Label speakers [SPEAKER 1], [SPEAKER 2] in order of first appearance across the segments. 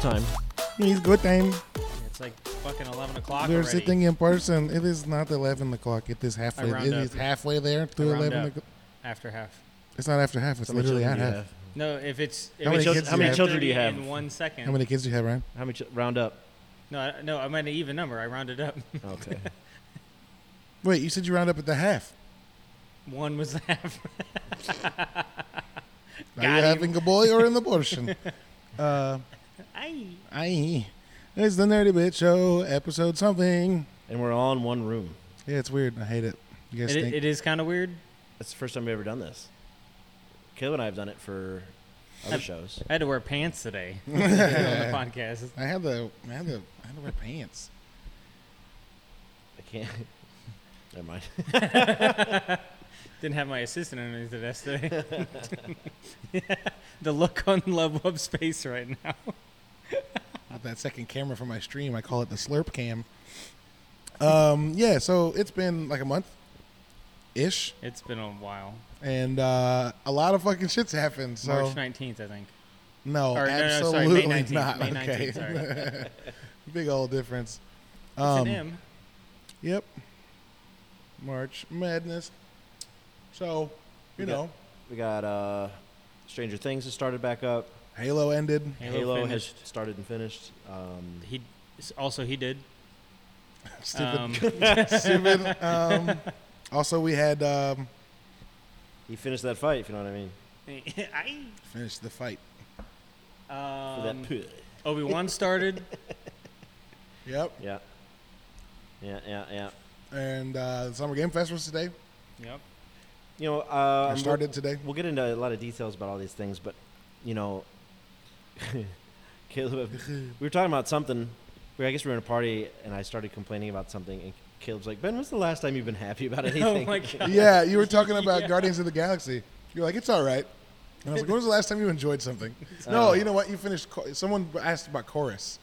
[SPEAKER 1] time.
[SPEAKER 2] It's good time.
[SPEAKER 3] It's like fucking 11 o'clock
[SPEAKER 2] We're
[SPEAKER 3] already.
[SPEAKER 2] sitting in person. It is not 11 o'clock. It is halfway.
[SPEAKER 3] round
[SPEAKER 2] It
[SPEAKER 3] up.
[SPEAKER 2] is halfway there to
[SPEAKER 3] I round
[SPEAKER 2] 11
[SPEAKER 3] up.
[SPEAKER 2] o'clock.
[SPEAKER 3] after half.
[SPEAKER 2] It's not after half. It's
[SPEAKER 1] How many
[SPEAKER 2] literally
[SPEAKER 1] children do
[SPEAKER 2] at
[SPEAKER 1] you
[SPEAKER 2] half.
[SPEAKER 1] have?
[SPEAKER 3] No, if it's if
[SPEAKER 2] How many
[SPEAKER 3] it's
[SPEAKER 2] children-
[SPEAKER 3] just
[SPEAKER 2] how many
[SPEAKER 3] at
[SPEAKER 1] children do you
[SPEAKER 3] 30
[SPEAKER 1] have?
[SPEAKER 3] In one second.
[SPEAKER 2] How many kids do you have, Ryan?
[SPEAKER 1] How many? Ch- round up.
[SPEAKER 3] No, I- no, I'm at an even number. I rounded up.
[SPEAKER 1] Okay.
[SPEAKER 2] Wait, you said you round up at the half.
[SPEAKER 3] One was the half.
[SPEAKER 2] Are
[SPEAKER 3] Got
[SPEAKER 2] you
[SPEAKER 3] him.
[SPEAKER 2] having a boy or an abortion? uh,
[SPEAKER 3] Aye.
[SPEAKER 2] I. It's the Nerdy Bit Show, episode something.
[SPEAKER 1] and we're all in one room.
[SPEAKER 2] Yeah, it's weird. I hate it. You guys
[SPEAKER 3] It,
[SPEAKER 2] think?
[SPEAKER 3] it is kind of weird.
[SPEAKER 1] That's the first time we've ever done this. Caleb and I have done it for other shows.
[SPEAKER 3] I had to wear pants today on the podcast.
[SPEAKER 2] I had the I had the I had to wear pants.
[SPEAKER 1] I can't. Never mind.
[SPEAKER 3] Didn't have my assistant underneath the desk today. the look on LoveWeb's face right now.
[SPEAKER 2] With that second camera for my stream, I call it the Slurp Cam. Um, yeah, so it's been like a month, ish,
[SPEAKER 3] It's been a while.
[SPEAKER 2] and uh, a lot of fucking shits happened. So
[SPEAKER 3] March 19th, I think.
[SPEAKER 2] no,
[SPEAKER 3] Or, no, no, sorry,
[SPEAKER 2] absolutely
[SPEAKER 3] May 19th.
[SPEAKER 2] not.
[SPEAKER 3] May 19th,
[SPEAKER 2] okay,
[SPEAKER 3] sorry. It's
[SPEAKER 2] big old difference. Um,
[SPEAKER 3] an M.
[SPEAKER 2] Yep. March Madness. So, you
[SPEAKER 1] We got-
[SPEAKER 2] know,
[SPEAKER 1] we got uh, Stranger Things has started back up.
[SPEAKER 2] Halo ended.
[SPEAKER 3] Halo
[SPEAKER 1] Halo, has
[SPEAKER 3] finished.
[SPEAKER 1] started and finished. Um,
[SPEAKER 3] He also he did.
[SPEAKER 2] Stupid.
[SPEAKER 3] Um,
[SPEAKER 2] Stupid. Um, also, we had um,
[SPEAKER 1] he finished that fight, if you know what I mean.
[SPEAKER 3] I
[SPEAKER 2] finished the fight.
[SPEAKER 1] For
[SPEAKER 3] Um,
[SPEAKER 1] that pu-
[SPEAKER 3] Obi Wan started.
[SPEAKER 2] Yep.
[SPEAKER 1] Yeah. Yeah, yeah, yeah.
[SPEAKER 2] And uh, the Summer Game Fest was today.
[SPEAKER 3] yep.
[SPEAKER 1] You know,
[SPEAKER 3] Um,
[SPEAKER 1] uh,
[SPEAKER 2] I
[SPEAKER 1] I'm-
[SPEAKER 2] started today.
[SPEAKER 1] We'll get into a lot of details about all these things, but you know, Caleb, we were talking about something. We, I guess we were in a party, and I started complaining about something, and Caleb's like, "Ben, when's the last time you've been happy about
[SPEAKER 3] Oh
[SPEAKER 1] anything?"
[SPEAKER 3] my god.
[SPEAKER 2] Yeah, you were talking about Guardians of the Galaxy. You're like, it's all right. And I was like, when was the last time you enjoyed something? No,
[SPEAKER 1] Oh.
[SPEAKER 2] you know what? You finished. Cho- Someone asked about chorus,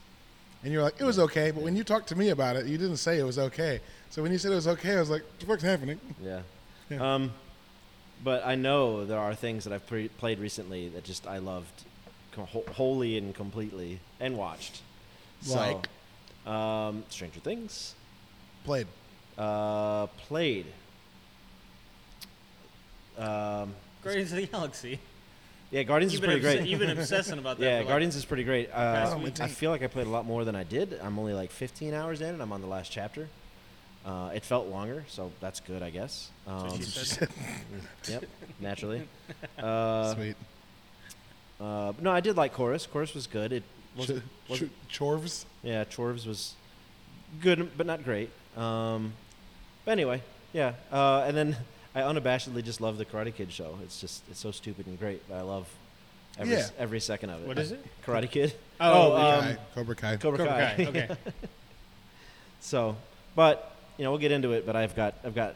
[SPEAKER 2] and you're like, it was okay. But when you talked to me about it, you didn't say it was okay. So when you said it was okay, I was like, what the fuck's happening?
[SPEAKER 1] yeah.
[SPEAKER 2] Yeah.
[SPEAKER 1] Um, but I know there are things that I've pre- played recently that just I loved co- whol- wholly and completely, and watched.
[SPEAKER 2] Like?
[SPEAKER 1] so, um, Stranger Things.
[SPEAKER 2] Played.
[SPEAKER 1] Uh, played. Um,
[SPEAKER 3] Guardians of the Galaxy.
[SPEAKER 1] yeah, Guardians is
[SPEAKER 3] You've been,
[SPEAKER 1] pretty
[SPEAKER 3] obs-
[SPEAKER 1] great.
[SPEAKER 3] you've been obsessing about that.
[SPEAKER 1] Yeah,
[SPEAKER 3] for like-
[SPEAKER 1] Guardians is pretty great. Uh,
[SPEAKER 3] past week.
[SPEAKER 1] I feel like I played a lot more than I did. I'm only like 15 hours in, and I'm on the last chapter. Uh, it felt longer, so that's good, I guess. Um,
[SPEAKER 3] she said.
[SPEAKER 1] yep, naturally. Uh,
[SPEAKER 2] Sweet.
[SPEAKER 1] uh, but no, I did like Chorus. Chorus was good. It was,
[SPEAKER 2] Ch-
[SPEAKER 1] was
[SPEAKER 2] ch- chorves.
[SPEAKER 1] yeah, Chorves was good, but not great. Um, but anyway, yeah. Uh, and then I unabashedly just love the Karate Kid show. It's just it's so stupid and great, but I love every
[SPEAKER 2] Yeah.
[SPEAKER 1] every second of it.
[SPEAKER 3] What is it?
[SPEAKER 1] Karate Kid.
[SPEAKER 3] Oh,
[SPEAKER 1] Oh, um,
[SPEAKER 2] Kai, Cobra Kai.
[SPEAKER 1] Cobra,
[SPEAKER 3] Cobra
[SPEAKER 1] Kai.
[SPEAKER 3] Kai. Okay.
[SPEAKER 1] So, but you know, we'll get into it. But I've got, I've got,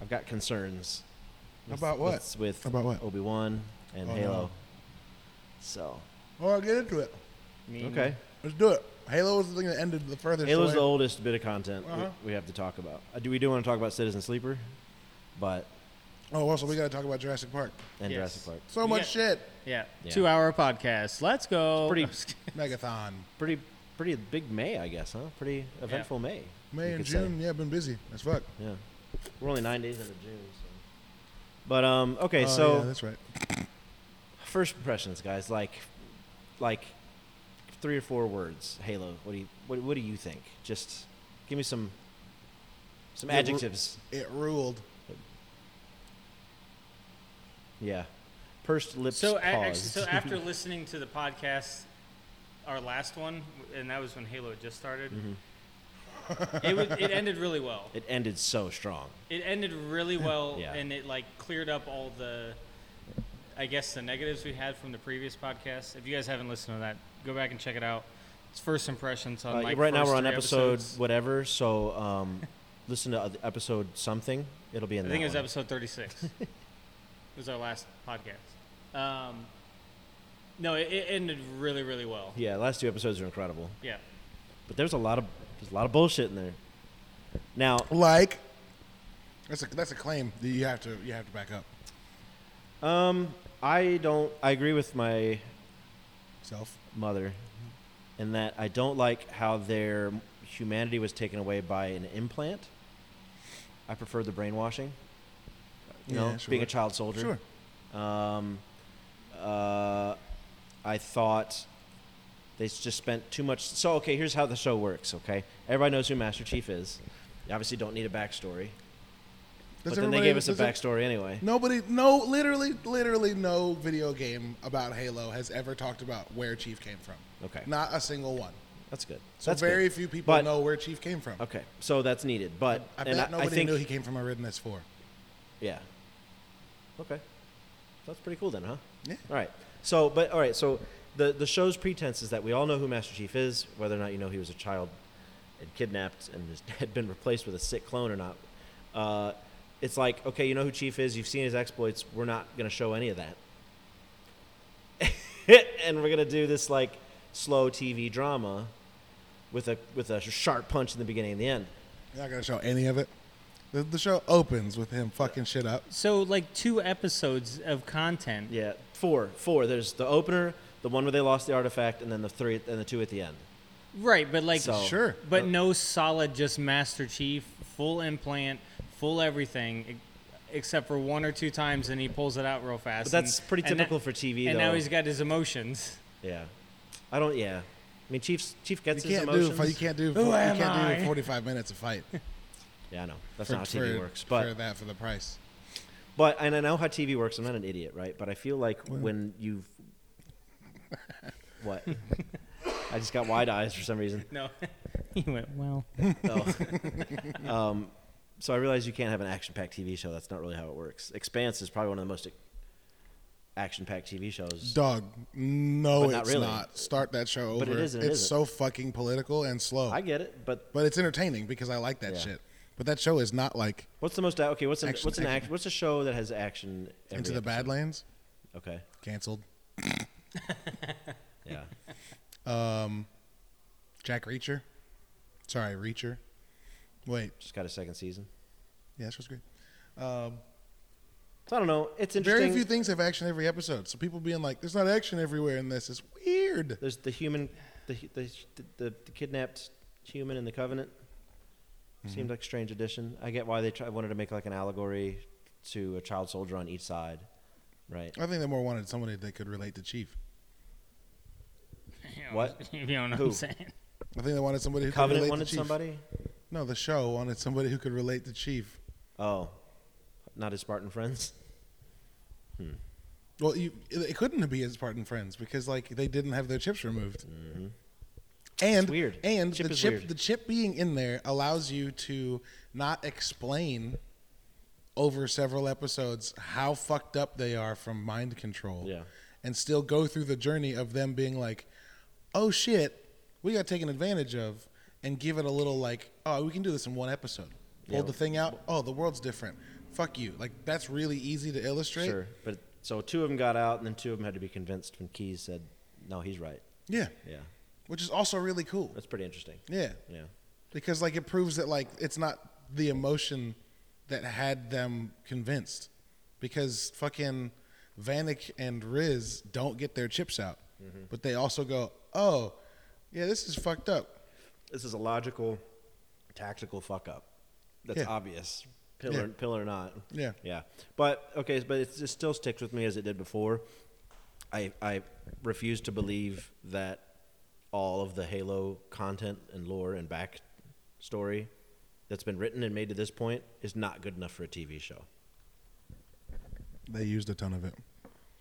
[SPEAKER 1] I've got concerns.
[SPEAKER 2] About what?
[SPEAKER 1] With, with
[SPEAKER 2] About what?
[SPEAKER 1] Obi Wan and
[SPEAKER 2] Oh,
[SPEAKER 1] Halo.
[SPEAKER 2] no.
[SPEAKER 1] So
[SPEAKER 2] All right, Oh, get into it.
[SPEAKER 3] Mean-
[SPEAKER 2] Mm-hmm.
[SPEAKER 1] okay,
[SPEAKER 2] Let's do it. Halo was the thing that ended the furthest.
[SPEAKER 1] Halo's the
[SPEAKER 2] away.
[SPEAKER 1] oldest bit of content we-
[SPEAKER 2] Uh-huh.
[SPEAKER 1] we, have to talk about. Uh, do we do want to talk about Citizen Sleeper? But
[SPEAKER 2] Oh, also we got to talk about Jurassic Park.
[SPEAKER 1] and
[SPEAKER 3] Yes.
[SPEAKER 1] Jurassic Park,
[SPEAKER 2] So
[SPEAKER 3] We
[SPEAKER 2] much
[SPEAKER 3] got-
[SPEAKER 2] shit.
[SPEAKER 3] Yeah.
[SPEAKER 1] Yeah.
[SPEAKER 3] Two hour podcast. Let's go.
[SPEAKER 1] pretty-
[SPEAKER 2] Megathon.
[SPEAKER 1] pretty pretty big May, I guess, huh? Pretty eventful May.
[SPEAKER 2] May
[SPEAKER 1] you
[SPEAKER 2] and
[SPEAKER 1] could say.
[SPEAKER 2] June. Yeah, been busy as fuck.
[SPEAKER 1] Yeah, we're only nine days into June. So. But um, okay,
[SPEAKER 2] Oh,
[SPEAKER 1] so
[SPEAKER 2] yeah, that's right.
[SPEAKER 1] First impressions, guys. Like, like three or four words. Halo. What do you what, what do you think? Just give me some some
[SPEAKER 2] Yeah, we're-
[SPEAKER 1] adjectives.
[SPEAKER 2] It ruled.
[SPEAKER 1] Yeah. Pursed lips.
[SPEAKER 3] So, a-
[SPEAKER 1] pause.
[SPEAKER 3] actually, so after listening to the podcast, our last one, and that was when Halo had just started,
[SPEAKER 1] Mm-hmm.
[SPEAKER 3] it, was, it ended really well.
[SPEAKER 1] it ended so strong.
[SPEAKER 3] It ended really well,
[SPEAKER 1] Yeah.
[SPEAKER 3] and it like cleared up all the, I guess, the negatives we had from the previous podcast. If you guys haven't listened to that, go back and check it out. It's first impressions on
[SPEAKER 1] Uh,
[SPEAKER 3] like
[SPEAKER 1] right now
[SPEAKER 3] first
[SPEAKER 1] we're on
[SPEAKER 3] three
[SPEAKER 1] episode
[SPEAKER 3] episodes.
[SPEAKER 1] whatever. So um, listen to oth- episode something. It'll be in.
[SPEAKER 3] I
[SPEAKER 1] that
[SPEAKER 3] think it was
[SPEAKER 1] one.
[SPEAKER 3] episode 36. it was our last podcast. Um, no, it, it ended really, really well.
[SPEAKER 1] Yeah, last two episodes are incredible.
[SPEAKER 3] Yeah.
[SPEAKER 1] But there's a lot of there's a lot of bullshit in there. Now
[SPEAKER 2] Like that's a that's a claim that you have to you have to back up.
[SPEAKER 1] Um, I don't. I agree with my
[SPEAKER 2] Self.
[SPEAKER 1] mother in that I don't like how their humanity was taken away by an implant. I prefer the brainwashing. You know,
[SPEAKER 2] Yeah, sure.
[SPEAKER 1] being a child soldier.
[SPEAKER 2] Sure.
[SPEAKER 1] Um, uh, I thought they s- just spent too much. So okay, here's how the show works. Okay, everybody knows who Master Chief is. You obviously don't need a backstory, but then they
[SPEAKER 2] everybody-
[SPEAKER 1] gave us a
[SPEAKER 2] does it-
[SPEAKER 1] backstory anyway.
[SPEAKER 2] Nobody, no, literally, literally, no video game about Halo has ever talked about where Chief came from.
[SPEAKER 1] Okay,
[SPEAKER 2] Not a single one.
[SPEAKER 1] that's good.
[SPEAKER 2] So
[SPEAKER 1] that's
[SPEAKER 2] very
[SPEAKER 1] Good.
[SPEAKER 2] few people
[SPEAKER 1] But-
[SPEAKER 2] know where Chief came from.
[SPEAKER 1] Okay, so that's needed, but
[SPEAKER 2] I
[SPEAKER 1] and
[SPEAKER 2] bet
[SPEAKER 1] I, I
[SPEAKER 2] nobody
[SPEAKER 1] think
[SPEAKER 2] knew he came from Eridanus Four.
[SPEAKER 1] yeah. Okay, that's pretty cool then, huh?
[SPEAKER 2] Yeah.
[SPEAKER 1] All right. So, but all right. So, the the show's pretense is that we all know who Master Chief is, whether or not you know he was a child and kidnapped and has- had been replaced with a sick clone or not. Uh, it's like, okay, you know who Chief is. You've seen his exploits. We're not going to show any of that. and we're going to do this like slow TV drama with a with a sharp punch in the beginning and the end.
[SPEAKER 2] You're not gonna show any of it. The, the show opens with him fucking shit up.
[SPEAKER 4] So like two episodes of content.
[SPEAKER 1] Yeah, four, four. There's the opener, the one where they lost the artifact, and then the three and the two at the end.
[SPEAKER 4] Right, but like
[SPEAKER 1] So-
[SPEAKER 2] Sure.
[SPEAKER 4] but no solid just Master Chief, full implant, full everything e- except for one or two times and he pulls it out real fast.
[SPEAKER 1] But that's
[SPEAKER 4] and-
[SPEAKER 1] pretty
[SPEAKER 4] and that-
[SPEAKER 1] typical for TV.
[SPEAKER 4] And
[SPEAKER 1] though.
[SPEAKER 4] now he's got his emotions.
[SPEAKER 1] Yeah, I don't. Yeah, I mean, Chief's Chief gets
[SPEAKER 2] You
[SPEAKER 1] his
[SPEAKER 2] can't do
[SPEAKER 1] emotions.
[SPEAKER 2] fi- you can't do
[SPEAKER 4] Who
[SPEAKER 2] you
[SPEAKER 4] am
[SPEAKER 2] can't
[SPEAKER 4] I?
[SPEAKER 2] do 45 minutes of fight.
[SPEAKER 1] Yeah, I know that's
[SPEAKER 2] for-
[SPEAKER 1] not how TV
[SPEAKER 2] for-
[SPEAKER 1] works. But
[SPEAKER 2] for that for the price.
[SPEAKER 1] but and I know how TV works. I'm not an idiot, right? But I feel like when you've what. I just got wide eyes for some reason.
[SPEAKER 4] No. he went, Well
[SPEAKER 1] Oh. um, so I realize you can't have an action-packed TV show. That's not really how it works. Expanse is probably one of the most action-packed TV shows.
[SPEAKER 2] Dog, no,
[SPEAKER 1] But not
[SPEAKER 2] it's
[SPEAKER 1] really.
[SPEAKER 2] not. Start that show over.
[SPEAKER 1] But it is and it
[SPEAKER 2] it's
[SPEAKER 1] isn't.
[SPEAKER 2] so fucking political and slow.
[SPEAKER 1] I get it, but
[SPEAKER 2] but it's entertaining because I like that
[SPEAKER 1] Yeah.
[SPEAKER 2] shit. But that show is not like
[SPEAKER 1] what's the most okay? What's an,
[SPEAKER 2] Action-
[SPEAKER 1] what's an
[SPEAKER 2] action.
[SPEAKER 1] act, what's a show that has action? Every
[SPEAKER 2] Into the
[SPEAKER 1] episode?
[SPEAKER 2] Badlands.
[SPEAKER 1] Okay,
[SPEAKER 2] Canceled.
[SPEAKER 1] yeah.
[SPEAKER 2] Um, Jack Reacher. Sorry, Reacher. Wait,
[SPEAKER 1] Just got a second season.
[SPEAKER 2] yeah, that show's great. Um,
[SPEAKER 1] So I don't know. It's interesting.
[SPEAKER 2] very few things have action every episode, so people being like, "There's not action everywhere in this." It's weird.
[SPEAKER 1] There's the human, the the, the the kidnapped human in the Covenant.
[SPEAKER 2] Mm-hmm.
[SPEAKER 1] Seemed like a strange addition. I get why they try, wanted to make like an allegory to a child soldier on each side, right?
[SPEAKER 2] I think they more wanted somebody that could relate to Chief.
[SPEAKER 4] you know,
[SPEAKER 1] What?
[SPEAKER 4] You know what
[SPEAKER 1] Who?
[SPEAKER 4] I'm saying?
[SPEAKER 2] I think they wanted somebody who
[SPEAKER 1] Covenant
[SPEAKER 2] could relate
[SPEAKER 1] wanted
[SPEAKER 2] to Chief.
[SPEAKER 1] somebody.
[SPEAKER 2] No, the show wanted somebody who could relate to Chief.
[SPEAKER 1] Oh, not his Spartan friends.
[SPEAKER 2] Well, you, it it couldn't be his Spartan friends because like they didn't have their chips removed. And
[SPEAKER 1] Mm-hmm. It's weird.
[SPEAKER 2] And
[SPEAKER 1] Chip
[SPEAKER 2] the
[SPEAKER 1] is
[SPEAKER 2] chip,
[SPEAKER 1] weird.
[SPEAKER 2] the chip being in there allows you to not explain over several episodes how fucked up they are from mind control.
[SPEAKER 1] Yeah.
[SPEAKER 2] And still go through the journey of them being like, "Oh shit, we got taken advantage of," and give it a little like, "Oh, we can do this in one episode." Pull
[SPEAKER 1] Yeah.
[SPEAKER 2] the thing out. Oh, the world's different. Fuck you. Like that's really easy to illustrate.
[SPEAKER 1] Sure, but so two of them got out, and then two of them had to be convinced when Keys said, "No, he's right."
[SPEAKER 2] Yeah.
[SPEAKER 1] Yeah,
[SPEAKER 2] which is also really cool.
[SPEAKER 1] that's pretty interesting.
[SPEAKER 2] Yeah,
[SPEAKER 1] Yeah.
[SPEAKER 2] because like it proves that like it's not the emotion that had them convinced, because fucking Vanek and Riz don't get their chips out,
[SPEAKER 1] Mm-hmm.
[SPEAKER 2] but they also go, oh, yeah, this is fucked up.
[SPEAKER 1] this is a logical, tactical fuck up. That's
[SPEAKER 2] Yeah.
[SPEAKER 1] obvious. Pillar,
[SPEAKER 2] Yeah.
[SPEAKER 1] pillar, not.
[SPEAKER 2] Yeah.
[SPEAKER 1] yeah. But okay, but it's- it still sticks with me as it did before. I I refuse to believe that all of the Halo content and lore and backstory that's been written and made to this point is not good enough for a TV show.
[SPEAKER 2] They used a ton of it.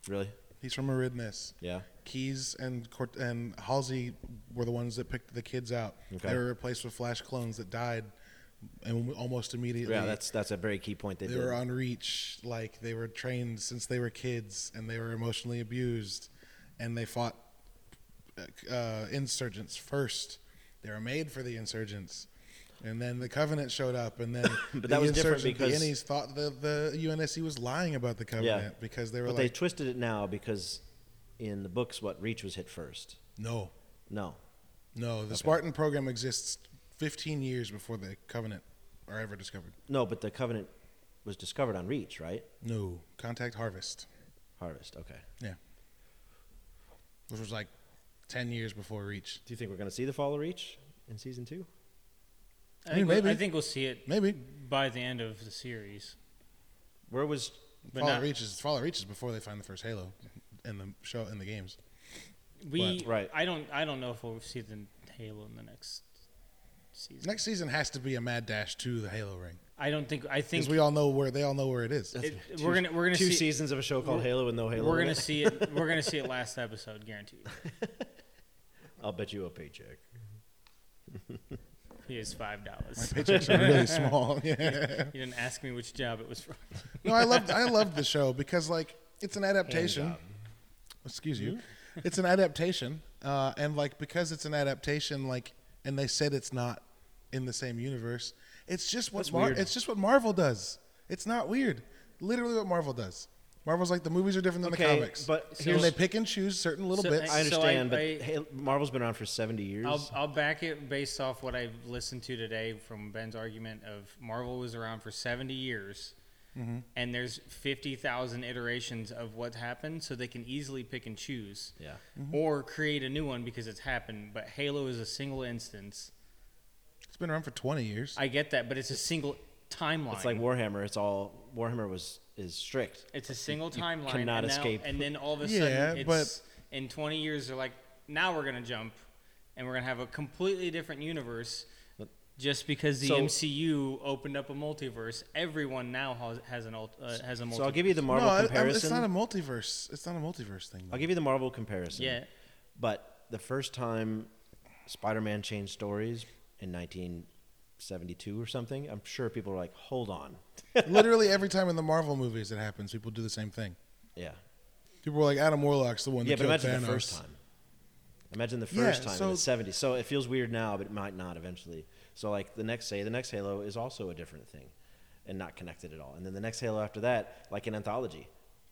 [SPEAKER 1] Really?
[SPEAKER 2] He's from Aridness.
[SPEAKER 1] Yeah.
[SPEAKER 2] Keys and Cort- and Halsey were the ones that picked the kids out.
[SPEAKER 1] Okay.
[SPEAKER 2] They were replaced with Flash clones that died, and almost immediately.
[SPEAKER 1] Yeah, that's that's a very key point they,
[SPEAKER 2] they
[SPEAKER 1] did.
[SPEAKER 2] were on reach like they were trained since they were kids and they were emotionally abused and they fought uh, insurgents first they were made for the insurgents and then the covenant showed up and then
[SPEAKER 1] But
[SPEAKER 2] the
[SPEAKER 1] that was different
[SPEAKER 2] insurgent
[SPEAKER 1] because-
[SPEAKER 2] Viennese thought the, the UNSC was lying about the covenant because they were
[SPEAKER 1] but they
[SPEAKER 2] like
[SPEAKER 1] twisted it now because in the books, what Reach was hit first.
[SPEAKER 2] no
[SPEAKER 1] No,
[SPEAKER 2] no the Spartan program exists 15 years before the covenant are ever discovered
[SPEAKER 1] No, but the covenant was discovered on Reach, right?
[SPEAKER 2] no contact harvest
[SPEAKER 1] Harvest. Okay.
[SPEAKER 2] Yeah. Which was like ten years before Reach.
[SPEAKER 1] Do you think we're going to see the fall of Reach in season two?
[SPEAKER 2] I mean,
[SPEAKER 3] think we'll-
[SPEAKER 2] maybe.
[SPEAKER 3] I think we'll see it
[SPEAKER 2] Maybe
[SPEAKER 3] by the end of the series.
[SPEAKER 1] Where was
[SPEAKER 3] But
[SPEAKER 2] Fall
[SPEAKER 3] not,
[SPEAKER 2] of Reach is Fall of Reach is before they find the first Halo in the show in the games.
[SPEAKER 3] we
[SPEAKER 1] Right.
[SPEAKER 3] I don't I don't know if we'll see the Halo in the next season.
[SPEAKER 2] Next season has to be a mad dash to the Halo ring
[SPEAKER 3] I don't think I think
[SPEAKER 2] because we all know where they all know where it is.
[SPEAKER 3] it, we're gonna we're gonna
[SPEAKER 1] two
[SPEAKER 3] see
[SPEAKER 1] seasons of a show called
[SPEAKER 3] we're-
[SPEAKER 1] Halo and no Halo?
[SPEAKER 3] we're
[SPEAKER 1] in
[SPEAKER 3] gonna
[SPEAKER 1] it?
[SPEAKER 3] see it we're gonna see it last episode guaranteed.
[SPEAKER 1] I'll bet you a paycheck.
[SPEAKER 3] He is five
[SPEAKER 2] My
[SPEAKER 3] dollars.
[SPEAKER 2] paychecks are really small. Yeah.
[SPEAKER 3] You didn't ask me which job it was from.
[SPEAKER 2] No, I loved I loved the show because like it's an adaptation.
[SPEAKER 1] job.
[SPEAKER 2] Excuse you.
[SPEAKER 1] Mm-hmm.
[SPEAKER 2] It's an adaptation, uh, and like because it's an adaptation, like and they said it's not in the same universe. It's just what
[SPEAKER 1] That's
[SPEAKER 2] Mar-
[SPEAKER 1] weird.
[SPEAKER 2] it's just what Marvel does. It's not weird. Literally, what Marvel does. Marvel's like the movies are different than
[SPEAKER 1] Okay,
[SPEAKER 2] the comics,
[SPEAKER 1] but
[SPEAKER 2] and
[SPEAKER 1] here's-
[SPEAKER 2] they pick and choose certain little
[SPEAKER 3] So
[SPEAKER 2] bits.
[SPEAKER 1] I
[SPEAKER 3] So
[SPEAKER 1] understand,
[SPEAKER 3] I-
[SPEAKER 1] but
[SPEAKER 3] I-
[SPEAKER 1] Halo, Marvel's been around for 70 years.
[SPEAKER 3] I'll, I'll back it based off what I've listened to today from Ben's argument of Marvel was around for 70 years, and there's 50,000 iterations of what happened, so they can easily pick and choose.
[SPEAKER 1] yeah.
[SPEAKER 3] Or create a new one because it's happened, but Halo is a single instance.
[SPEAKER 2] it's been around for twenty years.
[SPEAKER 3] I get that, but it's a single timeline.
[SPEAKER 1] It's like Warhammer. It's all Warhammer was is strict.
[SPEAKER 3] It's a single timeline.
[SPEAKER 1] cannot
[SPEAKER 3] and now-
[SPEAKER 1] escape.
[SPEAKER 3] and then all of a
[SPEAKER 2] Yeah,
[SPEAKER 3] sudden, it's,
[SPEAKER 2] but-
[SPEAKER 3] in 20 years, they're like, now we're going to jump and we're going to have a completely different universe. Just because the
[SPEAKER 1] So-
[SPEAKER 3] MCU opened up a multiverse, everyone now has, has an ult, uh, has a multiverse.
[SPEAKER 1] So I'll give you the Marvel
[SPEAKER 2] no, I- I- it's
[SPEAKER 1] comparison. I,
[SPEAKER 2] not a multiverse. It's not a multiverse thing. though.
[SPEAKER 1] will give you the Marvel comparison.
[SPEAKER 3] Yeah.
[SPEAKER 1] But the first time Spider-Man changed stories in 1972 or something, I'm sure people were like, "Hold on."
[SPEAKER 2] Literally every time in the Marvel movies it happens, people do the same thing.
[SPEAKER 1] Yeah.
[SPEAKER 2] People were like, Adam Warlock's the one.
[SPEAKER 1] yeah,
[SPEAKER 2] that
[SPEAKER 1] but
[SPEAKER 2] killed
[SPEAKER 1] imagine
[SPEAKER 2] Thanos.
[SPEAKER 1] the first time. Imagine the first
[SPEAKER 2] Yeah,
[SPEAKER 1] time
[SPEAKER 2] so-
[SPEAKER 1] in the 70s. So it feels weird now, but it might not eventually. So like the next say the next Halo is also a different thing and not connected at all. And then the next Halo after that, like an anthology.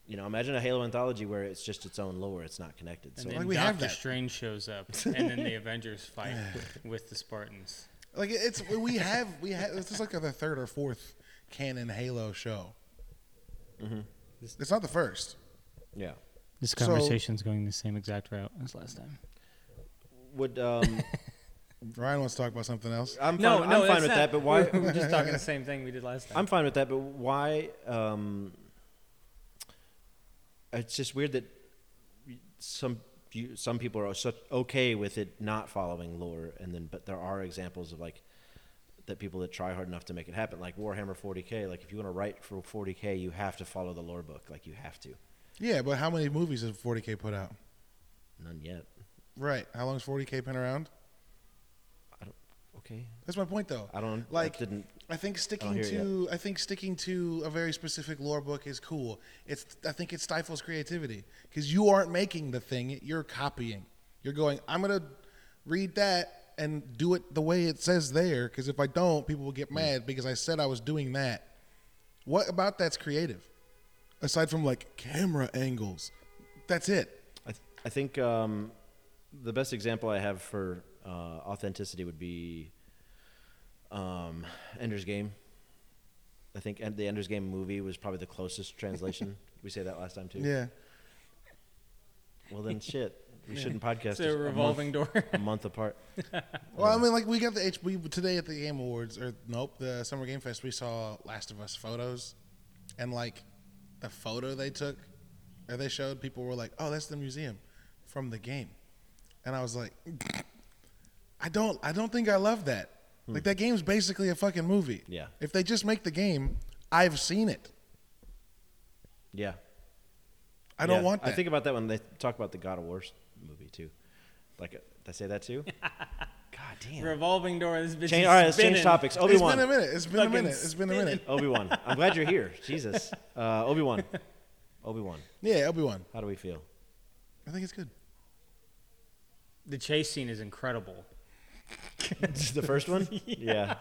[SPEAKER 1] You know, imagine a Halo anthology where it's just its own lore, it's not connected. So
[SPEAKER 3] and then
[SPEAKER 2] Like, we
[SPEAKER 3] Doctor
[SPEAKER 2] have that.
[SPEAKER 3] Strange shows up, and then the Avengers fight with the Spartans.
[SPEAKER 2] Like it- it's we have we have this is like the third or fourth canon Halo show.
[SPEAKER 1] Mm-hmm.
[SPEAKER 2] It's not the first.
[SPEAKER 1] yeah.
[SPEAKER 3] This
[SPEAKER 2] So- conversation's
[SPEAKER 3] conversation's going the same exact route as last time.
[SPEAKER 1] Would um
[SPEAKER 2] Ryan wants to talk about something else.
[SPEAKER 1] I'm fine,
[SPEAKER 3] No, no,
[SPEAKER 1] I'm
[SPEAKER 3] that's
[SPEAKER 1] fine with
[SPEAKER 3] not-
[SPEAKER 1] that, but why
[SPEAKER 3] We're just talking the same thing we did last time.
[SPEAKER 1] I'm fine with that, but why? Um, it's just weird that some you, some people are such okay with it not following lore, and then but there are examples of like that people that try hard enough to make it happen, like Warhammer 40k. Like if you want to write for 40k, you have to follow the lore book. Like you have to.
[SPEAKER 2] Yeah, but how many movies has 40k put out?
[SPEAKER 1] None yet.
[SPEAKER 2] Right. How long's 40k been around?
[SPEAKER 1] Okay.
[SPEAKER 2] That's my point though.
[SPEAKER 1] I don't
[SPEAKER 2] like.
[SPEAKER 1] I didn't.
[SPEAKER 2] I think
[SPEAKER 1] I
[SPEAKER 2] sticking
[SPEAKER 1] don't hear it
[SPEAKER 2] to I think sticking to a very specific lore book is cool. It's I think it stifles creativity because you aren't making the thing; you're copying. You're going. I'm gonna read that and do it the way it says there. Because if I don't, people will
[SPEAKER 1] Mm.
[SPEAKER 2] get mad because I said I was doing that. What about that's creative? Aside from like camera angles, that's it.
[SPEAKER 1] I, th- I think um, the best example I have for uh, authenticity would be um, Ender's Game. I think en- the Ender's Game movie was probably the closest translation. we say that last time too.
[SPEAKER 2] Yeah.
[SPEAKER 1] Well then, shit. We shouldn't podcast.
[SPEAKER 3] it's a revolving door.
[SPEAKER 1] a month, a month apart.
[SPEAKER 2] Well, I mean, like we got the H. We today at the Game Awards, or nope, the Summer Game Fest, we saw Last of Us photos, and like the photo they took or they showed, people were like, "Oh, that's the museum from the game," and I was like, "I don't, I don't think I love that. Like that game's basically a fucking movie.
[SPEAKER 1] Yeah.
[SPEAKER 2] If they just make the game, I've seen it.
[SPEAKER 1] Yeah.
[SPEAKER 2] I don't
[SPEAKER 1] Yeah.
[SPEAKER 2] want that.
[SPEAKER 1] I think about that when they talk about the God of War movie too. Like, uh, did I say that too? God damn.
[SPEAKER 3] revolving door. This bitch
[SPEAKER 1] Change,
[SPEAKER 3] is
[SPEAKER 1] all right, let's change
[SPEAKER 3] spinning.
[SPEAKER 1] topics. Obi
[SPEAKER 2] it's been a
[SPEAKER 1] Wan.
[SPEAKER 2] minute. It's been a
[SPEAKER 3] Fucking
[SPEAKER 2] minute. It's been a minute.
[SPEAKER 1] Obi Wan. I'm glad you're here. Jesus. Uh, Obi Wan. Obi Wan.
[SPEAKER 2] Yeah, Obi Wan.
[SPEAKER 1] How do we feel?
[SPEAKER 2] I think it's good.
[SPEAKER 3] The chase scene is incredible.
[SPEAKER 1] the first one? yeah.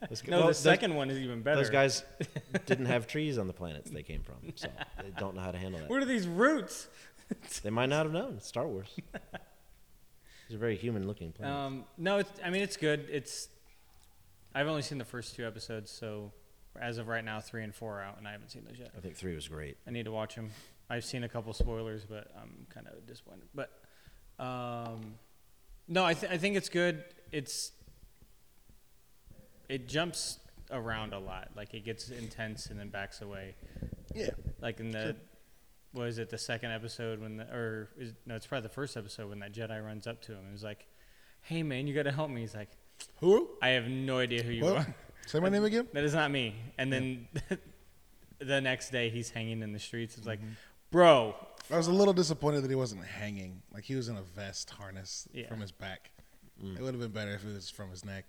[SPEAKER 1] Let's go-
[SPEAKER 3] No,
[SPEAKER 1] well,
[SPEAKER 3] the
[SPEAKER 1] those-
[SPEAKER 3] second one is even better.
[SPEAKER 1] Those guys didn't have trees on the planets they came from, so they don't know how to handle that.
[SPEAKER 3] What are these roots?
[SPEAKER 1] They might not have known. It's Star Wars. It's a very human-looking planet.
[SPEAKER 3] Um, no, it's, I mean it's good. It's I've only seen the first two episodes, so as of right now, three and four are out, and I haven't seen those yet.
[SPEAKER 1] I think three was great.
[SPEAKER 3] I need to watch them. I've seen a couple spoilers, but I'm kind of disappointed. But Um, no, I, th- I think it's good. It's it jumps around a lot. Like it gets intense and then backs away.
[SPEAKER 2] Yeah.
[SPEAKER 3] Like in the was it the second episode when the or is, no, it's probably the first episode when that Jedi runs up to him and is like, "Hey man, you got to help me." He's like,
[SPEAKER 2] Who?
[SPEAKER 3] "I have no idea who you
[SPEAKER 2] What?
[SPEAKER 3] are.
[SPEAKER 2] Say my name again.
[SPEAKER 3] That is not me." And then the next day he's hanging in the streets. It's like,
[SPEAKER 2] Mm-hmm.
[SPEAKER 3] "Bro,
[SPEAKER 2] I was a little disappointed that he wasn't hanging. Like he was in a vest harness
[SPEAKER 3] Yeah.
[SPEAKER 2] from his back. It would have been better if it was from his neck.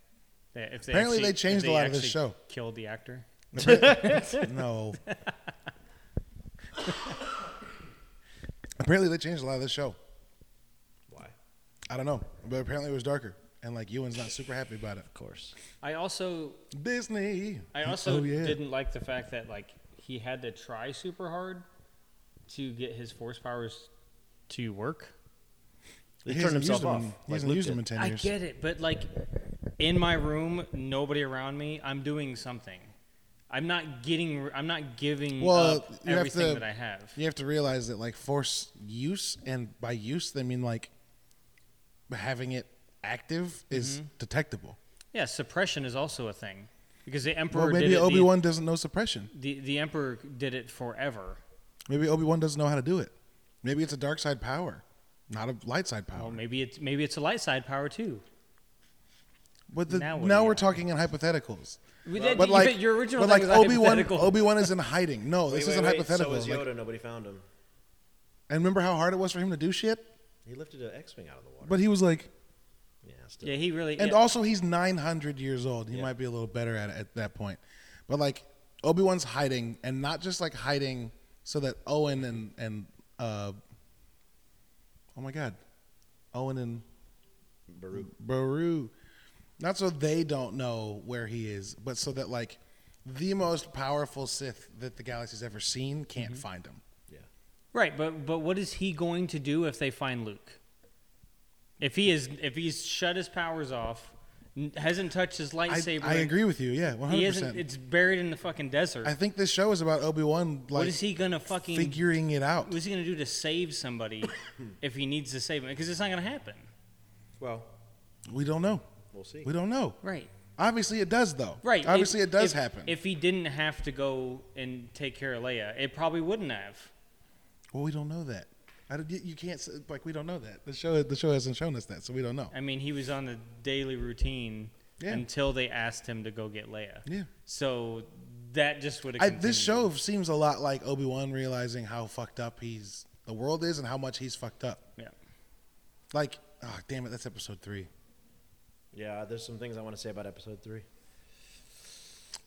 [SPEAKER 3] they- if they
[SPEAKER 2] Apparently they
[SPEAKER 3] actually- if
[SPEAKER 2] changed a lot of this
[SPEAKER 3] actually
[SPEAKER 2] show.
[SPEAKER 3] Killed the actor.
[SPEAKER 2] no. apparently they changed a lot of this show.
[SPEAKER 1] Why?
[SPEAKER 2] I don't know, but apparently it was darker, and like Ewan's not super happy about it.
[SPEAKER 1] Of course.
[SPEAKER 3] I also
[SPEAKER 2] Disney.
[SPEAKER 3] I also
[SPEAKER 2] Oh, yeah.
[SPEAKER 3] didn't like the fact that like he had to try super hard to get his force powers to work.
[SPEAKER 1] He,
[SPEAKER 2] hasn't
[SPEAKER 1] turned himself
[SPEAKER 2] used them
[SPEAKER 1] off.
[SPEAKER 2] in- he
[SPEAKER 1] like
[SPEAKER 2] hasn't
[SPEAKER 1] Luke
[SPEAKER 2] used them
[SPEAKER 1] did.
[SPEAKER 2] in ten
[SPEAKER 3] I
[SPEAKER 2] years.
[SPEAKER 3] get it, but like in my room, nobody around me, I'm doing something. I'm not getting I'm not giving
[SPEAKER 2] Well,
[SPEAKER 3] up
[SPEAKER 2] you have
[SPEAKER 3] everything
[SPEAKER 2] to-
[SPEAKER 3] that I have.
[SPEAKER 2] You have to realize that like force use, and by use they mean like having it active is detectable.
[SPEAKER 3] Yeah, suppression is also a thing. Because the emperor
[SPEAKER 2] Well, maybe
[SPEAKER 3] did it,
[SPEAKER 2] Obi Wan doesn't know suppression.
[SPEAKER 3] the, the the emperor did it forever.
[SPEAKER 2] Maybe Obi Wan doesn't know how to do it. Maybe it's a dark side power, not a light side power.
[SPEAKER 3] Well, Oh, maybe it's maybe it's a light side power too.
[SPEAKER 2] but the,
[SPEAKER 3] now
[SPEAKER 2] now,
[SPEAKER 3] what do you
[SPEAKER 2] we're
[SPEAKER 3] have?
[SPEAKER 2] talking in hypotheticals.
[SPEAKER 3] We- that-
[SPEAKER 2] but
[SPEAKER 3] you-
[SPEAKER 2] like
[SPEAKER 3] your original
[SPEAKER 2] but like
[SPEAKER 3] thing was
[SPEAKER 2] Obi Wan,
[SPEAKER 3] hypothetical.
[SPEAKER 2] Obi Wan is in hiding. No,
[SPEAKER 1] Wait,
[SPEAKER 2] this
[SPEAKER 1] wait,
[SPEAKER 2] isn't
[SPEAKER 1] wait,
[SPEAKER 2] hypothetical.
[SPEAKER 1] So was
[SPEAKER 2] Like,
[SPEAKER 1] Yoda. nobody found him.
[SPEAKER 2] and remember how hard it was for him to do shit?
[SPEAKER 1] He lifted an X-wing out of the water.
[SPEAKER 2] But he was like,
[SPEAKER 1] yeah, still.
[SPEAKER 3] Yeah, he really
[SPEAKER 2] And
[SPEAKER 3] yeah.
[SPEAKER 2] also, he's 900 years old. He
[SPEAKER 1] Yeah.
[SPEAKER 2] might be a little better at it at that point. But like Obi Wan's hiding, and not just like hiding so that Owen and and uh, oh my God, Owen and
[SPEAKER 1] Baru.
[SPEAKER 2] Baru, not so they don't know where he is, but so that like the most powerful Sith that the galaxy's ever seen can't
[SPEAKER 3] Mm-hmm.
[SPEAKER 2] find him.
[SPEAKER 1] Yeah.
[SPEAKER 3] Right, but but what is he going to do if they find Luke? If he is if he's shut his powers off, n- hasn't touched his
[SPEAKER 2] I,
[SPEAKER 3] lightsaber.
[SPEAKER 2] I agree with you. Yeah, 100.
[SPEAKER 3] He isn't.
[SPEAKER 2] percent
[SPEAKER 3] It's buried in the fucking desert.
[SPEAKER 2] I think this show is about Obi Wan like
[SPEAKER 3] what is he gonna fucking?
[SPEAKER 2] figuring it out.
[SPEAKER 3] what is he gonna do to save somebody if he needs to save him? Because it's not gonna happen.
[SPEAKER 1] Well,
[SPEAKER 2] We don't know.
[SPEAKER 1] we'll see.
[SPEAKER 2] We don't know.
[SPEAKER 3] Right.
[SPEAKER 2] Obviously, it does though.
[SPEAKER 3] Right.
[SPEAKER 2] Obviously,
[SPEAKER 3] If-
[SPEAKER 2] it does
[SPEAKER 3] if-
[SPEAKER 2] happen.
[SPEAKER 3] If he didn't have to go and take care of Leia, it probably wouldn't have.
[SPEAKER 2] well, we don't know that. I don't- you- you can't s- like we don't know that. The show the show hasn't shown us that, so we don't know.
[SPEAKER 3] I mean, he was on the daily routine
[SPEAKER 2] Yeah.
[SPEAKER 3] until they asked him to go get Leia.
[SPEAKER 2] Yeah.
[SPEAKER 3] So that just would
[SPEAKER 2] I,
[SPEAKER 3] have.
[SPEAKER 2] this show seems a lot like Obi Wan realizing how fucked up he's the world is and how much he's fucked up.
[SPEAKER 3] Yeah.
[SPEAKER 2] Like, oh damn it, that's episode three.
[SPEAKER 1] Yeah, there's some things I want to say about episode three.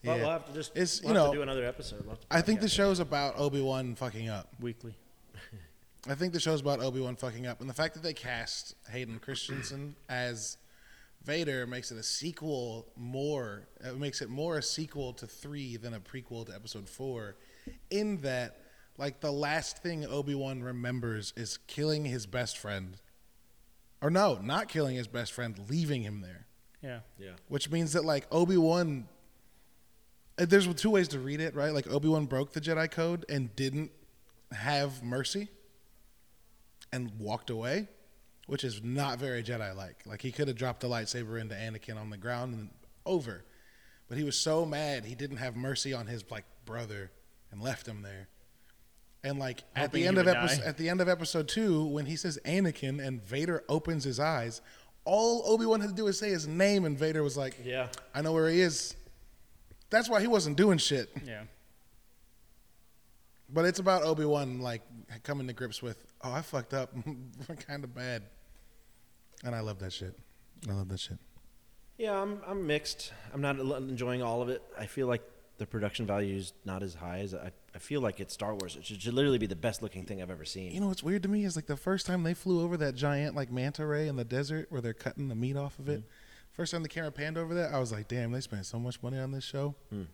[SPEAKER 2] Yeah.
[SPEAKER 1] But we'll have to just
[SPEAKER 2] It's,
[SPEAKER 1] we'll
[SPEAKER 2] you
[SPEAKER 1] have
[SPEAKER 2] know,
[SPEAKER 1] to do another episode. We'll have to
[SPEAKER 2] I think
[SPEAKER 1] podcast
[SPEAKER 2] the
[SPEAKER 1] it.
[SPEAKER 2] show's about Obi Wan fucking up.
[SPEAKER 3] Weekly.
[SPEAKER 2] I think the show's about Obi Wan fucking up, and the fact that they cast Hayden Christensen as Vader makes it a sequel more. It makes it more a sequel to three than a prequel to Episode four, in that like the last thing Obi Wan remembers is killing his best friend, or no, not killing his best friend, leaving him there,
[SPEAKER 3] Yeah.
[SPEAKER 1] Yeah.
[SPEAKER 2] which means that like Obi Wan. There's two ways to read it, right? Like Obi Wan broke the Jedi code and didn't have mercy and walked away, which is not very Jedi like. Like he could have dropped a lightsaber into Anakin on the ground and over. But he was so mad he didn't have mercy on his like brother and left him there. And like at
[SPEAKER 3] Hoping
[SPEAKER 2] the
[SPEAKER 3] he
[SPEAKER 2] end of
[SPEAKER 3] would
[SPEAKER 2] episode
[SPEAKER 3] die.
[SPEAKER 2] at the end of episode 2 when he says Anakin and Vader opens his eyes, all Obi-Wan had to do is say his name and Vader was like,
[SPEAKER 1] Yeah.
[SPEAKER 2] I know where he is." That's why he wasn't doing shit.
[SPEAKER 3] Yeah.
[SPEAKER 2] But it's about Obi Wan like coming to grips with, oh, I fucked up, kind of bad, and I love that shit. I love that shit.
[SPEAKER 1] Yeah, I'm I'm mixed. I'm not al- enjoying all of it. I feel like the production value is not as high as I. I feel like it's Star Wars. It should, should literally be the best looking thing I've ever seen.
[SPEAKER 2] You know what's weird to me is like the first time they flew over that giant like manta ray in the desert where they're cutting the meat off of it. First time the camera panned over that, I was like, damn, they spent so much money on this show. And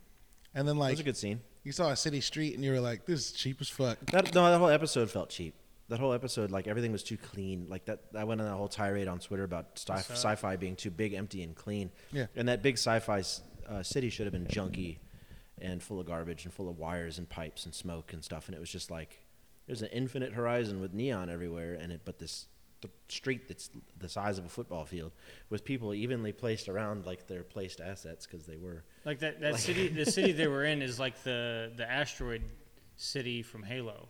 [SPEAKER 2] then
[SPEAKER 1] it
[SPEAKER 2] like
[SPEAKER 1] was a good scene.
[SPEAKER 2] you saw a city street and you were like, this is cheap as fuck.
[SPEAKER 1] That no, that whole episode felt cheap. That whole episode, like everything was too clean. Like that, I went on that whole tirade on Twitter about sci- sci-fi being too big, empty, and clean.
[SPEAKER 2] Yeah.
[SPEAKER 1] And that big sci-fi s- uh, city should have been junky, and full of garbage, and full of wires and pipes and smoke and stuff. And it was just like there's an infinite horizon with neon everywhere, and it but this th- street that's the size of a football field with people evenly placed around like their placed assets because they were.
[SPEAKER 3] Like that, that city, the city they were in is like the the asteroid city from Halo.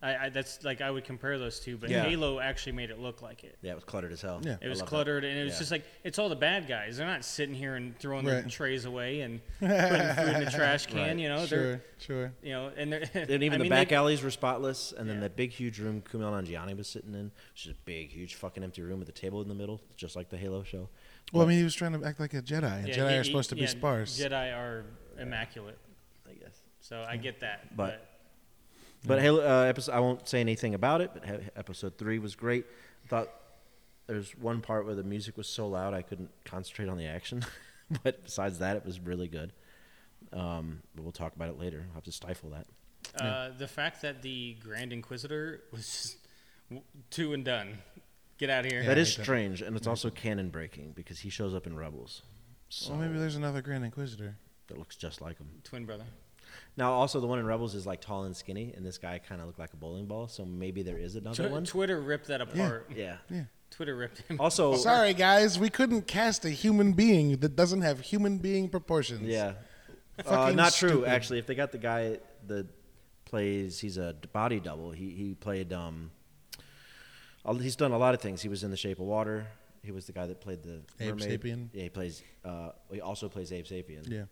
[SPEAKER 3] I, I that's like I would compare those two, but
[SPEAKER 1] Mm-hmm. Yeah.
[SPEAKER 3] Halo actually made it look like it.
[SPEAKER 1] Yeah, it was cluttered as hell.
[SPEAKER 2] Yeah.
[SPEAKER 1] I
[SPEAKER 3] It was
[SPEAKER 1] love that.
[SPEAKER 3] cluttered, and it was
[SPEAKER 1] Yeah.
[SPEAKER 3] just like it's all the bad guys. They're not sitting here and throwing their
[SPEAKER 2] Right.
[SPEAKER 3] trays away and putting food in the trash can.
[SPEAKER 1] Right.
[SPEAKER 3] You know,
[SPEAKER 2] sure,
[SPEAKER 3] they're
[SPEAKER 2] sure.
[SPEAKER 3] you know, and they're
[SPEAKER 1] And even
[SPEAKER 3] I
[SPEAKER 1] the
[SPEAKER 3] mean, they-
[SPEAKER 1] back alleys were spotless, and then
[SPEAKER 3] Yeah.
[SPEAKER 1] that big, huge room Kumail Nanjiani was sitting in, which is a big, huge, fucking empty room with a table in the middle, just like the Halo show.
[SPEAKER 2] Well, I mean, he was trying to act like a Jedi, and
[SPEAKER 3] yeah,
[SPEAKER 2] Jedi
[SPEAKER 3] he-
[SPEAKER 2] are supposed to be
[SPEAKER 3] yeah,
[SPEAKER 2] sparse.
[SPEAKER 3] Jedi are immaculate,
[SPEAKER 1] I guess.
[SPEAKER 3] so I get that.
[SPEAKER 1] Mm. But- But Halo uh, episode, I won't say anything about it. But he- episode three was great. I thought there's one part where the music was so loud I couldn't concentrate on the action. but besides that, it was really good. Um, but we'll talk about it later. I'll have to stifle that.
[SPEAKER 3] Uh, the fact that the Grand Inquisitor was just w- two and done. Get Mm-hmm. out of here.
[SPEAKER 2] Yeah,
[SPEAKER 1] that
[SPEAKER 2] I
[SPEAKER 1] is
[SPEAKER 2] hate that.
[SPEAKER 1] strange, and it's also canon breaking because he shows up in Rebels. So
[SPEAKER 2] Well, maybe there's another Grand Inquisitor.
[SPEAKER 1] that looks just like him.
[SPEAKER 3] Twin brother.
[SPEAKER 1] Now, also the one in Rebels is like tall and skinny, and this guy kind of looked like a bowling ball. So maybe there is another
[SPEAKER 3] Tw-
[SPEAKER 1] one.
[SPEAKER 3] Twitter ripped that apart.
[SPEAKER 1] yeah. Oh.
[SPEAKER 2] Yeah.
[SPEAKER 3] Twitter ripped him.
[SPEAKER 1] Also,
[SPEAKER 2] Sorry, guys, we couldn't cast a human being that doesn't have human being proportions.
[SPEAKER 1] Yeah. Uh,
[SPEAKER 2] Fucking
[SPEAKER 1] not true,
[SPEAKER 2] stupid.
[SPEAKER 1] actually. If they got the guy that plays, he's a d- body double. He he played. Um, all- he's done a lot of things. He was in The Shape of Water. He was the guy that played the
[SPEAKER 2] Abe
[SPEAKER 1] mermaid.
[SPEAKER 2] Sapien.
[SPEAKER 1] Yeah, he plays. Uh, he also plays Abe Sapien.
[SPEAKER 2] Yeah.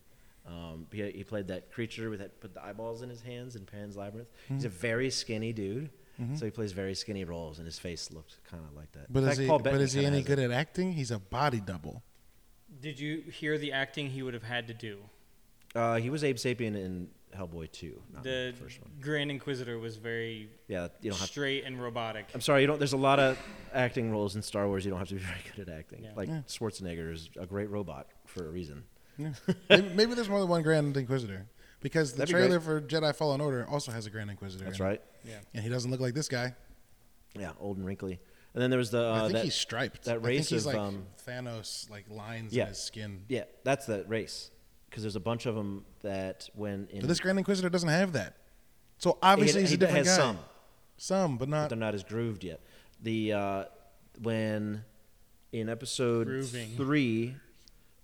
[SPEAKER 1] Um, he, he played that creature with that put the eyeballs in his hands in Pan's Labyrinth.
[SPEAKER 2] Mm-hmm.
[SPEAKER 1] He's a very skinny dude, so he plays very skinny roles, and his face looked kind of like that.
[SPEAKER 2] But
[SPEAKER 1] In
[SPEAKER 2] is
[SPEAKER 1] fact,
[SPEAKER 2] he?
[SPEAKER 1] Paul
[SPEAKER 2] But
[SPEAKER 1] Bettany
[SPEAKER 2] is he
[SPEAKER 1] kinda
[SPEAKER 2] any
[SPEAKER 1] has it.
[SPEAKER 2] good at acting? He's a body double.
[SPEAKER 3] Did you hear the acting he would have had to do?
[SPEAKER 1] Uh, he was Abe Sapien in Hellboy 2, not
[SPEAKER 3] The
[SPEAKER 1] the first one.
[SPEAKER 3] Grand Inquisitor was very
[SPEAKER 1] Yeah, you don't have
[SPEAKER 3] straight and robotic.
[SPEAKER 1] I'm sorry, you don't. There's a lot of acting roles in Star Wars. You don't have to be very good at acting.
[SPEAKER 3] Yeah.
[SPEAKER 1] Like Schwarzenegger is a great robot for a reason.
[SPEAKER 2] Mm-hmm. maybe, maybe there's more than one Grand Inquisitor because the
[SPEAKER 1] That'd be
[SPEAKER 2] trailer for Jedi Fallen Order also has a Grand Inquisitor.
[SPEAKER 1] That's
[SPEAKER 2] in it.
[SPEAKER 1] right.
[SPEAKER 3] Yeah.
[SPEAKER 2] and he doesn't look like this guy.
[SPEAKER 1] Yeah, old and wrinkly. And then there was the. Uh,
[SPEAKER 2] I think
[SPEAKER 1] that,
[SPEAKER 2] he's striped.
[SPEAKER 1] That
[SPEAKER 2] I
[SPEAKER 1] race
[SPEAKER 2] think he's
[SPEAKER 1] of
[SPEAKER 2] like
[SPEAKER 1] um,
[SPEAKER 2] Thanos, like lines
[SPEAKER 1] yeah.
[SPEAKER 2] in his skin.
[SPEAKER 1] yeah, that's that race because there's a bunch of them that when in
[SPEAKER 2] But this Grand Inquisitor doesn't have that. So
[SPEAKER 1] he-
[SPEAKER 2] obviously he's
[SPEAKER 1] he
[SPEAKER 2] a different
[SPEAKER 1] has
[SPEAKER 2] guy.
[SPEAKER 1] some,
[SPEAKER 2] Some, but
[SPEAKER 1] but
[SPEAKER 2] not.
[SPEAKER 1] they're not as grooved yet. The uh, when in episode
[SPEAKER 3] Grooving.
[SPEAKER 1] three,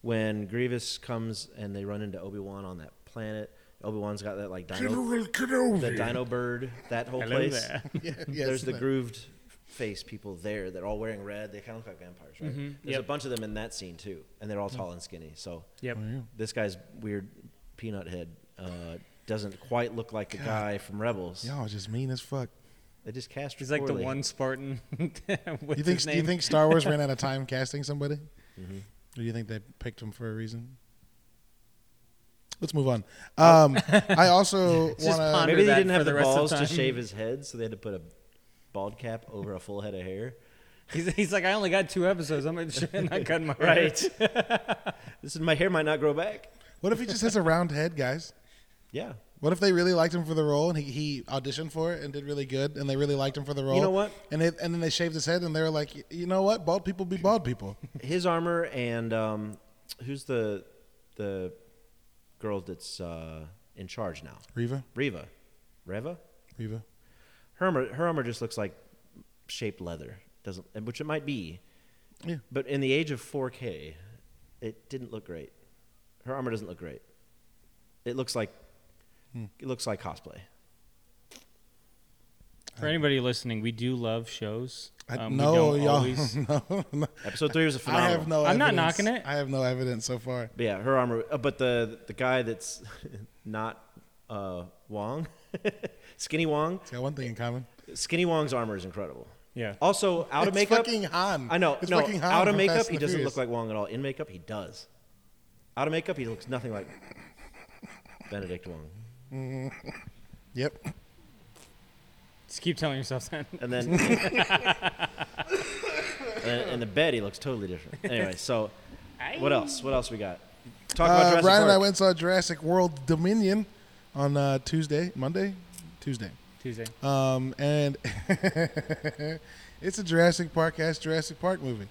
[SPEAKER 1] when Grievous comes and they run into Obi Wan on that planet, Obi Wan's got that like dino the dino bird, that whole
[SPEAKER 3] Hello
[SPEAKER 1] place.
[SPEAKER 3] there.
[SPEAKER 2] Yeah, yes,
[SPEAKER 1] There's the
[SPEAKER 2] that-
[SPEAKER 1] grooved face people there. They're all wearing red. They kind of look like vampires, right? There's a
[SPEAKER 3] Mm-hmm. Yep. Mm.
[SPEAKER 1] bunch of them in that scene too, and they're all tall and skinny. So
[SPEAKER 3] Yep.
[SPEAKER 2] Oh,
[SPEAKER 1] this guy's weird peanut head uh, doesn't quite look like the guy from Rebels.
[SPEAKER 2] Y'all just mean as fuck.
[SPEAKER 1] They just cast.
[SPEAKER 3] He's like
[SPEAKER 1] poorly.
[SPEAKER 3] the one Spartan. with
[SPEAKER 2] You think?
[SPEAKER 3] his
[SPEAKER 2] Do you
[SPEAKER 3] name.
[SPEAKER 2] think Star Wars ran out of time casting somebody?
[SPEAKER 1] Mm-hmm.
[SPEAKER 2] Or do you think they picked him for a reason? Let's move on.
[SPEAKER 1] Oh.
[SPEAKER 2] Um, I also want
[SPEAKER 3] Just ponder
[SPEAKER 2] to.
[SPEAKER 1] Maybe they
[SPEAKER 3] that
[SPEAKER 1] didn't
[SPEAKER 3] for
[SPEAKER 1] have the,
[SPEAKER 3] the rest of
[SPEAKER 1] balls to
[SPEAKER 3] time.
[SPEAKER 1] shave his head, so they had to put a bald cap over a full head of hair.
[SPEAKER 3] He's, he's like, I only got two episodes. I'm gonna I'm not cutting my hair."
[SPEAKER 1] this is my hair might not grow back.
[SPEAKER 2] What if he just has a round head, guys?
[SPEAKER 1] Yeah.
[SPEAKER 2] What if they really liked him for the role and he, he auditioned for it and did really good and they really liked him for the role?
[SPEAKER 1] know what?
[SPEAKER 2] And it, and then they shaved his head and they were like, "Y- you know what? Bald people be bald people.
[SPEAKER 1] his armor and um, who's the the girl that's uh, in charge now?
[SPEAKER 2] Reva,
[SPEAKER 1] Reva, Reva.
[SPEAKER 2] Reva.
[SPEAKER 1] Her armor, her armor just looks like shaped leather. Doesn't, and which it might be,
[SPEAKER 2] Yeah.
[SPEAKER 1] but in the age of 4K, it didn't look great. Her armor doesn't look great. It looks like
[SPEAKER 2] Hmm.
[SPEAKER 1] it looks like cosplay.
[SPEAKER 3] For anybody listening, we do love shows.
[SPEAKER 2] I,
[SPEAKER 3] Um, we
[SPEAKER 2] no,
[SPEAKER 3] don't
[SPEAKER 2] y'all.
[SPEAKER 3] always-
[SPEAKER 2] no, no.
[SPEAKER 1] Episode three was a
[SPEAKER 2] I
[SPEAKER 1] phenomenal.
[SPEAKER 2] have no.
[SPEAKER 3] I'm not
[SPEAKER 2] evidence.
[SPEAKER 3] knocking it.
[SPEAKER 2] I have no evidence so far.
[SPEAKER 1] But yeah, her armor. Uh, but the the guy that's not uh, Wong, skinny Wong,
[SPEAKER 2] It's got one thing in common.
[SPEAKER 1] Skinny Wong's armor is incredible.
[SPEAKER 3] Yeah.
[SPEAKER 1] Also, out of
[SPEAKER 2] It's
[SPEAKER 1] makeup,
[SPEAKER 2] fucking Han.
[SPEAKER 1] I know.
[SPEAKER 2] It's
[SPEAKER 1] no,
[SPEAKER 2] fucking Han
[SPEAKER 1] out of
[SPEAKER 2] from
[SPEAKER 1] makeup,
[SPEAKER 2] Fast and
[SPEAKER 1] he
[SPEAKER 2] the
[SPEAKER 1] doesn't
[SPEAKER 2] Furious.
[SPEAKER 1] look like Wong at all. In makeup, he does. Out of makeup, he looks nothing like Benedict Wong.
[SPEAKER 2] Yep.
[SPEAKER 3] Just keep telling yourself that.
[SPEAKER 1] And then, and, in the bed, he looks totally different. Anyway, so what else? What else we got? Talk about
[SPEAKER 2] Uh,
[SPEAKER 1] Jurassic
[SPEAKER 2] Ryan and I
[SPEAKER 1] Park.
[SPEAKER 2] went and saw Jurassic World Dominion on uh, Tuesday, Monday, Tuesday.
[SPEAKER 3] Tuesday.
[SPEAKER 2] Um, and it's a Jurassic Park ass Jurassic Park movie.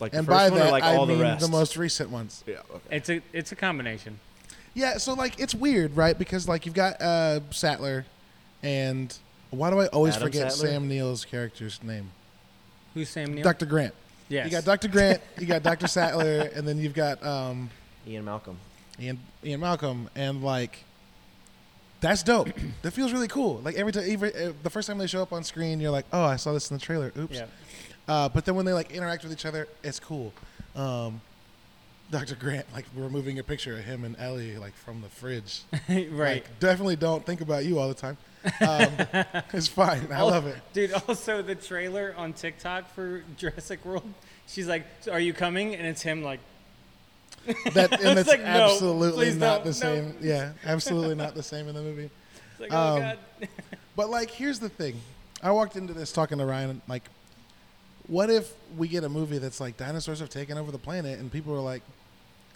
[SPEAKER 1] like the
[SPEAKER 2] And
[SPEAKER 1] first
[SPEAKER 2] by
[SPEAKER 1] one, or
[SPEAKER 2] that,
[SPEAKER 1] like
[SPEAKER 2] I
[SPEAKER 1] all
[SPEAKER 2] mean
[SPEAKER 1] the rest.
[SPEAKER 2] most recent ones.
[SPEAKER 1] yeah, okay.
[SPEAKER 3] It's a it's a combination.
[SPEAKER 2] Yeah, so like it's weird, right? Because like you've got uh, Sattler, and why do I always
[SPEAKER 1] Adam
[SPEAKER 2] forget
[SPEAKER 1] Sattler?
[SPEAKER 2] Sam Neill's character's name?
[SPEAKER 3] Who's Sam Neill?
[SPEAKER 2] Dr. Grant.
[SPEAKER 3] Yes.
[SPEAKER 2] You got Dr. Grant, you got Dr. Sattler, and then you've got um,
[SPEAKER 1] Ian Malcolm.
[SPEAKER 2] Ian, Ian Malcolm, and like, that's dope. that feels really cool. Like every time, every, uh, the first time they show up on screen, you're like, oh, I saw this in the trailer. Oops.
[SPEAKER 3] Yeah.
[SPEAKER 2] Uh, but then when they like interact with each other, it's cool. Um, Dr. Grant, like removing a picture of him and Ellie, like from the fridge.
[SPEAKER 3] right.
[SPEAKER 2] Like, definitely don't think about you all the time. Um, it's fine. I
[SPEAKER 3] Al-
[SPEAKER 2] love it.
[SPEAKER 3] Dude, also the trailer on TikTok for Jurassic World, she's like, "So Are you coming? And it's him like,
[SPEAKER 2] That
[SPEAKER 3] was
[SPEAKER 2] and it's
[SPEAKER 3] like, no,
[SPEAKER 2] absolutely
[SPEAKER 3] please
[SPEAKER 2] not
[SPEAKER 3] don't,
[SPEAKER 2] the
[SPEAKER 3] no.
[SPEAKER 2] same. Yeah, absolutely not the same in the movie.
[SPEAKER 3] it's like oh,
[SPEAKER 2] Um,
[SPEAKER 3] God.
[SPEAKER 2] But like, here's the thing. I walked into this talking to Ryan. Like, what if we get a movie that's like dinosaurs have taken over the planet, and people are like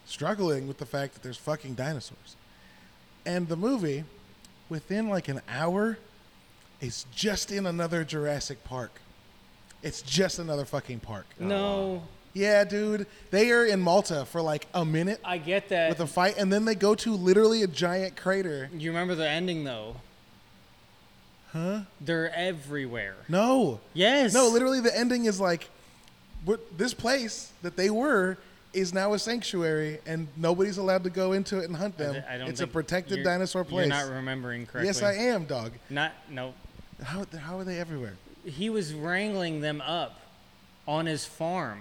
[SPEAKER 2] struggling with the fact that there's fucking dinosaurs, and the movie within like an hour is just in another Jurassic Park. It's just another fucking park.
[SPEAKER 3] No,
[SPEAKER 2] Yeah, dude. They are in Malta for like a minute
[SPEAKER 3] I get that.
[SPEAKER 2] with a fight, and then they go to literally a giant crater.
[SPEAKER 3] You remember the ending though?
[SPEAKER 2] Huh?
[SPEAKER 3] They're everywhere.
[SPEAKER 2] No.
[SPEAKER 3] Yes.
[SPEAKER 2] No, literally, the ending is like we're, this place that they were is now a sanctuary, and nobody's allowed to go into it and hunt them.
[SPEAKER 3] I don't
[SPEAKER 2] um, it's a
[SPEAKER 3] think
[SPEAKER 2] protected
[SPEAKER 3] you're-
[SPEAKER 2] dinosaur place.
[SPEAKER 3] You're not remembering correctly.
[SPEAKER 2] yes, I am, dog.
[SPEAKER 3] Not no.
[SPEAKER 2] How, how are they everywhere?
[SPEAKER 3] He was wrangling them up on his farm.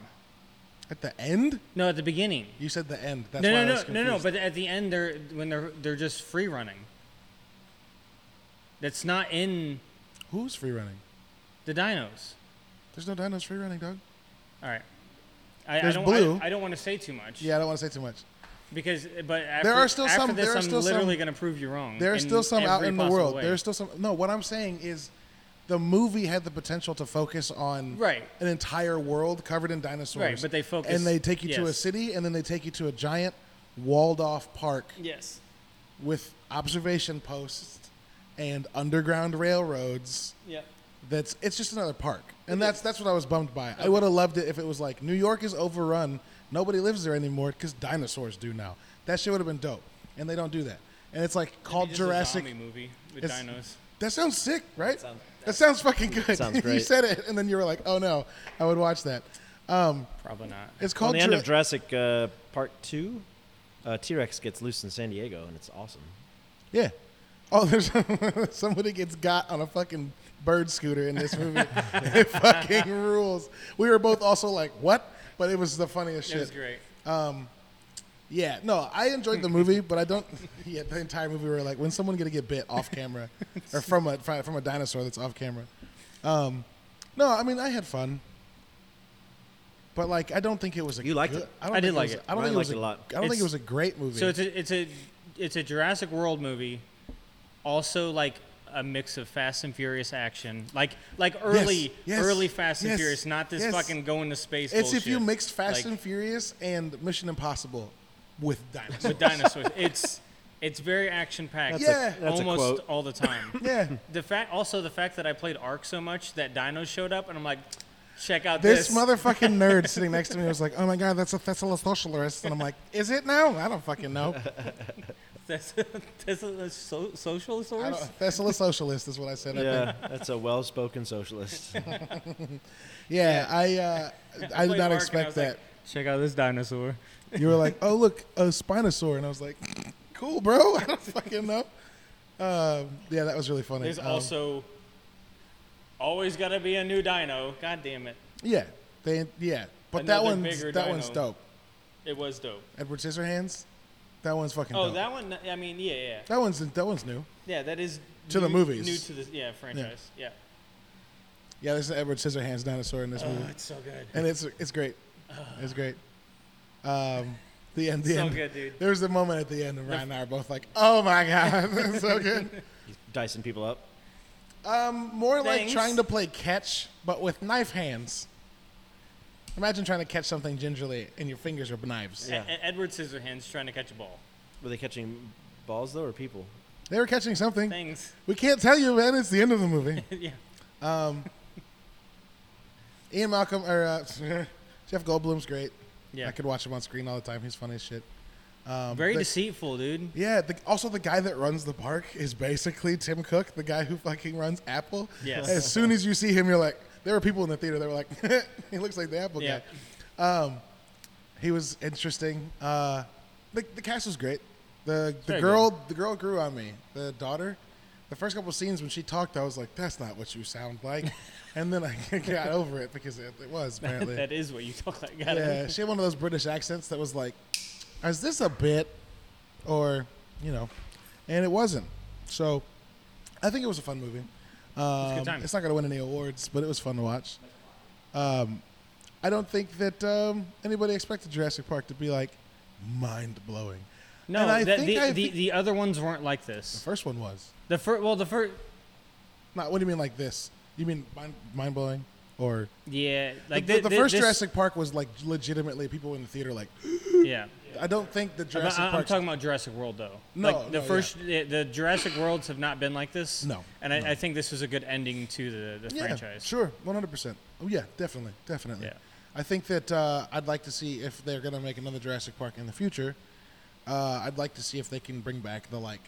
[SPEAKER 2] At the end?
[SPEAKER 3] No, at the beginning.
[SPEAKER 2] You said the end. That's
[SPEAKER 3] No,
[SPEAKER 2] why
[SPEAKER 3] no,
[SPEAKER 2] I
[SPEAKER 3] no,
[SPEAKER 2] was
[SPEAKER 3] no, no.
[SPEAKER 2] confused.
[SPEAKER 3] But at the end, they're when they're they're just free running. That's not in
[SPEAKER 2] who's free running?
[SPEAKER 3] the dinos.
[SPEAKER 2] There's no dinos free running, dog.
[SPEAKER 3] All right. I,
[SPEAKER 2] There's
[SPEAKER 3] I don't,
[SPEAKER 2] blue.
[SPEAKER 3] I, I don't want to say too much.
[SPEAKER 2] Yeah, I don't want to say too much.
[SPEAKER 3] Because, but after,
[SPEAKER 2] are still
[SPEAKER 3] after
[SPEAKER 2] some-
[SPEAKER 3] This,
[SPEAKER 2] there are
[SPEAKER 3] I'm
[SPEAKER 2] still some-
[SPEAKER 3] literally going to prove you wrong.
[SPEAKER 2] There are
[SPEAKER 3] Mm-hmm. in
[SPEAKER 2] still some out
[SPEAKER 3] every
[SPEAKER 2] in the
[SPEAKER 3] possible
[SPEAKER 2] world.
[SPEAKER 3] way.
[SPEAKER 2] There's still some. No, what I'm saying is, the movie had the potential to focus on
[SPEAKER 3] Right.
[SPEAKER 2] an entire world covered in dinosaurs.
[SPEAKER 3] Right, but they focus-
[SPEAKER 2] and they take you to a
[SPEAKER 3] yes.
[SPEAKER 2] city, and then they take you to a giant walled off park
[SPEAKER 3] yes.
[SPEAKER 2] with observation posts and underground railroads.
[SPEAKER 3] Yeah.
[SPEAKER 2] That's it's just another park, and that's that's what I was bummed by. I would have loved it if it was like New York is overrun, nobody lives there anymore because dinosaurs do now. That shit would have been dope, and they don't do that. And it's like called Jurassic.
[SPEAKER 3] a zombie movie with
[SPEAKER 2] It's-
[SPEAKER 3] dinos.
[SPEAKER 2] That sounds sick, right? That
[SPEAKER 1] sounds-
[SPEAKER 2] sounds, fucking good.
[SPEAKER 1] sounds
[SPEAKER 2] you
[SPEAKER 1] great.
[SPEAKER 2] said it, and then you were like, "Oh no, I would watch that." Um,
[SPEAKER 3] Probably not.
[SPEAKER 2] it's called
[SPEAKER 1] On the end
[SPEAKER 2] Jura-
[SPEAKER 1] of Jurassic uh, Part Two, uh, T Rex gets loose in San Diego, and it's awesome.
[SPEAKER 2] yeah. Oh, there's somebody gets got on a fucking bird scooter in this movie. it fucking rules. We were both also like, "What?" But it was the funniest
[SPEAKER 3] It was
[SPEAKER 2] shit.
[SPEAKER 3] great.
[SPEAKER 2] Yeah, no, I enjoyed the movie, but I don't. Yeah, the entire movie, we were like, "When's someone gonna get bit off camera, or from a from a dinosaur that's off camera?" Um, no, I mean, I had fun, but like, I don't think it was a.
[SPEAKER 1] You liked
[SPEAKER 2] good-
[SPEAKER 1] it.
[SPEAKER 2] I, don't
[SPEAKER 3] I
[SPEAKER 2] think
[SPEAKER 3] did like
[SPEAKER 2] was-
[SPEAKER 3] it.
[SPEAKER 2] I don't
[SPEAKER 1] Ryan
[SPEAKER 2] think it was
[SPEAKER 1] liked it a lot.
[SPEAKER 2] I don't think
[SPEAKER 3] It's-
[SPEAKER 2] it was a great movie.
[SPEAKER 3] So it's a, it's a it's a Jurassic World movie, also like a mix of Fast and Furious action, like like early
[SPEAKER 2] yes,
[SPEAKER 3] early Fast and
[SPEAKER 2] yes,
[SPEAKER 3] Furious, not this
[SPEAKER 2] yes.
[SPEAKER 3] fucking going to space.
[SPEAKER 2] It's if you
[SPEAKER 3] bullshit.
[SPEAKER 2] mixed Fast
[SPEAKER 3] Like,
[SPEAKER 2] and Furious and Mission Impossible with dinosaurs.
[SPEAKER 3] with dinosaurs. it's it's very action packed.
[SPEAKER 2] That's a- Yeah.
[SPEAKER 1] that's a
[SPEAKER 3] almost
[SPEAKER 1] quote.
[SPEAKER 3] all the time.
[SPEAKER 2] yeah,
[SPEAKER 3] The fact, also the fact that I played Ark so much that dinos showed up, and I'm like, check out
[SPEAKER 2] this
[SPEAKER 3] this,
[SPEAKER 2] motherfucking nerd sitting next to me was like, "Oh my god, that's a thessalosocialist," and I'm like, "Is it now? I don't fucking know."
[SPEAKER 3] This, this is a so, social
[SPEAKER 2] I
[SPEAKER 3] source.
[SPEAKER 2] don't, thessalosocialist is what I said. I think.
[SPEAKER 1] Yeah, that's a well-spoken socialist.
[SPEAKER 2] Yeah, I uh, I did
[SPEAKER 3] Played
[SPEAKER 2] not
[SPEAKER 3] Ark, and I
[SPEAKER 2] expect
[SPEAKER 3] was like,
[SPEAKER 2] that.
[SPEAKER 3] check out this dinosaur.
[SPEAKER 2] You were like, "Oh look, a spinosaur," and I was like, "Cool, bro. I don't fucking know." Um, yeah, that was really funny.
[SPEAKER 3] There's
[SPEAKER 2] Um,
[SPEAKER 3] also always got to be a new dino. God damn it.
[SPEAKER 2] yeah, they yeah, but that
[SPEAKER 3] Another
[SPEAKER 2] one's
[SPEAKER 3] bigger
[SPEAKER 2] that one's
[SPEAKER 3] dino.
[SPEAKER 2] dope.
[SPEAKER 3] It was dope.
[SPEAKER 2] Edward Scissorhands, that one's fucking.
[SPEAKER 3] Oh,
[SPEAKER 2] dope.
[SPEAKER 3] that one, I mean, yeah, yeah.
[SPEAKER 2] that one's that one's new.
[SPEAKER 3] Yeah, that is
[SPEAKER 2] To the
[SPEAKER 3] new-
[SPEAKER 2] movies.
[SPEAKER 3] New to this, yeah, franchise. Yeah.
[SPEAKER 2] Yeah, there's an Edward Scissorhands dinosaur in this
[SPEAKER 3] Oh,
[SPEAKER 2] movie,
[SPEAKER 3] it's so good.
[SPEAKER 2] and it's it's great. It's great. Um, the end. The
[SPEAKER 3] uh, so
[SPEAKER 2] end.
[SPEAKER 3] good, dude.
[SPEAKER 2] There was a moment at the end, and Ryan and I are both like, "Oh my god, that's so good."
[SPEAKER 1] He's dicing people up.
[SPEAKER 2] Um, more like
[SPEAKER 3] Thanks.
[SPEAKER 2] trying to play catch, but with knife hands. Imagine trying to catch something gingerly and your fingers are knives.
[SPEAKER 1] Yeah.
[SPEAKER 3] E- E- Edward Scissorhands trying to catch a ball.
[SPEAKER 1] Were they catching balls though, or people?
[SPEAKER 2] They were catching something.
[SPEAKER 3] Things.
[SPEAKER 2] We can't tell you, man. It's the end of the movie.
[SPEAKER 3] yeah.
[SPEAKER 2] Ian Malcolm or uh, Jeff Goldblum's great.
[SPEAKER 3] Yeah.
[SPEAKER 2] I could watch him on screen all the time. He's funny as shit. Um,
[SPEAKER 3] Very
[SPEAKER 2] the-
[SPEAKER 3] deceitful, dude.
[SPEAKER 2] Yeah. The, also, the guy that runs the park is basically Tim Cook, the guy who fucking runs Apple.
[SPEAKER 3] Yes.
[SPEAKER 2] As soon as you see him, you're like, There were people in the theater that were like, "He looks like the Apple
[SPEAKER 4] Yeah.
[SPEAKER 2] guy." Um, he was interesting. Uh, the, the cast was great. The the
[SPEAKER 4] Very
[SPEAKER 2] girl the girl grew on me. The daughter. The first couple of scenes when she talked, I was like, "That's not what you sound like," and then I got over it because it, it was apparently.
[SPEAKER 4] that is what you talk like.
[SPEAKER 2] yeah, she had one of those British accents that was like, "Is this a bit?" Or you know, and it wasn't. So, I think it was a fun movie. Um,
[SPEAKER 4] time.
[SPEAKER 2] It's not going to win any awards, but it was fun to watch. Um, I don't think that um, anybody expected Jurassic Park to be like mind blowing.
[SPEAKER 4] No,
[SPEAKER 2] and I
[SPEAKER 4] the,
[SPEAKER 2] think
[SPEAKER 4] the,
[SPEAKER 2] I
[SPEAKER 4] the,
[SPEAKER 2] think-
[SPEAKER 4] the other ones weren't like
[SPEAKER 2] The
[SPEAKER 4] this.
[SPEAKER 2] first one was
[SPEAKER 4] The first, well, the first,
[SPEAKER 2] not. What do you mean like this? You mean mind mind blowing or
[SPEAKER 4] yeah, like
[SPEAKER 2] the,
[SPEAKER 4] thi-
[SPEAKER 2] the
[SPEAKER 4] thi-
[SPEAKER 2] first
[SPEAKER 4] this-
[SPEAKER 2] Jurassic Park was like legitimately people in the theater like.
[SPEAKER 4] Yeah,
[SPEAKER 2] I don't think the
[SPEAKER 4] I'm,
[SPEAKER 2] Jurassic
[SPEAKER 4] I'm- I'm
[SPEAKER 2] Park.
[SPEAKER 4] talking about Jurassic World though.
[SPEAKER 2] No,
[SPEAKER 4] like the
[SPEAKER 2] no,
[SPEAKER 4] first, the, the Jurassic Worlds have not been like this.
[SPEAKER 2] No,
[SPEAKER 4] and I,
[SPEAKER 2] no.
[SPEAKER 4] I think this was a good ending to the, the franchise.
[SPEAKER 2] Sure, one hundred percent. Oh yeah, definitely, definitely.
[SPEAKER 4] Yeah.
[SPEAKER 2] I think that uh, I'd like to see if they're gonna make another Jurassic Park in the future. Uh, I'd like to see if they can bring back the like,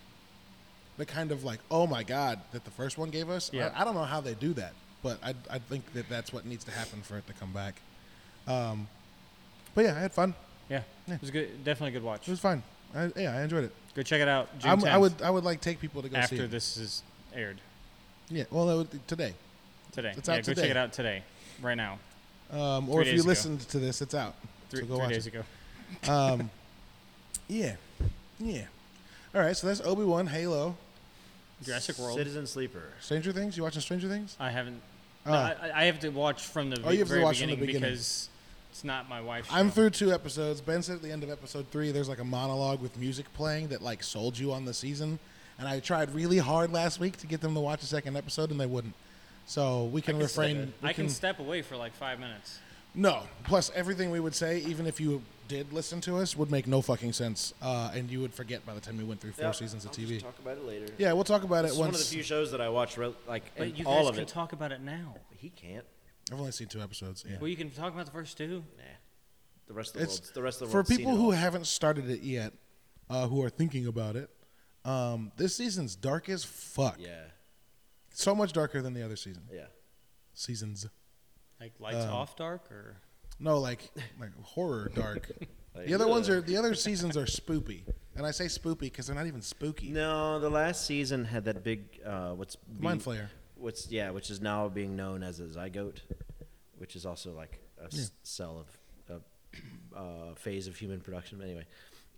[SPEAKER 2] the kind of like, oh my god, that the first one gave us.
[SPEAKER 4] Yeah.
[SPEAKER 2] I, I don't know how they do that, but I I think that that's what needs to happen for it to come back. Um, but yeah, I had fun.
[SPEAKER 4] Yeah.
[SPEAKER 2] Yeah.
[SPEAKER 4] it was a good, definitely a good watch.
[SPEAKER 2] It was fine. I, yeah, I enjoyed it.
[SPEAKER 4] Go check it out. June
[SPEAKER 2] I'm,
[SPEAKER 4] 10th,
[SPEAKER 2] I would I would like take people to go see.
[SPEAKER 4] after
[SPEAKER 2] it.
[SPEAKER 4] this is aired
[SPEAKER 2] Yeah, well, that would, today.
[SPEAKER 4] today.
[SPEAKER 2] It's
[SPEAKER 4] yeah,
[SPEAKER 2] out
[SPEAKER 4] go
[SPEAKER 2] today.
[SPEAKER 4] check it out today, right now,
[SPEAKER 2] Um,
[SPEAKER 4] Three
[SPEAKER 2] or if you
[SPEAKER 4] days ago.
[SPEAKER 2] listened to this, it's out.
[SPEAKER 4] three,
[SPEAKER 2] so go
[SPEAKER 4] three
[SPEAKER 2] watch
[SPEAKER 4] days
[SPEAKER 2] it.
[SPEAKER 4] ago.
[SPEAKER 2] Um, yeah, yeah. All right, so that's Obi Wan, Halo,
[SPEAKER 4] Jurassic World.
[SPEAKER 1] Citizen Sleeper.
[SPEAKER 2] Stranger Things. You watching Stranger Things?
[SPEAKER 4] I haven't.
[SPEAKER 2] Oh.
[SPEAKER 4] No, I, I have to watch from the
[SPEAKER 2] Oh, you have to
[SPEAKER 4] very
[SPEAKER 2] watch from the
[SPEAKER 4] beginning,
[SPEAKER 2] beginning.
[SPEAKER 4] because it's not my wife's.
[SPEAKER 2] I'm
[SPEAKER 4] show.
[SPEAKER 2] through two episodes. Ben said at the end of episode three, there's like a monologue with music playing that like sold you on the season. And I tried really hard last week to get them to watch a second episode, and they wouldn't. So we can,
[SPEAKER 1] can step
[SPEAKER 2] refrain.
[SPEAKER 1] in.
[SPEAKER 2] we
[SPEAKER 4] I can step away for like five minutes.
[SPEAKER 2] No. Plus, everything we would say, even if you did listen to us, would make no fucking sense, uh, and you would forget by the time we went through four seasons of
[SPEAKER 1] I'll
[SPEAKER 2] TV.
[SPEAKER 1] Just talk about it later.
[SPEAKER 2] yeah, we'll talk about it
[SPEAKER 1] It's
[SPEAKER 2] once.
[SPEAKER 1] one of the few shows that I watch, rel- like
[SPEAKER 4] But
[SPEAKER 1] in
[SPEAKER 4] you
[SPEAKER 1] all
[SPEAKER 4] guys
[SPEAKER 1] of
[SPEAKER 4] can
[SPEAKER 1] it.
[SPEAKER 4] talk about it now.
[SPEAKER 1] he can't.
[SPEAKER 2] I've only seen two episodes. Yeah.
[SPEAKER 4] Well, you can talk about the first two.
[SPEAKER 1] Nah. The rest of the
[SPEAKER 2] It's-
[SPEAKER 1] world. The rest of the
[SPEAKER 2] for
[SPEAKER 1] world's seen
[SPEAKER 2] people
[SPEAKER 1] it
[SPEAKER 2] who
[SPEAKER 1] all.
[SPEAKER 2] haven't started it yet, uh, who are thinking about it, um, this season's dark as fuck.
[SPEAKER 1] Yeah.
[SPEAKER 2] So much darker than the other season
[SPEAKER 1] Yeah.
[SPEAKER 2] seasons.
[SPEAKER 4] Like lights
[SPEAKER 2] Um,
[SPEAKER 4] off, dark, or
[SPEAKER 2] No, like like horror dark.
[SPEAKER 1] Like, uh,
[SPEAKER 2] the other ones
[SPEAKER 1] ugh.
[SPEAKER 2] are the other seasons are spoopy, and I say spoopy because they're not even spooky.
[SPEAKER 1] No, the last season had that big uh, what's be-
[SPEAKER 2] Mind flare.
[SPEAKER 1] What's yeah, which is now being known as a zygote, which is also like a s-
[SPEAKER 2] Yeah.
[SPEAKER 1] cell of a uh, phase of human production. Anyway,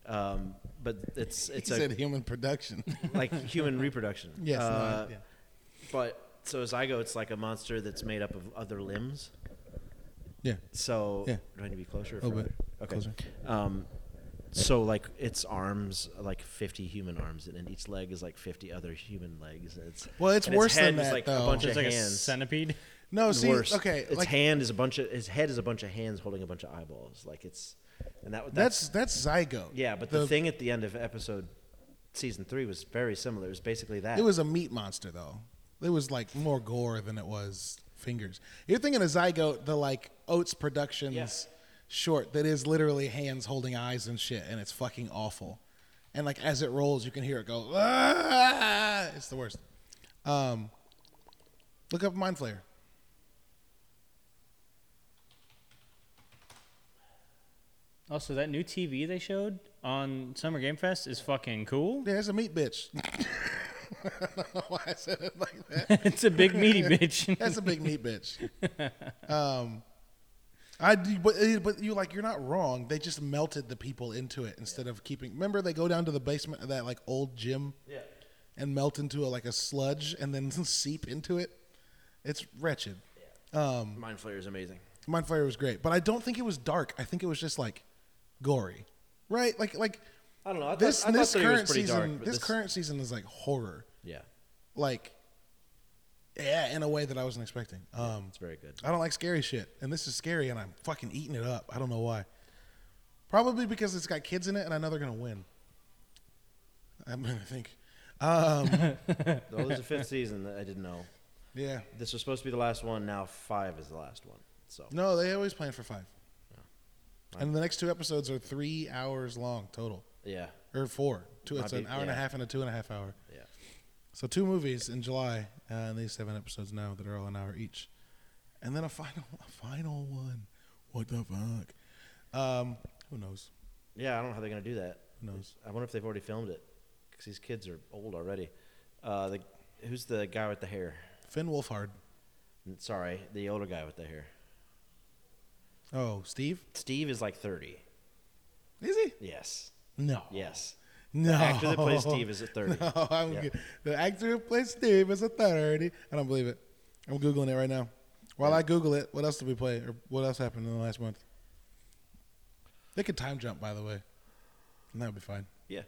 [SPEAKER 1] um, but it's it's
[SPEAKER 2] he
[SPEAKER 1] a
[SPEAKER 2] said human production.
[SPEAKER 1] like human reproduction.
[SPEAKER 2] yes. no,
[SPEAKER 1] Uh,
[SPEAKER 2] yeah.
[SPEAKER 1] But so a zygote's like a monster that's made up of other limbs.
[SPEAKER 2] yeah.
[SPEAKER 1] So
[SPEAKER 2] Yeah.
[SPEAKER 1] do I need to be closer? or
[SPEAKER 2] A little
[SPEAKER 1] further?
[SPEAKER 2] bit
[SPEAKER 1] Okay.
[SPEAKER 2] closer.
[SPEAKER 1] Um, so like its arms, are, like fifty human arms, and, and each leg is like fifty other human legs. and It's
[SPEAKER 2] Well, it's
[SPEAKER 1] and
[SPEAKER 2] worse
[SPEAKER 1] head
[SPEAKER 2] than
[SPEAKER 1] is,
[SPEAKER 2] that,
[SPEAKER 1] like
[SPEAKER 2] though.
[SPEAKER 1] a bunch
[SPEAKER 4] just
[SPEAKER 1] of
[SPEAKER 4] like a
[SPEAKER 1] hands.
[SPEAKER 4] centipede.
[SPEAKER 2] No,
[SPEAKER 1] It's
[SPEAKER 2] see,
[SPEAKER 1] worse.
[SPEAKER 2] okay,
[SPEAKER 1] Its
[SPEAKER 2] like
[SPEAKER 1] hand is a bunch of his head is a bunch of hands holding a bunch of eyeballs. Like it's, and that
[SPEAKER 2] that's that's zygote.
[SPEAKER 1] yeah. But the, thing at the end of episode season three was very similar. It was basically that.
[SPEAKER 2] It was a meat monster though. It was like more gore than it was fingers. You're thinking of Zygote, the like Oates Productions
[SPEAKER 1] Yeah.
[SPEAKER 2] short that is literally hands holding eyes and shit, and it's fucking awful. And like as it rolls, you can hear it go. "Ah!" It's the worst. Um, look up Mind Flayer.
[SPEAKER 4] Also, that new TV they showed on Summer Game Fest is fucking cool.
[SPEAKER 2] Yeah, it's a meat bitch. I don't know why I said it like that.
[SPEAKER 4] it's a big meaty bitch.
[SPEAKER 2] That's a big meat bitch. Um, I do, but eh, but you like you're not wrong. They just melted the people into it instead of keeping. Remember, they go down to the basement of that like old gym
[SPEAKER 1] yeah.
[SPEAKER 2] and melt into a, like a sludge and then seep into it. It's wretched. Um,
[SPEAKER 1] Mind Flayer is amazing.
[SPEAKER 2] Mindfire was great, but I don't think it was dark. I think it was just like gory, right? Like like
[SPEAKER 1] I don't know. I thought-
[SPEAKER 2] this
[SPEAKER 1] I thought
[SPEAKER 2] this
[SPEAKER 1] that he was
[SPEAKER 2] current
[SPEAKER 1] pretty
[SPEAKER 2] season
[SPEAKER 1] dark, but
[SPEAKER 2] this,
[SPEAKER 1] this-
[SPEAKER 2] current season is like horror,
[SPEAKER 1] Yeah,
[SPEAKER 2] like yeah, in a way that I wasn't expecting. Um,
[SPEAKER 1] it's very good.
[SPEAKER 2] I don't like scary shit, and this is scary, and I'm fucking eating it up. I don't know why. Probably because it's got kids in it, and I know they're gonna win. I'm gonna think. Um,
[SPEAKER 1] Well, there's a fifth season that I didn't know.
[SPEAKER 2] yeah.
[SPEAKER 1] This was supposed to be the last one. Now five is the last one. So
[SPEAKER 2] No, they always plan for five. And the next two episodes are three hours long total,
[SPEAKER 1] yeah,
[SPEAKER 2] or four. Two. It's
[SPEAKER 1] Might be-
[SPEAKER 2] an hour and a
[SPEAKER 1] yeah.
[SPEAKER 2] half and a two and a half hour.
[SPEAKER 1] yeah.
[SPEAKER 2] So two movies in July, uh, and these seven episodes now that are all an hour each. And then a final, a final one. What the fuck? Um, who knows?
[SPEAKER 1] Yeah, I don't know how they're gonna do that.
[SPEAKER 2] Who knows?
[SPEAKER 1] I wonder if they've already filmed it because these kids are old already. Uh, the who's the guy with the hair?
[SPEAKER 2] Finn Wolfhard.
[SPEAKER 1] Sorry, the older guy with the hair.
[SPEAKER 2] Oh, Steve?
[SPEAKER 1] Steve is like thirty.
[SPEAKER 2] Is he?
[SPEAKER 1] Yes.
[SPEAKER 2] No.
[SPEAKER 1] Yes.
[SPEAKER 2] No.
[SPEAKER 1] actor that plays Steve is a 30.
[SPEAKER 2] No, I'm
[SPEAKER 1] Yeah.
[SPEAKER 2] good. The actor who plays Steve is a 30. I don't believe it. I'm Googling it right now. While I Google it, what else did we play? Or what else happened in the last month? They could time jump, by the way. And that would be fine.
[SPEAKER 1] Yeah.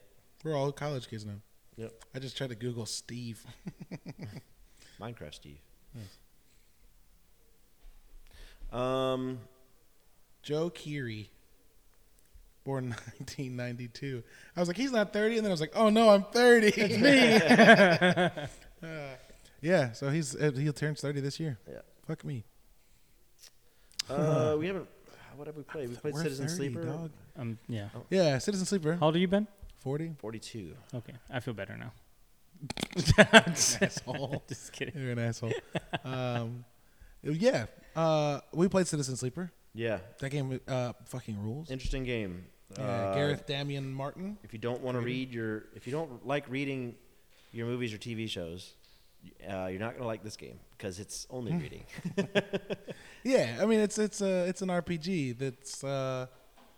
[SPEAKER 2] We're all college kids now.
[SPEAKER 1] Yep.
[SPEAKER 2] I just tried to Google Steve.
[SPEAKER 1] Minecraft Steve. Um.
[SPEAKER 2] Joe Keery, born 1992. I was like, he's not 30. And then I was like, oh no, I'm 30. It's me. Uh, yeah, so he's uh, he turns 30 this year.
[SPEAKER 1] Yeah.
[SPEAKER 2] Fuck me.
[SPEAKER 1] Uh, we haven't. What have we played? We played
[SPEAKER 2] We're
[SPEAKER 1] Citizen
[SPEAKER 2] 30,
[SPEAKER 1] Sleeper. Oh.
[SPEAKER 2] dog.
[SPEAKER 4] Um, yeah.
[SPEAKER 2] Yeah, Citizen Sleeper.
[SPEAKER 4] How old are you, Ben?
[SPEAKER 2] 40.
[SPEAKER 1] Forty-two.
[SPEAKER 4] Okay, I feel better now.
[SPEAKER 2] asshole.
[SPEAKER 4] Just kidding.
[SPEAKER 2] You're an asshole. um, yeah, uh, we played Citizen Sleeper.
[SPEAKER 1] Yeah.
[SPEAKER 2] That game uh, fucking rules.
[SPEAKER 1] Interesting game.
[SPEAKER 2] Yeah,
[SPEAKER 1] Uh,
[SPEAKER 2] Gareth Damian Martin.
[SPEAKER 1] If you don't want to read your, if you don't like reading your movies or TV shows, uh, you're not gonna like this game because it's
[SPEAKER 2] Hmm.
[SPEAKER 1] only reading.
[SPEAKER 2] Yeah, I mean it's it's a it's an RPG that's uh,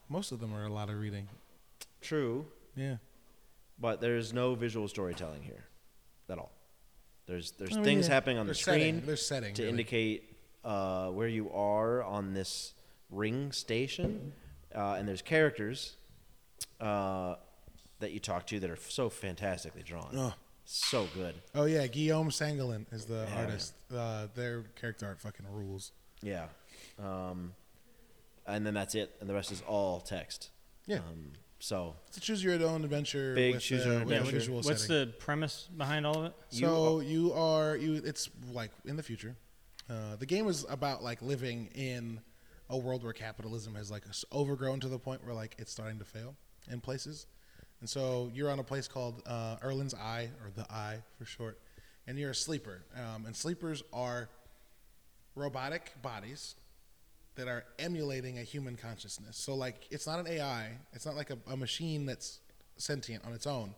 [SPEAKER 2] most of them are a lot of reading.
[SPEAKER 1] True,
[SPEAKER 2] Yeah,
[SPEAKER 1] but there's no visual storytelling here, at all. There's there's
[SPEAKER 2] I mean,
[SPEAKER 1] things
[SPEAKER 2] yeah.
[SPEAKER 1] happening on
[SPEAKER 2] They're
[SPEAKER 1] the screen
[SPEAKER 2] setting- they're setting,
[SPEAKER 1] to
[SPEAKER 2] really.
[SPEAKER 1] indicate uh, where you are on this ring station, uh, and there's characters uh, that you talk to that are so fantastically drawn,
[SPEAKER 2] Ugh.
[SPEAKER 1] so good.
[SPEAKER 2] Oh yeah, Guillaume Sangalin is the
[SPEAKER 1] Yeah.
[SPEAKER 2] artist. Uh, their character art fucking rules.
[SPEAKER 1] Yeah. Um, and then that's it, and the rest is all text.
[SPEAKER 2] Yeah.
[SPEAKER 1] Um, so
[SPEAKER 2] It's a choose your own adventure.
[SPEAKER 1] Big
[SPEAKER 2] with,
[SPEAKER 1] choose
[SPEAKER 2] uh,
[SPEAKER 1] your own
[SPEAKER 2] with a
[SPEAKER 1] adventure.
[SPEAKER 2] visual
[SPEAKER 4] What's
[SPEAKER 2] setting.
[SPEAKER 4] the premise behind all of it?
[SPEAKER 1] the-
[SPEAKER 2] So you are you. It's like in the future. Uh, the game is about like living in a world where capitalism has like s- overgrown to the point where like it's starting to fail in places, and so you're on a place called uh, Erlin's Eye or the Eye for short, and you're a sleeper. Um, and sleepers are robotic bodies that are emulating a human consciousness. So like it's not an AI, it's not like a, a machine that's sentient on its own.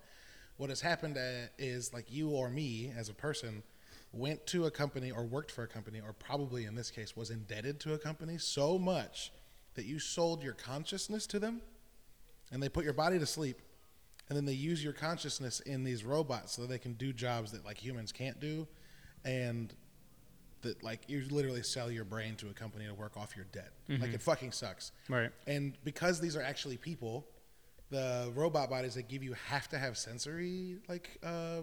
[SPEAKER 2] What has happened uh, is like you or me as a person went to a company or worked for a company or probably in this case was indebted to a company so much that you sold your consciousness to them and they put your body to sleep and then they use your consciousness in these robots so that they can do jobs that like humans can't do and that like you literally sell your brain to a company to work off your debt like it fucking sucks
[SPEAKER 4] Right.
[SPEAKER 2] and because these are actually people the robot bodies they give you have to have sensory like uh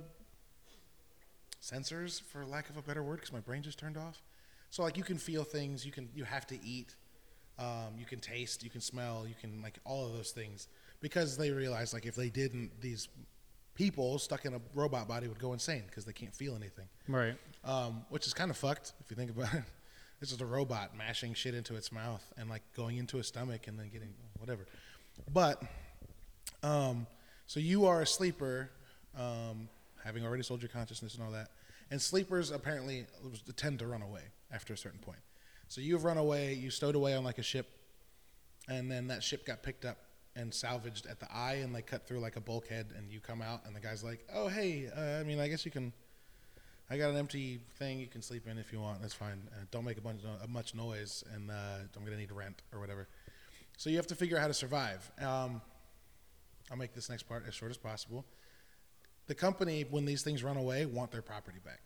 [SPEAKER 2] sensors for lack of a better word because my brain just turned off so like you can feel things you can you have to eat um, you can taste you can smell you can like all of those things because they realize like if they didn't these people stuck in a robot body would go insane because they can't feel anything
[SPEAKER 4] Right.
[SPEAKER 2] um, which is kind of fucked if you think about it. It's just a robot mashing shit into its mouth and like going into a stomach and then getting whatever. But um, so you are a sleeper, um, having already sold your consciousness and all that. And sleepers apparently tend to run away after a certain point. So you've run away, you stowed away on like a ship, and then that ship got picked up and salvaged at the eye, and they cut through like a bulkhead, and you come out, and the guy's like, "Oh hey, uh, I mean, I guess you can." I got an empty thing you can sleep in if you want. That's fine. Uh, don't make a bunch of, much noise, and uh, I'm gonna need rent or whatever. So you have to figure out how to survive. Um, I'll make this next part as short as possible. The company, when these things run away, want their property back.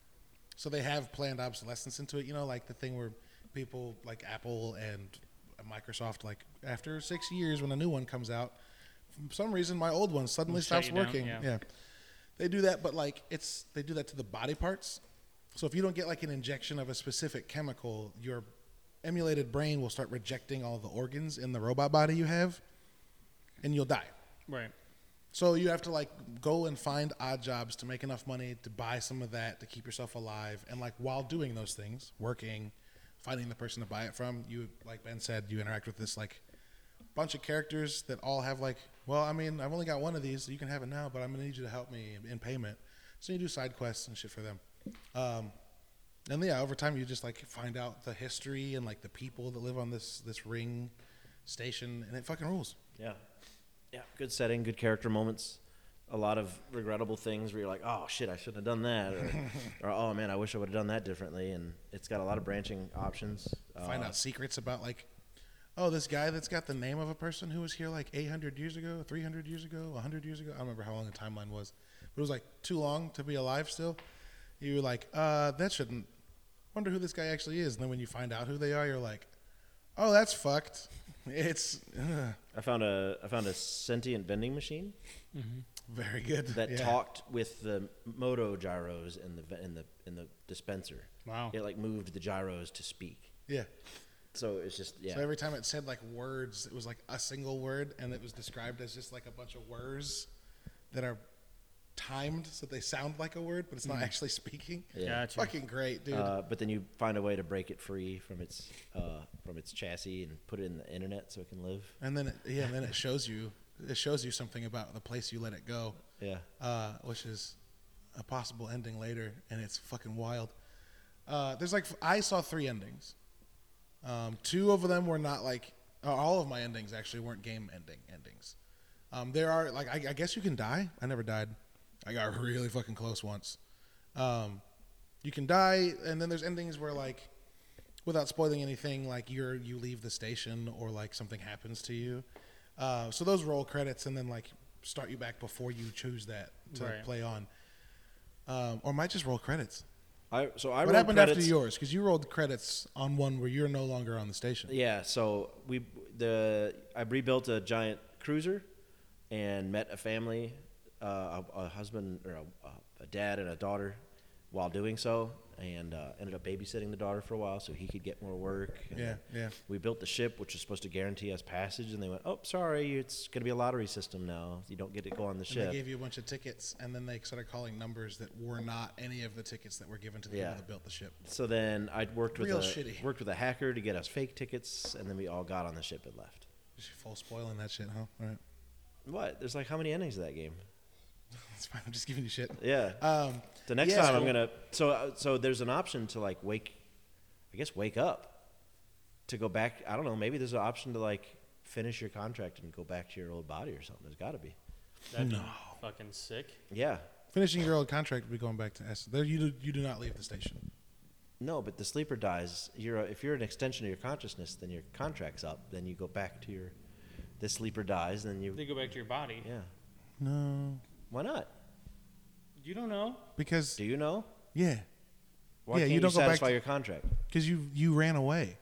[SPEAKER 2] So they have planned obsolescence into it. You know, like the thing where people like Apple and Microsoft, like after six years, when a new one comes out, for some reason my old one suddenly
[SPEAKER 4] Shut
[SPEAKER 2] stops
[SPEAKER 4] you down,
[SPEAKER 2] working.
[SPEAKER 4] yeah.
[SPEAKER 2] yeah. They do that, but like it's they do that to the body parts. So if you don't get like an injection of a specific chemical, your emulated brain will start rejecting all the organs in the robot body you have, and you'll die.
[SPEAKER 4] Right.
[SPEAKER 2] So you have to like go and find odd jobs to make enough money to buy some of that to keep yourself alive. And like while doing those things, working, finding the person to buy it from, you like Ben said, you interact with this like bunch of characters that all have like, well, I mean, I've only got one of these, so you can have it now, but I'm gonna need you to help me in, in payment. So you do side quests and shit for them. Um, And yeah, over time you just like find out the history and like the people that live on this this ring station, and it fucking rules.
[SPEAKER 1] Yeah. Yeah. Good setting, good character moments. A lot of regrettable things where you're like, oh shit, I shouldn't have done that, or, or oh man, I wish I would have done that differently. And it's got a lot of branching options.
[SPEAKER 2] Find
[SPEAKER 1] Uh,
[SPEAKER 2] out secrets about like, oh, this guy that's got the name of a person who was here like 800 years ago, 300 years ago, 100 years ago. I don't remember how long the timeline was, but it was like too long to be alive still. You were like, uh, that shouldn't. Wonder who this guy actually is. And then when you find out who they are, you're like, oh, that's fucked. It's ugh,
[SPEAKER 1] I found a I found a sentient vending machine
[SPEAKER 2] very good.
[SPEAKER 1] that
[SPEAKER 2] Yeah.
[SPEAKER 1] talked with the moto gyros in the ve- in the in the dispenser.
[SPEAKER 4] Wow.
[SPEAKER 1] It like moved the gyros to speak.
[SPEAKER 2] Yeah.
[SPEAKER 1] So it's just yeah.
[SPEAKER 2] So every time it said like words, it was like a single word, and it was described as just like a bunch of words that are timed so they sound like a word, but it's not actually speaking.
[SPEAKER 1] Mm. Yeah.
[SPEAKER 4] Gotcha.
[SPEAKER 2] Fucking great, dude.
[SPEAKER 1] Uh, but then you find a way to break it free from its uh, from its chassis and put it in the internet so it can live.
[SPEAKER 2] and then it, yeah, and then it shows you it shows you something about the place you let it go,
[SPEAKER 1] Yeah.
[SPEAKER 2] uh, which is a possible ending later, and it's fucking wild. Uh, there's like I saw three endings. Um, two of them were not like uh, all of my endings actually weren't game ending endings. Um, there are like I, I guess you can die. I never died. I got really fucking close once. Um, you can die, and then there's endings where like, without spoiling anything, like you're you leave the station or like something happens to you. Uh, so those roll credits and then like start you back before you choose that to
[SPEAKER 4] Right.
[SPEAKER 2] play on, um, or might just roll credits
[SPEAKER 1] I so I
[SPEAKER 2] what
[SPEAKER 1] rolled
[SPEAKER 2] happened
[SPEAKER 1] credits.
[SPEAKER 2] after yours? Because you rolled credits on one where you're no longer on the station.
[SPEAKER 1] Yeah, so we the I rebuilt a giant cruiser and met a family, uh, a, a husband or a, a dad and a daughter, while doing so, and uh, ended up babysitting the daughter for a while so he could get more work. And
[SPEAKER 2] Yeah, yeah.
[SPEAKER 1] We built the ship, which was supposed to guarantee us passage, and they went, "Oh, sorry, it's going to be a lottery system now. You don't get to go on the
[SPEAKER 2] And
[SPEAKER 1] ship."
[SPEAKER 2] they gave you a bunch of tickets, and then they started calling numbers that were not any of the tickets that were given to the
[SPEAKER 1] Yeah.
[SPEAKER 2] people that built the ship.
[SPEAKER 1] so then I worked with
[SPEAKER 2] Real
[SPEAKER 1] a,
[SPEAKER 2] shitty.
[SPEAKER 1] worked with a hacker to get us fake tickets, and then we all got on the ship and left.
[SPEAKER 2] Just full spoiling that shit, huh? All right,
[SPEAKER 1] What? There's like how many endings to that game?
[SPEAKER 2] it's fine. I'm just giving you shit.
[SPEAKER 1] Yeah.
[SPEAKER 2] Um,
[SPEAKER 1] The next
[SPEAKER 2] yeah,
[SPEAKER 1] time
[SPEAKER 2] so-
[SPEAKER 1] I'm gonna so uh, so there's an option to like wake, I guess wake up, to go back. I don't know. Maybe there's an option to like finish your contract and go back to your old body or something. There's got to be.
[SPEAKER 4] That'd be
[SPEAKER 2] No.
[SPEAKER 4] fucking sick.
[SPEAKER 1] Yeah.
[SPEAKER 2] Finishing your old contract, we going back to S. There, you do, you do not leave the station.
[SPEAKER 1] No, but the sleeper dies. You're a, if you're an extension of your consciousness, then your contract's up. Then you go back to your. The sleeper dies. Then you.
[SPEAKER 4] They go back to your body.
[SPEAKER 1] Yeah.
[SPEAKER 2] No,
[SPEAKER 1] Why not?
[SPEAKER 4] You don't know.
[SPEAKER 2] because
[SPEAKER 1] Do you know?
[SPEAKER 2] yeah,
[SPEAKER 1] Why
[SPEAKER 2] Yeah,
[SPEAKER 1] can't
[SPEAKER 2] you don't go back
[SPEAKER 1] satisfy
[SPEAKER 2] to-
[SPEAKER 1] your contract?
[SPEAKER 2] because you you ran away.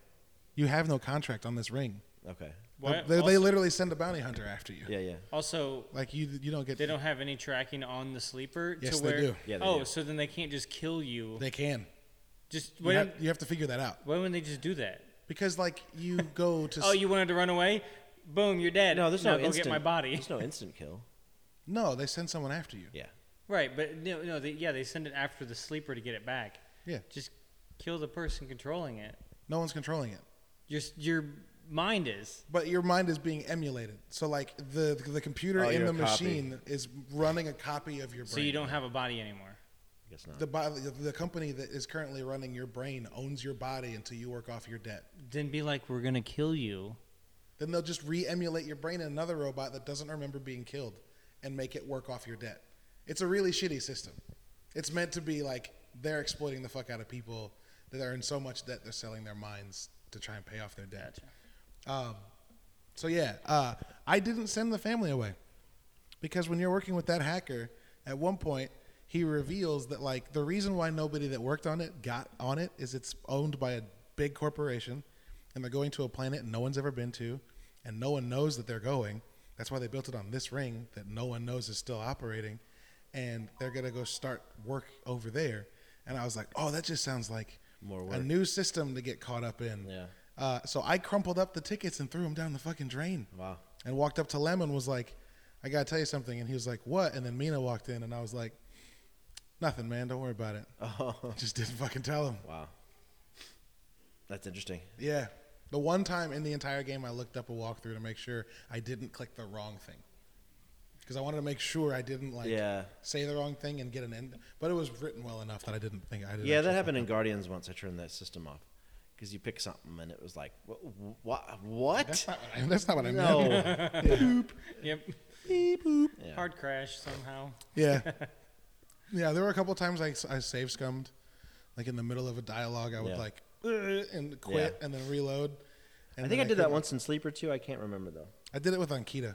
[SPEAKER 2] You have no contract on this ring.
[SPEAKER 1] Okay.
[SPEAKER 2] They,
[SPEAKER 4] What?
[SPEAKER 2] they
[SPEAKER 4] also,
[SPEAKER 2] literally send a bounty hunter after you.
[SPEAKER 1] Yeah. Yeah.
[SPEAKER 4] also,
[SPEAKER 2] Like you you don't get.
[SPEAKER 4] they don't have any tracking on the sleeper.
[SPEAKER 2] Yes,
[SPEAKER 4] to
[SPEAKER 2] they
[SPEAKER 4] where,
[SPEAKER 2] do.
[SPEAKER 1] Yeah, they
[SPEAKER 4] oh,
[SPEAKER 1] do.
[SPEAKER 4] so then they can't just kill you.
[SPEAKER 2] They can.
[SPEAKER 4] just
[SPEAKER 2] You
[SPEAKER 4] why,
[SPEAKER 2] have,
[SPEAKER 4] don't-
[SPEAKER 2] you have to figure that out.
[SPEAKER 4] why wouldn't they just do that?
[SPEAKER 2] Because like you go to
[SPEAKER 4] Oh, you wanted to run away? Boom, you're dead.
[SPEAKER 1] No, there's
[SPEAKER 4] Now
[SPEAKER 1] no
[SPEAKER 4] go
[SPEAKER 1] instant.
[SPEAKER 4] get my body.
[SPEAKER 1] There's no instant kill.
[SPEAKER 2] no, they send someone after you.
[SPEAKER 1] Yeah.
[SPEAKER 4] Right, but no, no, they, yeah, they send it after the sleeper to get it back.
[SPEAKER 2] Yeah,
[SPEAKER 4] Just kill the person controlling it.
[SPEAKER 2] no one's controlling it,
[SPEAKER 4] Your s- your mind is.
[SPEAKER 2] but your mind is being emulated. So like the the computer
[SPEAKER 1] Oh,
[SPEAKER 2] in
[SPEAKER 1] you're
[SPEAKER 2] the
[SPEAKER 1] a copy.
[SPEAKER 2] machine is running a copy of your brain.
[SPEAKER 4] So you don't have a body anymore.
[SPEAKER 1] I guess not.
[SPEAKER 2] The, body, the company that is currently running your brain owns your body until you work off your debt.
[SPEAKER 4] Then be like, we're gonna kill you.
[SPEAKER 2] Then they'll just re-emulate your brain in another robot that doesn't remember being killed, and make it work off your debt. It's a really shitty system. It's meant to be like they're exploiting the fuck out of people that are in so much debt they're selling their minds to try and pay off their debt. Um, so yeah, uh, I didn't send the family away because when you're working with that hacker, at one point he reveals that like the reason why nobody that worked on it got on it is it's owned by a big corporation, and they're going to a planet no one's ever been to, and no one knows that they're going. That's why they built it on this ring that no one knows is still operating, and they're gonna go start work over there. And I was like, oh, that just sounds like
[SPEAKER 1] More
[SPEAKER 2] a
[SPEAKER 1] work.
[SPEAKER 2] new system to get caught up in.
[SPEAKER 1] Yeah.
[SPEAKER 2] Uh, so I crumpled up the tickets and threw them down the fucking drain.
[SPEAKER 1] Wow.
[SPEAKER 2] And walked up to Lem and was like, I gotta tell you something. And he was like, What? And then Mina walked in and I was like, Nothing, man. Don't worry about it.
[SPEAKER 1] Oh.
[SPEAKER 2] Just didn't fucking tell him.
[SPEAKER 1] Wow. That's interesting.
[SPEAKER 2] Yeah. The one time in the entire game I looked up a walkthrough to make sure I didn't click the wrong thing. because I wanted to make sure I didn't like
[SPEAKER 1] Yeah.
[SPEAKER 2] say the wrong thing and get an end. But it was written well enough that I didn't think I did.
[SPEAKER 1] Yeah, that
[SPEAKER 2] actually-
[SPEAKER 1] happened in Guardians once. I turned that system off because you pick something and it was like, what? What?
[SPEAKER 2] That's
[SPEAKER 1] what?
[SPEAKER 2] not what I, that's not what I meant.
[SPEAKER 1] No.
[SPEAKER 4] Yep.
[SPEAKER 2] Beep, boop.
[SPEAKER 1] Yeah.
[SPEAKER 4] Hard crash somehow.
[SPEAKER 2] Yeah. yeah, there were a couple times I, s- I save scummed. Like in the middle of a dialogue, I would
[SPEAKER 1] Yeah.
[SPEAKER 2] like, "Ugh," and quit and then reload. And
[SPEAKER 1] I
[SPEAKER 2] then
[SPEAKER 1] think I did that
[SPEAKER 2] couldn't-
[SPEAKER 1] once in Sleeper too. I can't remember though.
[SPEAKER 2] I did it with Ankita,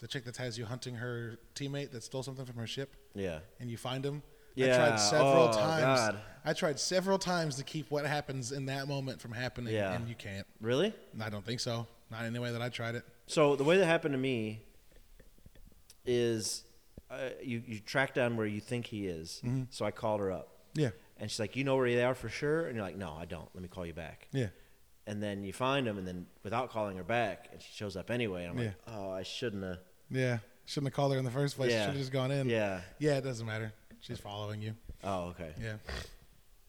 [SPEAKER 2] the chick that has you hunting her teammate that stole something from her ship,
[SPEAKER 1] Yeah.
[SPEAKER 2] and you find him. I
[SPEAKER 1] Yeah,
[SPEAKER 2] tried several
[SPEAKER 1] oh,
[SPEAKER 2] times.
[SPEAKER 1] God.
[SPEAKER 2] I tried several times to keep what happens in that moment from happening,
[SPEAKER 1] Yeah.
[SPEAKER 2] and you can't.
[SPEAKER 1] Really?
[SPEAKER 2] And I don't think so. Not in the way that I tried it.
[SPEAKER 1] So the way that happened to me is uh, you you track down where you think he is. So I called her up.
[SPEAKER 2] Yeah.
[SPEAKER 1] And she's like, "You know where they are for sure?" And you're like, "No, I don't. Let me call you back."
[SPEAKER 2] Yeah.
[SPEAKER 1] And then you find him, and then without calling her back, and she shows up anyway. And I'm like, "Oh, I shouldn't have."
[SPEAKER 2] Yeah. Shouldn't have called her in the first place.
[SPEAKER 1] Yeah.
[SPEAKER 2] Should have just gone in.
[SPEAKER 1] Yeah.
[SPEAKER 2] Yeah, it doesn't matter. She's following you.
[SPEAKER 1] Oh, okay.
[SPEAKER 2] Yeah. Uh,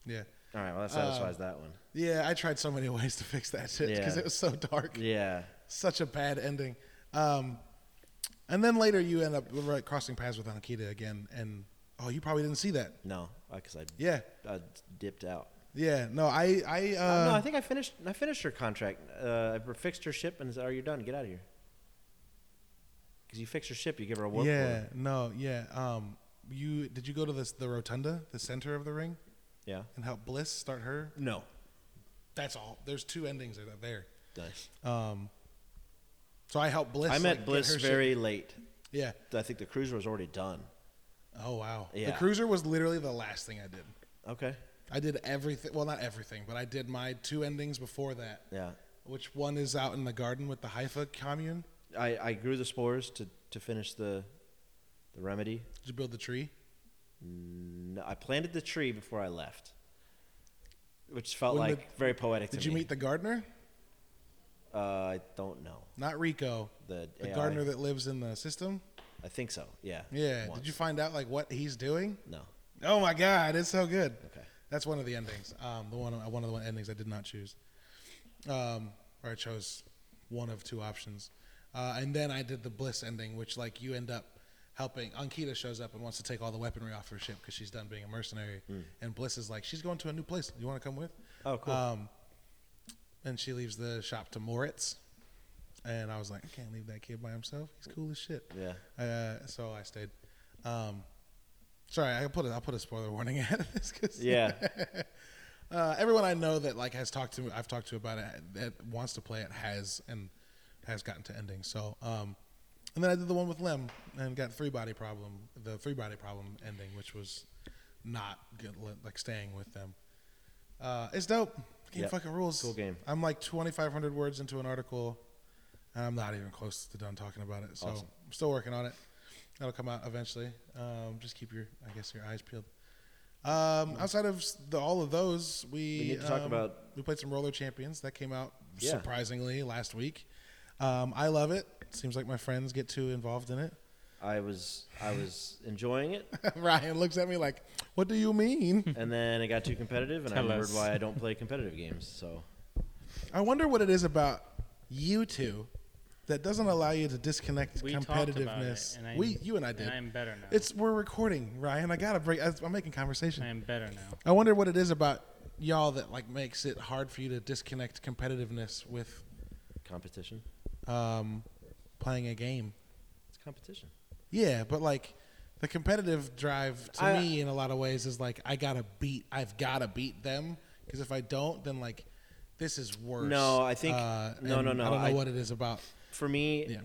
[SPEAKER 2] Yeah.
[SPEAKER 1] All right. Well, that satisfies that one.
[SPEAKER 2] Yeah, I tried so many ways to fix that shit because
[SPEAKER 1] Yeah.
[SPEAKER 2] it was so dark.
[SPEAKER 1] Yeah.
[SPEAKER 2] Such a bad ending. Um, and then later you end up right, crossing paths with Ankita again. And oh, you probably didn't see that.
[SPEAKER 1] No, because I
[SPEAKER 2] Yeah.
[SPEAKER 1] I dipped out.
[SPEAKER 2] Yeah. No, I. I uh,
[SPEAKER 1] Oh, no, I think I finished. I finished her contract. Uh, I fixed her ship, and said, "Are you done? Get out of here." Because you fix her ship, you give her a warp.
[SPEAKER 2] Yeah.
[SPEAKER 1] core.
[SPEAKER 2] No. Yeah. Um, you did you go to this the rotunda, the center of the ring,
[SPEAKER 1] Yeah.
[SPEAKER 2] and help Bliss start her?
[SPEAKER 1] No.
[SPEAKER 2] That's all. There's two endings that are there.
[SPEAKER 1] Nice.
[SPEAKER 2] Um, so I helped Bliss.
[SPEAKER 1] I
[SPEAKER 2] like,
[SPEAKER 1] met
[SPEAKER 2] get
[SPEAKER 1] Bliss
[SPEAKER 2] her shit-
[SPEAKER 1] very late.
[SPEAKER 2] Yeah.
[SPEAKER 1] I think the cruiser was already done.
[SPEAKER 2] Oh wow. The
[SPEAKER 1] Yeah.
[SPEAKER 2] cruiser was literally the last thing I did.
[SPEAKER 1] Okay.
[SPEAKER 2] I did everything. Well, not everything, but I did my two endings before that.
[SPEAKER 1] Yeah.
[SPEAKER 2] Which one is out in the garden with the Haifa commune?
[SPEAKER 1] I, I grew the spores to, to finish the the remedy.
[SPEAKER 2] Did you build the tree?
[SPEAKER 1] No, I planted the tree before I left, which felt
[SPEAKER 2] When the-
[SPEAKER 1] like very poetic to
[SPEAKER 2] Did you
[SPEAKER 1] me.
[SPEAKER 2] meet the gardener?
[SPEAKER 1] Uh, I don't know.
[SPEAKER 2] Not Rico.
[SPEAKER 1] The,
[SPEAKER 2] The
[SPEAKER 1] AI.
[SPEAKER 2] gardener that lives in the system.
[SPEAKER 1] I think so. Yeah.
[SPEAKER 2] Yeah.
[SPEAKER 1] Once.
[SPEAKER 2] Did you find out like what he's doing?
[SPEAKER 1] No.
[SPEAKER 2] Oh my god, it's so good.
[SPEAKER 1] Okay.
[SPEAKER 2] That's one of the endings. Um, the one one of the endings I did not choose. Um, or I chose one of two options, uh, and then I did the bliss ending, which like you end up helping. Ankita shows up and wants to take all the weaponry off her ship because she's done being a mercenary, and Bliss is like, she's going to a new place. You want to come with?
[SPEAKER 1] Oh, cool.
[SPEAKER 2] Um, and she leaves the shop to Moritz, and I was like, I can't leave that kid by himself. He's cool as shit.
[SPEAKER 1] Yeah.
[SPEAKER 2] Uh, so I stayed. Um, sorry, I put a, I'll put a spoiler warning ahead of this 'cause-
[SPEAKER 1] Yeah.
[SPEAKER 2] uh, everyone I know that like has talked to me, I've talked to about it that wants to play it has and has gotten to ending. So, um, and then I did the one with Lem and got three body problem, the three body problem ending, which was not good, li- like staying with them. Uh, it's dope. Game
[SPEAKER 1] Yep.
[SPEAKER 2] fucking rules.
[SPEAKER 1] Cool game.
[SPEAKER 2] I'm like 2,500 words into an article, and I'm not even close to done talking about it. So
[SPEAKER 1] Awesome.
[SPEAKER 2] I'm still working on it. That'll come out eventually. Um, just keep your, I guess, your eyes peeled. Um, outside of s- the, all of those, we,
[SPEAKER 1] We need to talk
[SPEAKER 2] um,
[SPEAKER 1] about-
[SPEAKER 2] we played some Roller Champions that came out
[SPEAKER 1] Yeah.
[SPEAKER 2] surprisingly last week. Um, I love it. Seems like my friends get too involved in it.
[SPEAKER 1] I was I was enjoying it,
[SPEAKER 2] Ryan looks at me like, "What do you mean?"
[SPEAKER 1] and then it got too competitive, and I
[SPEAKER 4] Tell
[SPEAKER 1] remembered
[SPEAKER 4] us.
[SPEAKER 1] why I don't play competitive games. So
[SPEAKER 2] I wonder what it is about you two that doesn't allow you to disconnect
[SPEAKER 4] We talked about it,
[SPEAKER 2] competitiveness.
[SPEAKER 4] and I-
[SPEAKER 2] we, you and I did.
[SPEAKER 4] And I'm better now.
[SPEAKER 2] it's we're recording, Ryan. I gotta break. I'm making conversation.
[SPEAKER 4] I am better now.
[SPEAKER 2] I wonder what it is about y'all that like makes it hard for you to disconnect competitiveness with
[SPEAKER 1] competition,
[SPEAKER 2] um, playing a game.
[SPEAKER 1] it's competition.
[SPEAKER 2] Yeah, but like the competitive drive to
[SPEAKER 1] I-
[SPEAKER 2] me in a lot of ways is like I gotta beat. I've gotta beat them because if I don't, then like this is worse. Uh,
[SPEAKER 1] No, I think- no,
[SPEAKER 2] and
[SPEAKER 1] no, no,
[SPEAKER 2] I don't know
[SPEAKER 1] I-
[SPEAKER 2] what it is about.
[SPEAKER 1] For me,
[SPEAKER 2] Yeah.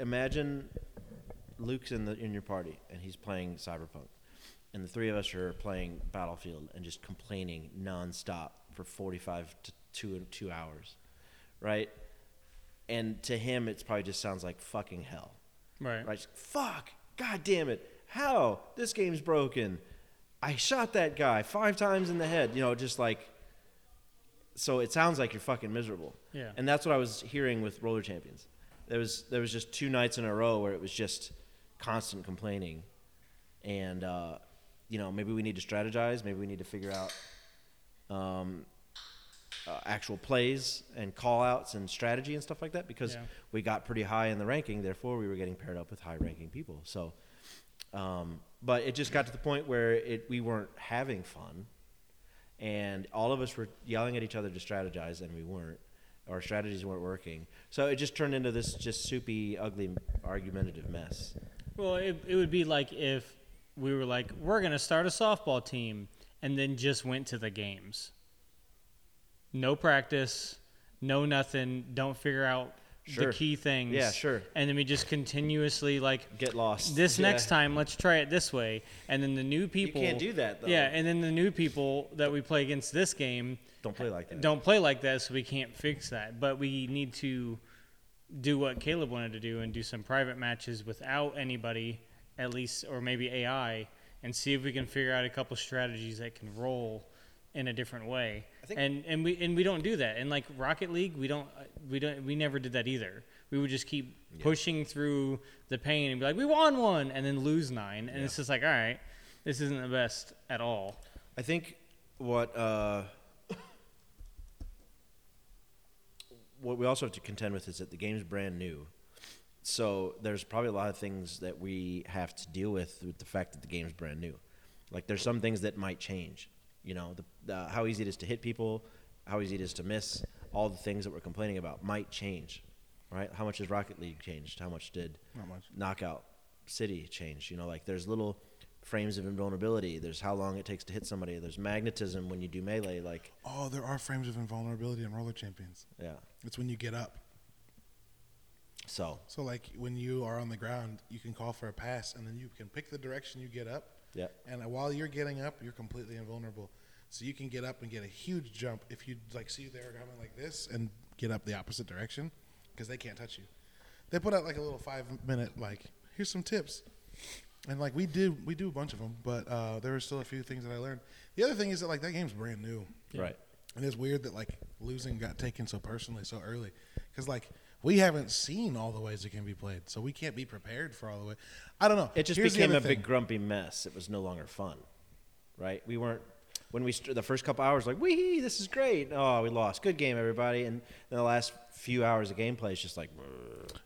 [SPEAKER 1] imagine Luke's in the in your party, and he's playing Cyberpunk, and the three of us are playing Battlefield and just complaining nonstop for forty five to two two hours, right? And to him, it's probably just sounds like fucking hell.
[SPEAKER 4] Right.
[SPEAKER 1] Right? Just, Fuck. God damn it. How? This game's broken. I shot that guy five times in the head. You know, just like. So it sounds like you're fucking miserable.
[SPEAKER 4] Yeah.
[SPEAKER 1] And that's what I was hearing with Roller Champions. There was there was just two nights in a row where it was just constant complaining, and uh, you know maybe we need to strategize. Maybe we need to figure out um, uh, actual plays and call outs and strategy and stuff like that because
[SPEAKER 4] Yeah.
[SPEAKER 1] we got pretty high in the ranking. Therefore, we were getting paired up with high ranking people. So, um, but it just got to the point where it, we weren't having fun. And all of us were yelling at each other to strategize, and we weren't. Our strategies weren't working. So it just turned into this just soupy, ugly, argumentative mess.
[SPEAKER 3] Well, it, it would be like if we were like, we're going to start a softball team and then just went to the games. No practice, no nothing, don't figure out
[SPEAKER 1] Sure.
[SPEAKER 3] the key things.
[SPEAKER 1] Yeah, sure.
[SPEAKER 3] And then we just continuously like
[SPEAKER 1] Get lost.
[SPEAKER 3] this
[SPEAKER 1] Yeah.
[SPEAKER 3] next time let's try it this way and then the new people
[SPEAKER 1] can't do that, though.
[SPEAKER 3] Yeah, and then the new people that we play against this game
[SPEAKER 1] Don't play like that.
[SPEAKER 3] don't play like that, so we can't fix that. But we need to do what Caleb wanted to do and do some private matches without anybody, at least, or maybe AI, and see if we can figure out a couple strategies that can roll in a different way.
[SPEAKER 1] I think-
[SPEAKER 3] and and we and we don't do that. And like Rocket League, we don't we don't we never did that either. We would just keep pushing through the pain and be like, we won one, and then lose nine, and it's just like, all right, this isn't the best at all.
[SPEAKER 1] I think what uh, what we also have to contend with is that the game's brand new, so there's probably a lot of things that we have to deal with with the fact that the game's brand new. Like there's some things that might change, you know, the, the, how easy it is to hit people, how easy it is to miss, all the things that we're complaining about might change, right? How much has Rocket League changed? How much did
[SPEAKER 2] Not much.
[SPEAKER 1] Knockout City changed? You know, like there's little frames of invulnerability. There's how long it takes to hit somebody. There's magnetism when you do melee. Like,
[SPEAKER 2] Oh, there are frames of invulnerability in Roller Champions.
[SPEAKER 1] yeah.
[SPEAKER 2] It's when you get up.
[SPEAKER 1] So,
[SPEAKER 2] So like when you are on the ground, you can call for a pass, and then you can pick the direction you get up.
[SPEAKER 1] Yeah.
[SPEAKER 2] And while you're getting up, you're completely invulnerable. So you can get up and get a huge jump if you like see they were coming like this and get up the opposite direction because they can't touch you. They put out like a little five minute like here's some tips, and like we do we do a bunch of them, but uh, there were still a few things that I learned. The other thing is that like that game's brand new.
[SPEAKER 1] right.
[SPEAKER 2] And it's weird that like losing got taken so personally so early, because like we haven't seen all the ways it can be played, so we can't be prepared for all the way. I don't know.
[SPEAKER 1] It just
[SPEAKER 2] Here's the
[SPEAKER 1] became
[SPEAKER 2] other
[SPEAKER 1] a big
[SPEAKER 2] thing.
[SPEAKER 1] grumpy mess. It was no longer fun, right? We weren't when we st- the first couple hours like, wee, this is great. Oh, we lost. Good game, everybody. And then the last few hours of gameplay is just like, "Brr."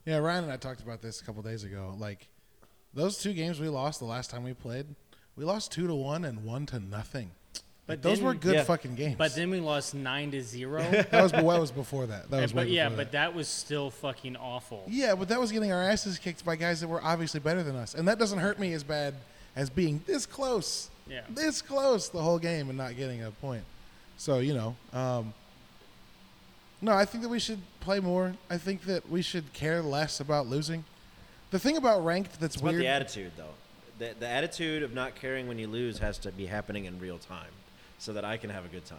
[SPEAKER 2] Yeah, Ryan and I talked about this a couple days ago. Like those two games we lost the last time we played, we lost two to one and one to nothing. But
[SPEAKER 3] But
[SPEAKER 2] those were
[SPEAKER 3] then-
[SPEAKER 2] good
[SPEAKER 1] yeah.
[SPEAKER 2] fucking games.
[SPEAKER 3] But then we lost nine to zero.
[SPEAKER 2] that was that was before that. That was
[SPEAKER 3] but
[SPEAKER 2] way
[SPEAKER 3] yeah,
[SPEAKER 2] before
[SPEAKER 3] but that was still fucking awful.
[SPEAKER 2] Yeah, but that was getting our asses kicked by guys that were obviously better than us, and that doesn't hurt me as bad as being this close,
[SPEAKER 3] Yeah.
[SPEAKER 2] this close the whole game and not getting a point. So you know, um, no, I think that we should play more. I think that we should care less about losing. The thing about ranked that's
[SPEAKER 1] it's about
[SPEAKER 2] weird.
[SPEAKER 1] the attitude though. The, the attitude of not caring when you lose has to be happening in real time, so that I can have a good time,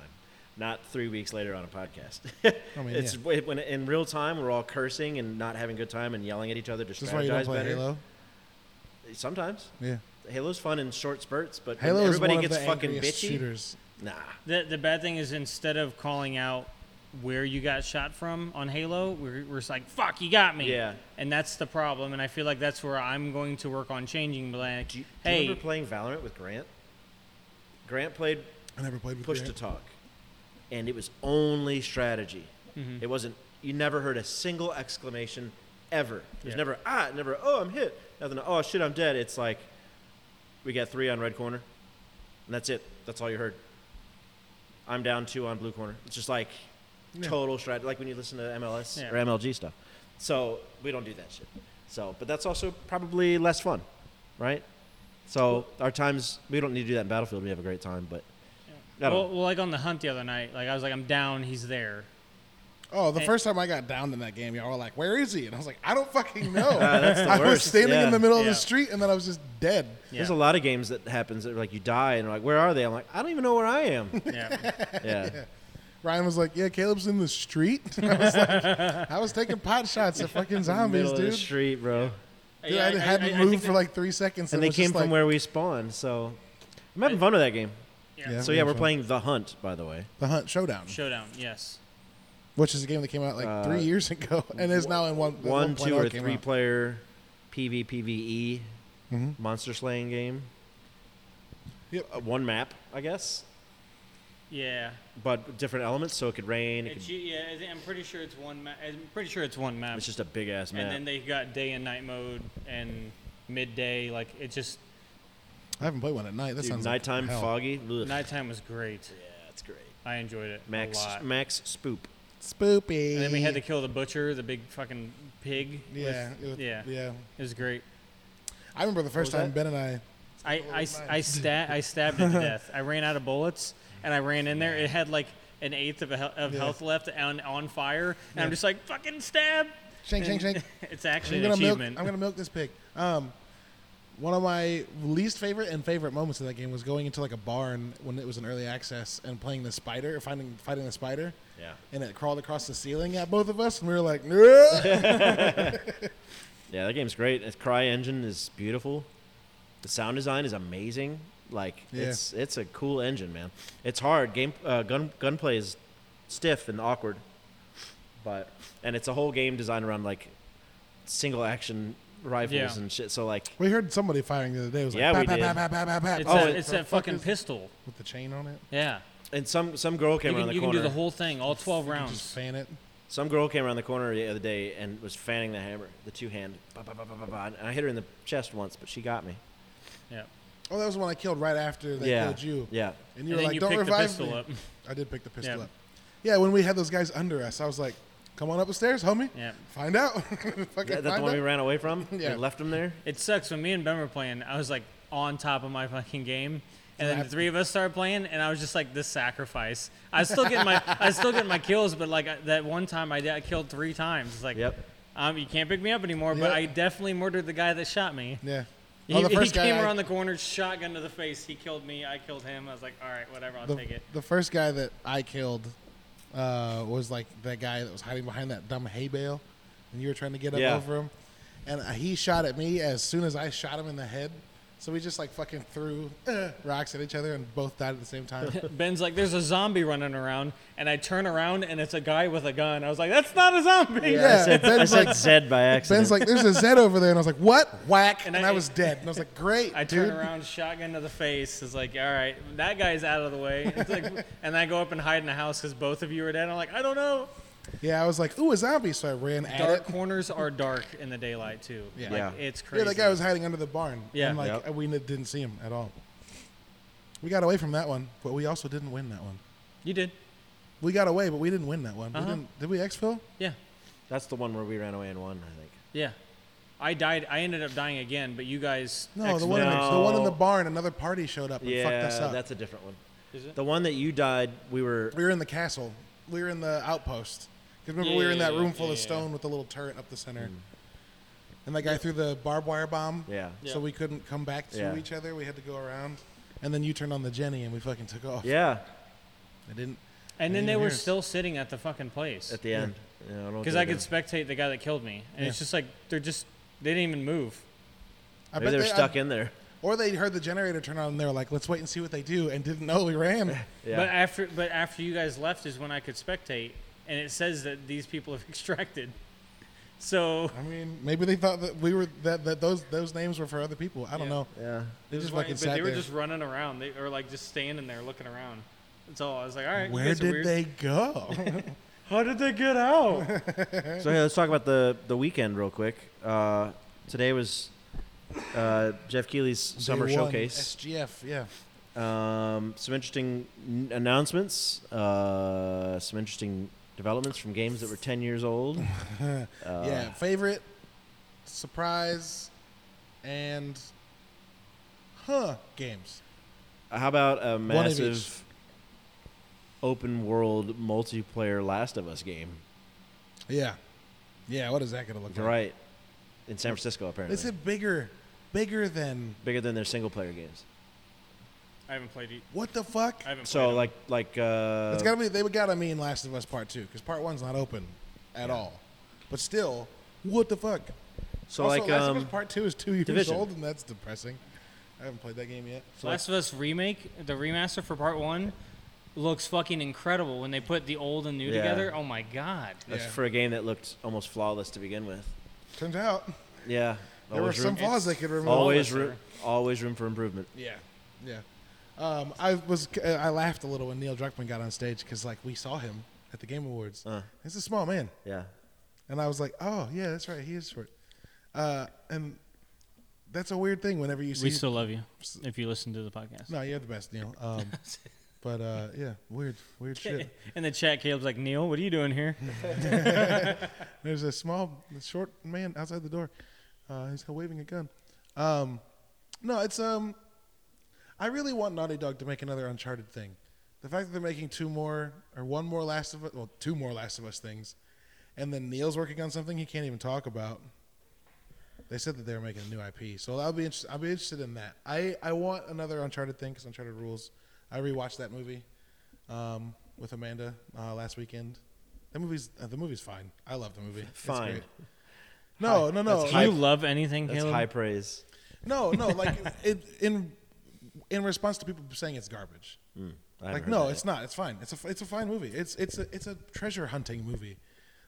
[SPEAKER 1] not three weeks later on a podcast.
[SPEAKER 2] I mean,
[SPEAKER 1] it's
[SPEAKER 2] yeah.
[SPEAKER 1] w- when in real time we're all cursing and not having a good time and yelling at each other to
[SPEAKER 2] that's why you don't
[SPEAKER 1] strategize
[SPEAKER 2] play
[SPEAKER 1] better.
[SPEAKER 2] Halo.
[SPEAKER 1] Sometimes
[SPEAKER 2] Yeah,
[SPEAKER 1] Halo's fun in short spurts, but when
[SPEAKER 2] Halo is
[SPEAKER 1] everybody
[SPEAKER 2] one
[SPEAKER 1] gets
[SPEAKER 2] of the
[SPEAKER 1] fucking
[SPEAKER 2] angriest
[SPEAKER 1] bitchy.
[SPEAKER 2] shooters.
[SPEAKER 1] Nah.
[SPEAKER 3] The the bad thing is instead of calling out where you got shot from on Halo, we're, we're just like, "Fuck, you got me."
[SPEAKER 1] Yeah.
[SPEAKER 3] And that's the problem, and I feel like that's where I'm going to work on changing. But like,
[SPEAKER 1] Do you, do you
[SPEAKER 3] hey,
[SPEAKER 1] remember playing Valorant with Grant? Grant played
[SPEAKER 2] I never played with
[SPEAKER 1] push to
[SPEAKER 2] Grant.
[SPEAKER 1] talk, and it was only strategy.
[SPEAKER 3] Mm-hmm.
[SPEAKER 1] It wasn't. You never heard a single exclamation ever. There's
[SPEAKER 3] Yeah.
[SPEAKER 1] never ah, never oh I'm hit, nothing. Oh shit, I'm dead. It's like we got three on red corner, and that's it. That's all you heard. I'm down two on blue corner. It's just like total strategy, like when you listen to MLS
[SPEAKER 3] Yeah.
[SPEAKER 1] or MLG stuff. So we don't do that shit. So, but that's also probably less fun, right? So our times we don't need to do that in Battlefield. We have a great time, but I don't
[SPEAKER 3] well, well, like on the hunt the other night, like I was like, "I'm down," he's there.
[SPEAKER 2] Oh, the
[SPEAKER 3] Eh.
[SPEAKER 2] first time I got downed in that game, y'all were like, "Where is he?" And I was like, "I don't fucking know."
[SPEAKER 1] that's the
[SPEAKER 2] I was
[SPEAKER 1] worst.
[SPEAKER 2] standing
[SPEAKER 1] Yeah.
[SPEAKER 2] in the middle of
[SPEAKER 3] Yeah.
[SPEAKER 2] the street, and then I was just dead.
[SPEAKER 1] There's
[SPEAKER 3] Yeah.
[SPEAKER 1] a lot of games that happens that like you die and like where are they? I'm like I don't even know where I am.
[SPEAKER 3] Yeah.
[SPEAKER 1] Yeah,
[SPEAKER 2] Ryan was like, "Yeah, Caleb's in the street." I was like, "I was taking pot shots at fucking zombies,
[SPEAKER 1] middle of the
[SPEAKER 2] dude."
[SPEAKER 1] street, bro.
[SPEAKER 2] Dude,
[SPEAKER 3] Yeah,
[SPEAKER 2] I, hadn't
[SPEAKER 3] I
[SPEAKER 2] moved
[SPEAKER 3] think
[SPEAKER 2] for
[SPEAKER 3] that-
[SPEAKER 2] like three seconds,
[SPEAKER 1] And
[SPEAKER 2] it
[SPEAKER 1] they
[SPEAKER 2] was
[SPEAKER 1] came
[SPEAKER 2] just
[SPEAKER 1] from
[SPEAKER 2] like-
[SPEAKER 1] where we spawned, so I'm having fun with that game.
[SPEAKER 3] Yeah.
[SPEAKER 2] Yeah,
[SPEAKER 1] So yeah,
[SPEAKER 2] we
[SPEAKER 1] we're
[SPEAKER 2] found
[SPEAKER 1] playing The Hunt, by the way.
[SPEAKER 2] the Hunt Showdown,
[SPEAKER 3] Showdown, yes.
[SPEAKER 2] which is a game that came out like
[SPEAKER 1] Uh,
[SPEAKER 2] three years ago, and is now in one
[SPEAKER 1] One, two,
[SPEAKER 2] 1.0
[SPEAKER 1] or
[SPEAKER 2] came
[SPEAKER 1] three
[SPEAKER 2] out.
[SPEAKER 1] player PvPvE
[SPEAKER 2] Mhm.
[SPEAKER 1] monster slaying game.
[SPEAKER 2] Yep.
[SPEAKER 1] Uh, one map, I guess.
[SPEAKER 3] Yeah.
[SPEAKER 1] but different elements, so it could rain. It
[SPEAKER 3] It's,
[SPEAKER 1] could,
[SPEAKER 3] u- yeah, I thi- I'm pretty sure it's one map. I'm pretty sure it's one map.
[SPEAKER 1] it's just a big ass map.
[SPEAKER 3] and then they got day and night mode and midday. Like it just
[SPEAKER 2] I haven't played one at night. That
[SPEAKER 1] Dude,
[SPEAKER 2] sounds
[SPEAKER 1] nighttime
[SPEAKER 2] like hell.
[SPEAKER 1] foggy. Ugh.
[SPEAKER 3] nighttime was great.
[SPEAKER 1] yeah, it's great.
[SPEAKER 3] I enjoyed it a
[SPEAKER 1] Max
[SPEAKER 3] lot.
[SPEAKER 1] Max Spoop.
[SPEAKER 2] Spoopy.
[SPEAKER 3] And then we had to kill the butcher, the big fucking pig. with-
[SPEAKER 2] Yeah, it was-
[SPEAKER 3] yeah.
[SPEAKER 2] yeah.
[SPEAKER 3] It was great.
[SPEAKER 2] I remember the first
[SPEAKER 1] was
[SPEAKER 2] time Ben and I.
[SPEAKER 3] I, I, s- I, sta- I stabbed it to death. I ran out of bullets and I ran in there. It had like an eighth of, a hel- of
[SPEAKER 2] Yeah.
[SPEAKER 3] health left and on fire. And I'm just like, fucking stab.
[SPEAKER 2] Shank, shank,
[SPEAKER 3] And
[SPEAKER 2] shank.
[SPEAKER 3] it's
[SPEAKER 2] I'm
[SPEAKER 3] actually an
[SPEAKER 2] gonna milk.
[SPEAKER 3] achievement.
[SPEAKER 2] I'm gonna milk this pig. Um, one of my least favorite and favorite moments in that game was going into like a barn when it was in early access and playing the spider, finding fighting the spider,
[SPEAKER 1] Yeah,
[SPEAKER 2] and it crawled across the ceiling at both of us, and we were like, "No!"
[SPEAKER 1] yeah, that game's great. Its cry engine is beautiful. The sound design is amazing. Like
[SPEAKER 2] Yeah.
[SPEAKER 1] it's it's a cool engine, man. It's hard. Game uh, gun gunplay is stiff and awkward, but and it's a whole game designed around like single action rifles
[SPEAKER 3] Yeah.
[SPEAKER 1] and shit. So like
[SPEAKER 2] we heard somebody firing the other day. It was like,
[SPEAKER 1] Yeah, we
[SPEAKER 2] "Bap, bap,
[SPEAKER 1] did.
[SPEAKER 2] bap, bap, bap, bap."
[SPEAKER 3] it's
[SPEAKER 1] Oh,
[SPEAKER 3] that,
[SPEAKER 1] it-
[SPEAKER 3] it's that
[SPEAKER 2] fuck
[SPEAKER 3] fucking
[SPEAKER 2] is-
[SPEAKER 3] pistol.
[SPEAKER 2] with the chain on it.
[SPEAKER 3] Yeah.
[SPEAKER 1] and some some girl came
[SPEAKER 3] You
[SPEAKER 1] around
[SPEAKER 3] can,
[SPEAKER 1] the
[SPEAKER 3] you can
[SPEAKER 1] corner.
[SPEAKER 3] do the whole thing, all 12
[SPEAKER 2] Just
[SPEAKER 3] rounds.
[SPEAKER 2] fan it.
[SPEAKER 1] Some girl came around the corner the other day and was fanning the hammer, the two hand, ba, ba, ba, ba, ba, ba, and I hit her in the chest once, but she got me.
[SPEAKER 3] Yeah.
[SPEAKER 2] Oh, that was the one I killed right after they
[SPEAKER 1] yeah,
[SPEAKER 2] killed you.
[SPEAKER 1] yeah,
[SPEAKER 2] And you
[SPEAKER 3] And
[SPEAKER 2] were
[SPEAKER 3] then
[SPEAKER 2] like,
[SPEAKER 3] you
[SPEAKER 2] "Don't
[SPEAKER 3] pick the
[SPEAKER 2] revive
[SPEAKER 3] pistol
[SPEAKER 2] me."
[SPEAKER 3] up.
[SPEAKER 2] I did pick the pistol
[SPEAKER 3] Yeah.
[SPEAKER 2] up. Yeah, when we had those guys under us, I was like, "Come on up the stairs, homie.
[SPEAKER 3] Yeah.
[SPEAKER 2] Find out.
[SPEAKER 1] Is
[SPEAKER 2] Fucking
[SPEAKER 1] that the
[SPEAKER 2] find
[SPEAKER 1] one we
[SPEAKER 2] out."
[SPEAKER 1] ran away from?
[SPEAKER 2] Yeah.
[SPEAKER 1] We left him there.
[SPEAKER 3] It sucks when me and Ben were playing. I was like on top of my fucking game, and then the three of us started playing, and I was just like this sacrifice. I was still getting my I was still getting my kills, but like I- that one time I, did- I killed three times. It's like,
[SPEAKER 1] Yep.
[SPEAKER 3] um, you can't pick me up anymore. But
[SPEAKER 2] Yep.
[SPEAKER 3] I definitely murdered the guy that shot me.
[SPEAKER 2] Yeah.
[SPEAKER 3] He,
[SPEAKER 2] Oh, the
[SPEAKER 3] he
[SPEAKER 2] first guy.
[SPEAKER 3] came
[SPEAKER 2] I-
[SPEAKER 3] around the corner, shotgun to the face. He killed me. I killed him. I was like, all right, whatever, I'll
[SPEAKER 2] the,
[SPEAKER 3] take it.
[SPEAKER 2] the first guy that I killed uh, was like that guy that was hiding behind that dumb hay bale, and you were trying to get up
[SPEAKER 1] Yeah.
[SPEAKER 2] over him, and uh, he shot at me as soon as I shot him in the head. So we just like fucking threw uh, rocks at each other and both died at the same time.
[SPEAKER 3] Ben's like, there's a zombie running around, and I turn around and it's a guy with a gun. I was like, that's not a zombie.
[SPEAKER 2] Yeah.
[SPEAKER 1] I said, I
[SPEAKER 2] Ben's
[SPEAKER 1] said
[SPEAKER 2] like-
[SPEAKER 1] Zed by accident.
[SPEAKER 2] Ben's like, "There's a Z over there," and I was like, "What? Whack!" And,
[SPEAKER 3] And
[SPEAKER 2] I,
[SPEAKER 3] I-
[SPEAKER 2] was dead. And I was like, "Great,
[SPEAKER 3] I
[SPEAKER 2] dude."
[SPEAKER 3] turn around, shotgun to the face. It's like, all right, that guy's out of the way. It's like, and I go up and hide in the house because both of you are dead. I'm like, I don't know.
[SPEAKER 2] Yeah, I was like, "Ooh, a zombie!" So I ran at
[SPEAKER 3] Dark
[SPEAKER 2] it.
[SPEAKER 3] corners are dark in the daylight too.
[SPEAKER 2] Yeah.
[SPEAKER 3] like,
[SPEAKER 1] Yeah.
[SPEAKER 3] it's
[SPEAKER 2] Yeah,
[SPEAKER 3] crazy.
[SPEAKER 2] that guy was hiding under the barn.
[SPEAKER 3] Yeah.
[SPEAKER 2] and like
[SPEAKER 1] Yep.
[SPEAKER 2] we n- didn't see him at all. We got away from that one, but we also didn't win that one.
[SPEAKER 3] You did,
[SPEAKER 2] We got away, but we didn't win that one.
[SPEAKER 3] Uh-huh.
[SPEAKER 2] We didn't, did we exfil?
[SPEAKER 3] yeah,
[SPEAKER 1] That's the one where we ran away and won, I think.
[SPEAKER 3] yeah. I died. I ended up dying again, but you guys.
[SPEAKER 2] No,
[SPEAKER 3] Ex-
[SPEAKER 2] the one in the, the
[SPEAKER 1] No.
[SPEAKER 2] one in the barn. Another party showed up and fucked us
[SPEAKER 1] Yeah,
[SPEAKER 2] up.
[SPEAKER 1] that's a different one.
[SPEAKER 3] Is it?
[SPEAKER 1] The one that you died, we were.
[SPEAKER 2] we were in the castle. We were in the outpost. 'Cause remember, we were in
[SPEAKER 3] Yeah,
[SPEAKER 2] that room full
[SPEAKER 3] yeah,
[SPEAKER 2] of
[SPEAKER 3] yeah.
[SPEAKER 2] stone with the little turret up the center. And that guy threw the barbed wire bomb.
[SPEAKER 1] Mm. Yeah.
[SPEAKER 2] So we couldn't come back to
[SPEAKER 1] Yeah.
[SPEAKER 2] each other. We had to go around. And then you turned on the Jenny and we fucking took off.
[SPEAKER 1] Yeah,
[SPEAKER 2] I didn't.
[SPEAKER 3] and then
[SPEAKER 2] Yeah,
[SPEAKER 3] they were
[SPEAKER 2] yours.
[SPEAKER 3] still sitting at the fucking place
[SPEAKER 1] at the end. Yeah, I don't
[SPEAKER 3] because
[SPEAKER 1] think
[SPEAKER 3] I could
[SPEAKER 1] know.
[SPEAKER 3] spectate the guy that killed me, and it's
[SPEAKER 2] Yeah.
[SPEAKER 3] just like they're just they didn't even move.
[SPEAKER 2] I
[SPEAKER 1] Maybe they were
[SPEAKER 2] I-
[SPEAKER 1] stuck in there.
[SPEAKER 2] Or they heard the generator turn on and they were like, let's wait and see what they do. And didn't know we ran.
[SPEAKER 1] Yeah.
[SPEAKER 3] But after but after you guys left is when I could spectate, and it says that these people have extracted. So
[SPEAKER 2] I mean, maybe they thought that we were that, that those those names were for other people. I don't
[SPEAKER 3] Yeah.
[SPEAKER 2] know.
[SPEAKER 1] yeah.
[SPEAKER 2] They just
[SPEAKER 3] Why-
[SPEAKER 2] fucking
[SPEAKER 3] but
[SPEAKER 2] sat
[SPEAKER 3] they were
[SPEAKER 2] there.
[SPEAKER 3] just running around, they or like just standing there looking around. That's all. I was like, all right, you
[SPEAKER 2] Where
[SPEAKER 3] guys are
[SPEAKER 2] did
[SPEAKER 3] weird.
[SPEAKER 2] they go?
[SPEAKER 3] How did they get out?
[SPEAKER 1] So hey, let's talk about the the weekend real quick. Uh, today was uh, Jeff Keighley's summer
[SPEAKER 2] Day one,
[SPEAKER 1] showcase.
[SPEAKER 2] SGF, yeah.
[SPEAKER 1] Um, some interesting n- announcements. Uh, some interesting developments from games that were ten years old. Uh,
[SPEAKER 2] yeah, favorite, surprise, and huh games.
[SPEAKER 1] Uh, How about a
[SPEAKER 2] of each.
[SPEAKER 1] massive open world multiplayer Last of Us game?
[SPEAKER 2] Yeah. Yeah, what is that going to look
[SPEAKER 1] You're
[SPEAKER 2] like?
[SPEAKER 1] right. In San Francisco, apparently.
[SPEAKER 2] Is it bigger? Bigger than
[SPEAKER 1] bigger than their single player games?
[SPEAKER 3] I haven't played. it-
[SPEAKER 2] what the fuck?
[SPEAKER 3] I haven't.
[SPEAKER 1] So
[SPEAKER 3] played
[SPEAKER 1] like like uh,
[SPEAKER 2] it's gotta be. They would gotta mean Last of Us Part Two because Part One's not open at all. But still, what the fuck?
[SPEAKER 1] so
[SPEAKER 2] also,
[SPEAKER 1] like
[SPEAKER 2] Last
[SPEAKER 1] um,
[SPEAKER 2] of Us Part Two is two years
[SPEAKER 1] Division.
[SPEAKER 2] old, and that's depressing. I haven't played that game yet.
[SPEAKER 3] it. Last of Us remake, the remaster for part one, looks fucking incredible when they put the old and new
[SPEAKER 1] Yeah. Uh,
[SPEAKER 3] together. Oh my god.
[SPEAKER 1] that's
[SPEAKER 2] Yeah.
[SPEAKER 1] for a game that looked almost flawless to begin with.
[SPEAKER 2] Turns out
[SPEAKER 1] Yeah.
[SPEAKER 2] there were
[SPEAKER 1] always
[SPEAKER 2] some
[SPEAKER 1] room,
[SPEAKER 2] flaws they could remove.
[SPEAKER 1] always
[SPEAKER 3] flawless
[SPEAKER 1] room, always room for improvement.
[SPEAKER 2] Yeah, yeah. Um, I was I laughed a little when Neil Druckmann got on stage because like we saw him at the Game Awards.
[SPEAKER 1] Uh.
[SPEAKER 2] He's a small man,
[SPEAKER 1] Yeah.
[SPEAKER 2] and I was like, oh yeah, that's right, he is short. Uh, and that's a weird thing. Whenever you see,
[SPEAKER 3] We still love you if you listen to the podcast.
[SPEAKER 2] no, you're the best, Neil. Um, but uh, yeah, weird, weird shit.
[SPEAKER 3] In the chat, Caleb's like, Neil, what are you doing here?
[SPEAKER 2] There's a small, short man outside the door. Uh, he's waving a gun. Um, no, it's um, I really want Naughty Dog to make another Uncharted thing. The fact that they're making two more or one more Last of Us, well, two more Last of Us things, and then Neil's working on something he can't even talk about. They said that they were making a new IP, so I'll be interested. I'll be interested in that. I I want another Uncharted thing because Uncharted rules. I rewatched that movie um, with Amanda uh, last weekend. That movie's uh, the movie's fine. I love the movie. It's
[SPEAKER 1] Fine.
[SPEAKER 2] great. No, no, no.
[SPEAKER 1] That's
[SPEAKER 3] Do
[SPEAKER 1] high-
[SPEAKER 3] you love anything,
[SPEAKER 1] That's
[SPEAKER 3] Caleb?
[SPEAKER 1] high praise.
[SPEAKER 2] No, no, like it, in in response to people saying it's garbage.
[SPEAKER 1] Hmm, I haven't
[SPEAKER 2] like
[SPEAKER 1] heard
[SPEAKER 2] no,
[SPEAKER 1] that
[SPEAKER 2] it's not. It's fine. It's a it's a fine movie. It's it's a it's a treasure hunting movie.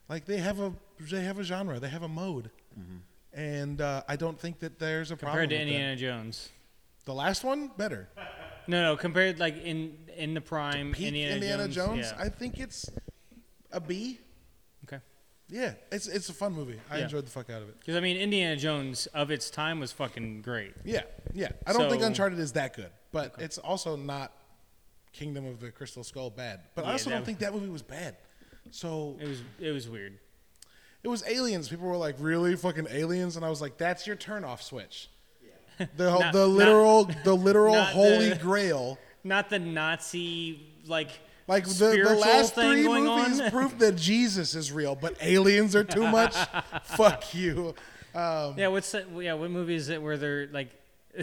[SPEAKER 2] Like they have a they have a genre. They have a mode.
[SPEAKER 1] Mm-hmm.
[SPEAKER 2] And uh, I don't think that there's a problem.
[SPEAKER 3] Compared to
[SPEAKER 2] with that.
[SPEAKER 3] Indiana Jones.
[SPEAKER 2] The last one better.
[SPEAKER 3] No, no, compared like in in the prime
[SPEAKER 2] Peak
[SPEAKER 3] Indiana,
[SPEAKER 2] Indiana, Jones.
[SPEAKER 3] yeah.
[SPEAKER 2] I think it's a B.
[SPEAKER 3] okay.
[SPEAKER 2] Yeah, it's it's a fun movie. I
[SPEAKER 3] Yeah.
[SPEAKER 2] enjoyed the fuck out of it.
[SPEAKER 3] Because I mean, Indiana Jones of its time was fucking great.
[SPEAKER 2] Yeah, yeah. I don't think
[SPEAKER 3] So-
[SPEAKER 2] Uncharted is that good, but it's also not Kingdom of the Crystal Skull bad. But I
[SPEAKER 3] Yeah,
[SPEAKER 2] also
[SPEAKER 3] that
[SPEAKER 2] don't
[SPEAKER 3] w-
[SPEAKER 2] think that movie was bad. So
[SPEAKER 3] It was it was weird.
[SPEAKER 2] it was Aliens. People were like, "Really, fucking Aliens?" And I was like, "That's your turnoff switch." The
[SPEAKER 3] Not-
[SPEAKER 2] the
[SPEAKER 3] not-
[SPEAKER 2] literal the literal
[SPEAKER 3] not
[SPEAKER 2] holy
[SPEAKER 3] the-
[SPEAKER 2] grail.
[SPEAKER 3] Not the Nazi like
[SPEAKER 2] Like the, the
[SPEAKER 3] spiritual
[SPEAKER 2] last
[SPEAKER 3] thing
[SPEAKER 2] three
[SPEAKER 3] going
[SPEAKER 2] movies
[SPEAKER 3] on.
[SPEAKER 2] prove that Jesus is real, but aliens are too much. Fuck you. Um,
[SPEAKER 3] yeah, what's that? Yeah, what movie is it where they're like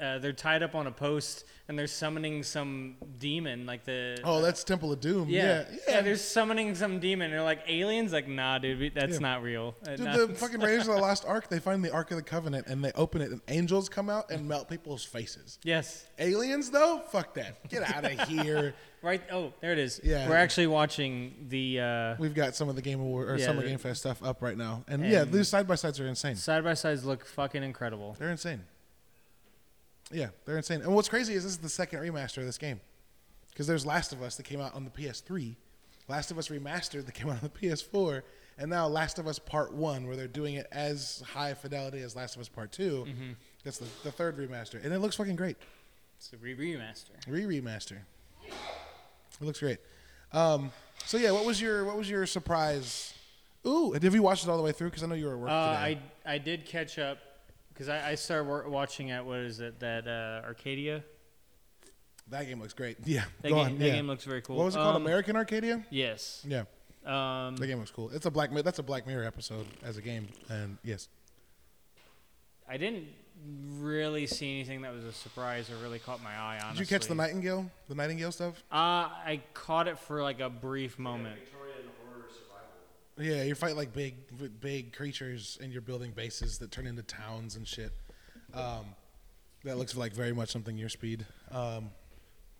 [SPEAKER 3] uh, they're tied up on a post and they're summoning some demon like the
[SPEAKER 2] oh, that's Temple of Doom.
[SPEAKER 3] yeah.
[SPEAKER 2] Yeah, yeah.
[SPEAKER 3] they're summoning some demon. They're like aliens, like nah, dude, we, that's
[SPEAKER 2] Yeah.
[SPEAKER 3] not real. Uh,
[SPEAKER 2] Dude,
[SPEAKER 3] nah.
[SPEAKER 2] the fucking Raiders of the Lost Ark, they find the Ark of the Covenant and they open it and angels come out and melt people's faces.
[SPEAKER 3] yes,
[SPEAKER 2] Aliens though? Fuck that. Get out of here.
[SPEAKER 3] right. Oh, there it is.
[SPEAKER 2] Yeah.
[SPEAKER 3] we're actually watching the uh,
[SPEAKER 2] We've got some of the Game Award or
[SPEAKER 3] Yeah,
[SPEAKER 2] Summer
[SPEAKER 3] the-
[SPEAKER 2] Game Fest stuff up right now. And, yeah,
[SPEAKER 3] And-
[SPEAKER 2] these side by sides are insane.
[SPEAKER 3] side by sides. Look fucking incredible.
[SPEAKER 2] They're insane. Yeah, they're insane. And what's crazy is this is the second remaster of this game. Because there's Last of Us that came out on the PS3, Last of Us Remastered that came out on the PS4, and now Last of Us Part 1, where they're doing it as high fidelity as Last of Us Part 2.
[SPEAKER 3] Mm-hmm.
[SPEAKER 2] That's the, the third remaster. And it looks fucking great.
[SPEAKER 3] It's a re remaster.
[SPEAKER 2] Re remaster. It looks great. Um, so yeah, what was your what was your surprise? Ooh, and have you watched it all the way through? Because I know you were at work
[SPEAKER 3] Uh, I
[SPEAKER 2] today.
[SPEAKER 3] I did catch up because I, I started wa- watching at what is it that uh, Arcadia?
[SPEAKER 2] that game looks great. Yeah,
[SPEAKER 3] That,
[SPEAKER 2] go
[SPEAKER 3] game,
[SPEAKER 2] on.
[SPEAKER 3] that
[SPEAKER 2] yeah.
[SPEAKER 3] game looks very cool.
[SPEAKER 2] What was it called?
[SPEAKER 3] Um,
[SPEAKER 2] American Arcadia.
[SPEAKER 3] Yes.
[SPEAKER 2] Yeah,
[SPEAKER 3] Um,
[SPEAKER 2] that game looks cool. It's a black Mi- that's a Black Mirror episode as a game, and yes,
[SPEAKER 3] I didn't really see anything that was a surprise or really caught my eye. Honestly,
[SPEAKER 2] did you catch the nightingale? The nightingale stuff?
[SPEAKER 3] Uh, I caught it for like a brief moment.
[SPEAKER 2] Yeah, you fight like big big creatures, and you're building bases that turn into towns and shit. Um, that looks like very much something your speed. Um,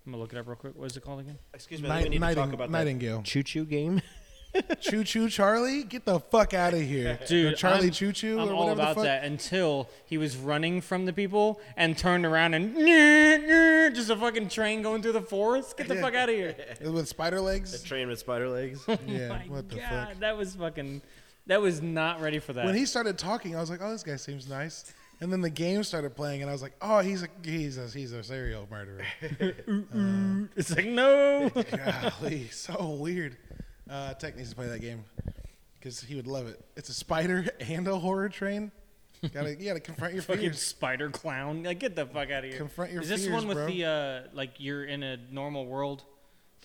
[SPEAKER 3] I'm gonna look it up real quick. What is it called again?
[SPEAKER 1] Excuse me. I think we need to talk
[SPEAKER 2] Nighting-
[SPEAKER 1] about
[SPEAKER 2] Nightingale.
[SPEAKER 1] Choo choo game.
[SPEAKER 2] Choo Choo Charlie, get the fuck out of here,
[SPEAKER 3] Dude,
[SPEAKER 2] Or Charlie
[SPEAKER 3] I'm-
[SPEAKER 2] Choo Choo,
[SPEAKER 3] I'm
[SPEAKER 2] or
[SPEAKER 3] all
[SPEAKER 2] whatever
[SPEAKER 3] about
[SPEAKER 2] the fuck.
[SPEAKER 3] that until he was running from the people and turned around and just a fucking train going through the forest. Get the
[SPEAKER 2] Yeah.
[SPEAKER 3] fuck out of here!
[SPEAKER 2] With spider
[SPEAKER 1] A
[SPEAKER 2] legs.
[SPEAKER 1] train with spider legs.
[SPEAKER 2] yeah,
[SPEAKER 3] Oh My
[SPEAKER 2] what the
[SPEAKER 3] God,
[SPEAKER 2] fuck?
[SPEAKER 3] that was fucking. That was not ready for that.
[SPEAKER 2] When he started talking, I was like, oh, this guy seems nice. And then the game started playing, and I was like, oh, he's a he's a he's a serial murderer.
[SPEAKER 3] it's like no.
[SPEAKER 2] Golly, so weird. Uh, Tech needs to play that game because he would love it. It's a spider and a horror train. Gotta you gotta confront your
[SPEAKER 3] fucking
[SPEAKER 2] fears.
[SPEAKER 3] spider clown. Like, get the fuck out of here.
[SPEAKER 2] Confront your
[SPEAKER 3] Is this the
[SPEAKER 2] fears,
[SPEAKER 3] one with
[SPEAKER 2] bro.
[SPEAKER 3] the uh, like you're in a normal world,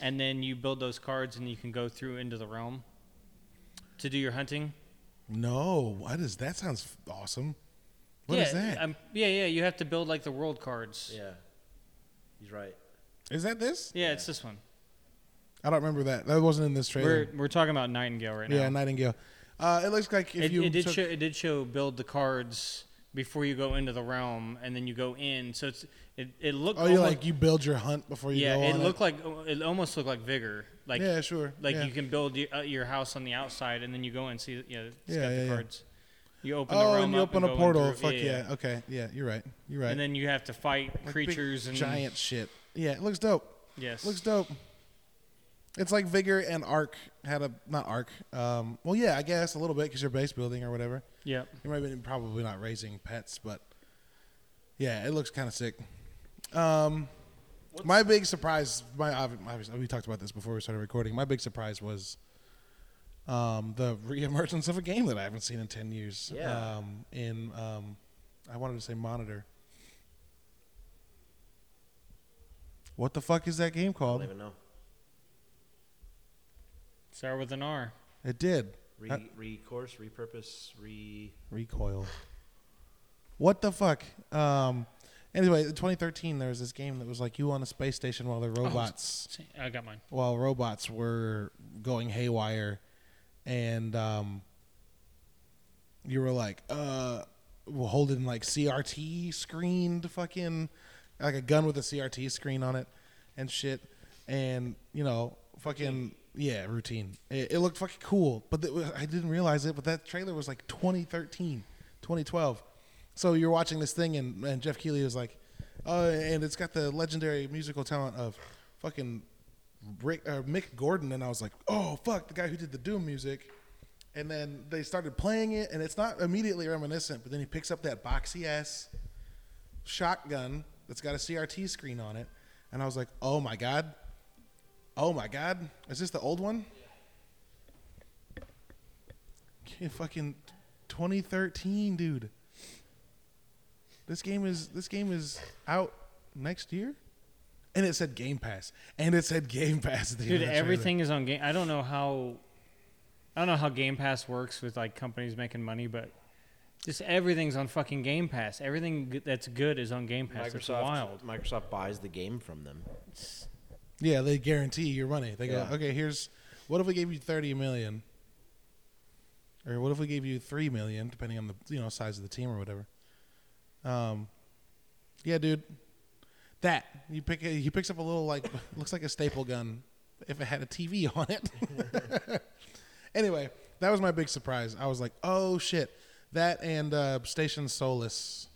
[SPEAKER 3] and then you build those cards and you can go through into the realm to do your hunting?
[SPEAKER 2] No, what is that? Sounds awesome. What
[SPEAKER 3] yeah,
[SPEAKER 2] is that? Is
[SPEAKER 3] um, yeah, yeah. You have to build like the world cards. Yeah,
[SPEAKER 1] yeah. He's right.
[SPEAKER 2] that this?
[SPEAKER 3] it's this one.
[SPEAKER 2] I don't remember that. That wasn't in this trailer.
[SPEAKER 3] We're we're talking about Nightingale right now.
[SPEAKER 2] Yeah, Nightingale. Uh, it looks like if
[SPEAKER 3] it,
[SPEAKER 2] you
[SPEAKER 3] it did
[SPEAKER 2] took-
[SPEAKER 3] show it did show build the cards before you go into the realm and then you go in. So it's it, it looked
[SPEAKER 2] oh, you
[SPEAKER 3] almost-
[SPEAKER 2] like you build your hunt before you
[SPEAKER 3] yeah
[SPEAKER 2] go
[SPEAKER 3] it
[SPEAKER 2] on
[SPEAKER 3] looked like it almost looked like vigor like
[SPEAKER 2] yeah, sure.
[SPEAKER 3] Like
[SPEAKER 2] yeah.
[SPEAKER 3] you can build your, uh, your house on the outside, and then you go and see. You know, it's
[SPEAKER 2] Yeah,
[SPEAKER 3] got
[SPEAKER 2] yeah,
[SPEAKER 3] the
[SPEAKER 2] yeah.
[SPEAKER 3] cards. You open the
[SPEAKER 2] oh,
[SPEAKER 3] realm
[SPEAKER 2] and you
[SPEAKER 3] up
[SPEAKER 2] open
[SPEAKER 3] and
[SPEAKER 2] a
[SPEAKER 3] go in
[SPEAKER 2] portal.
[SPEAKER 3] through-
[SPEAKER 2] Fuck yeah. Okay. Yeah, you're right. You're right.
[SPEAKER 3] And then you have to fight
[SPEAKER 2] Like big
[SPEAKER 3] creatures and
[SPEAKER 2] giant shit. Yeah, it looks dope.
[SPEAKER 3] Yes.
[SPEAKER 2] Looks dope. It's like Vigor and Arc had a not Arc. Um, well, yeah, I guess a little bit because you're base building or whatever.
[SPEAKER 3] Yep.
[SPEAKER 2] You might be probably not raising pets, but yeah, it looks kind of sick. Um, my big surprise, my ob- obviously we talked about this before we started recording. My big surprise was um, the reemergence of a game that I haven't seen in ten years.
[SPEAKER 1] Yeah.
[SPEAKER 2] Um, in um, I wanted to say monitor. What the fuck is that game
[SPEAKER 1] I
[SPEAKER 2] called?
[SPEAKER 1] don't even know.
[SPEAKER 3] Start with an R.
[SPEAKER 2] It did.
[SPEAKER 1] Re,
[SPEAKER 2] Uh,
[SPEAKER 1] recourse, repurpose, re.
[SPEAKER 2] recoil. What the fuck? Um, anyway, in 2013, there was this game that was like you on a space station while the robots
[SPEAKER 3] I got mine.
[SPEAKER 2] while robots were going haywire, and um, you were like uh, were holding like CRT screened fucking like a gun with a CRT screen on it and shit, and you know fucking yeah routine. It, it looked fucking cool, but it was, I didn't realize it. But that trailer was like 2013, 2012. So you're watching this thing, and, and Jeff Keighley was like, "Oh, and it's got the legendary musical talent of fucking Rick or Mick Gordon, and I was like, "Oh fuck, the guy who did the Doom music." And then they started playing it, and it's not immediately reminiscent. But then he picks up that boxy ass shotgun that's got a CRT screen on it, and I was like, "Oh my god, oh my god, is this the old one?" Okay, fucking 2013, dude. This game is this game is out next year, and it said Game Pass, and it said Game Pass. At the end of
[SPEAKER 3] Dude,
[SPEAKER 2] the trailer.
[SPEAKER 3] everything is on game. I don't know how. I don't know how Game Pass works with like companies making money, but just everything's on fucking Game Pass. Everything g- that's good is on Game Pass. It's wild.
[SPEAKER 1] Microsoft, Microsoft buys the game from them.
[SPEAKER 2] Yeah, they guarantee your money. They
[SPEAKER 1] Yeah.
[SPEAKER 2] go, okay, here's what if we gave you thirty million, or what if we gave you three million, depending on the you know size of the team or whatever. Um, yeah, dude, that you pick. He picks up a little like looks like a staple gun if it had a TV on it. anyway, that was my big surprise. I was like, oh shit, that and uh, Station Solus.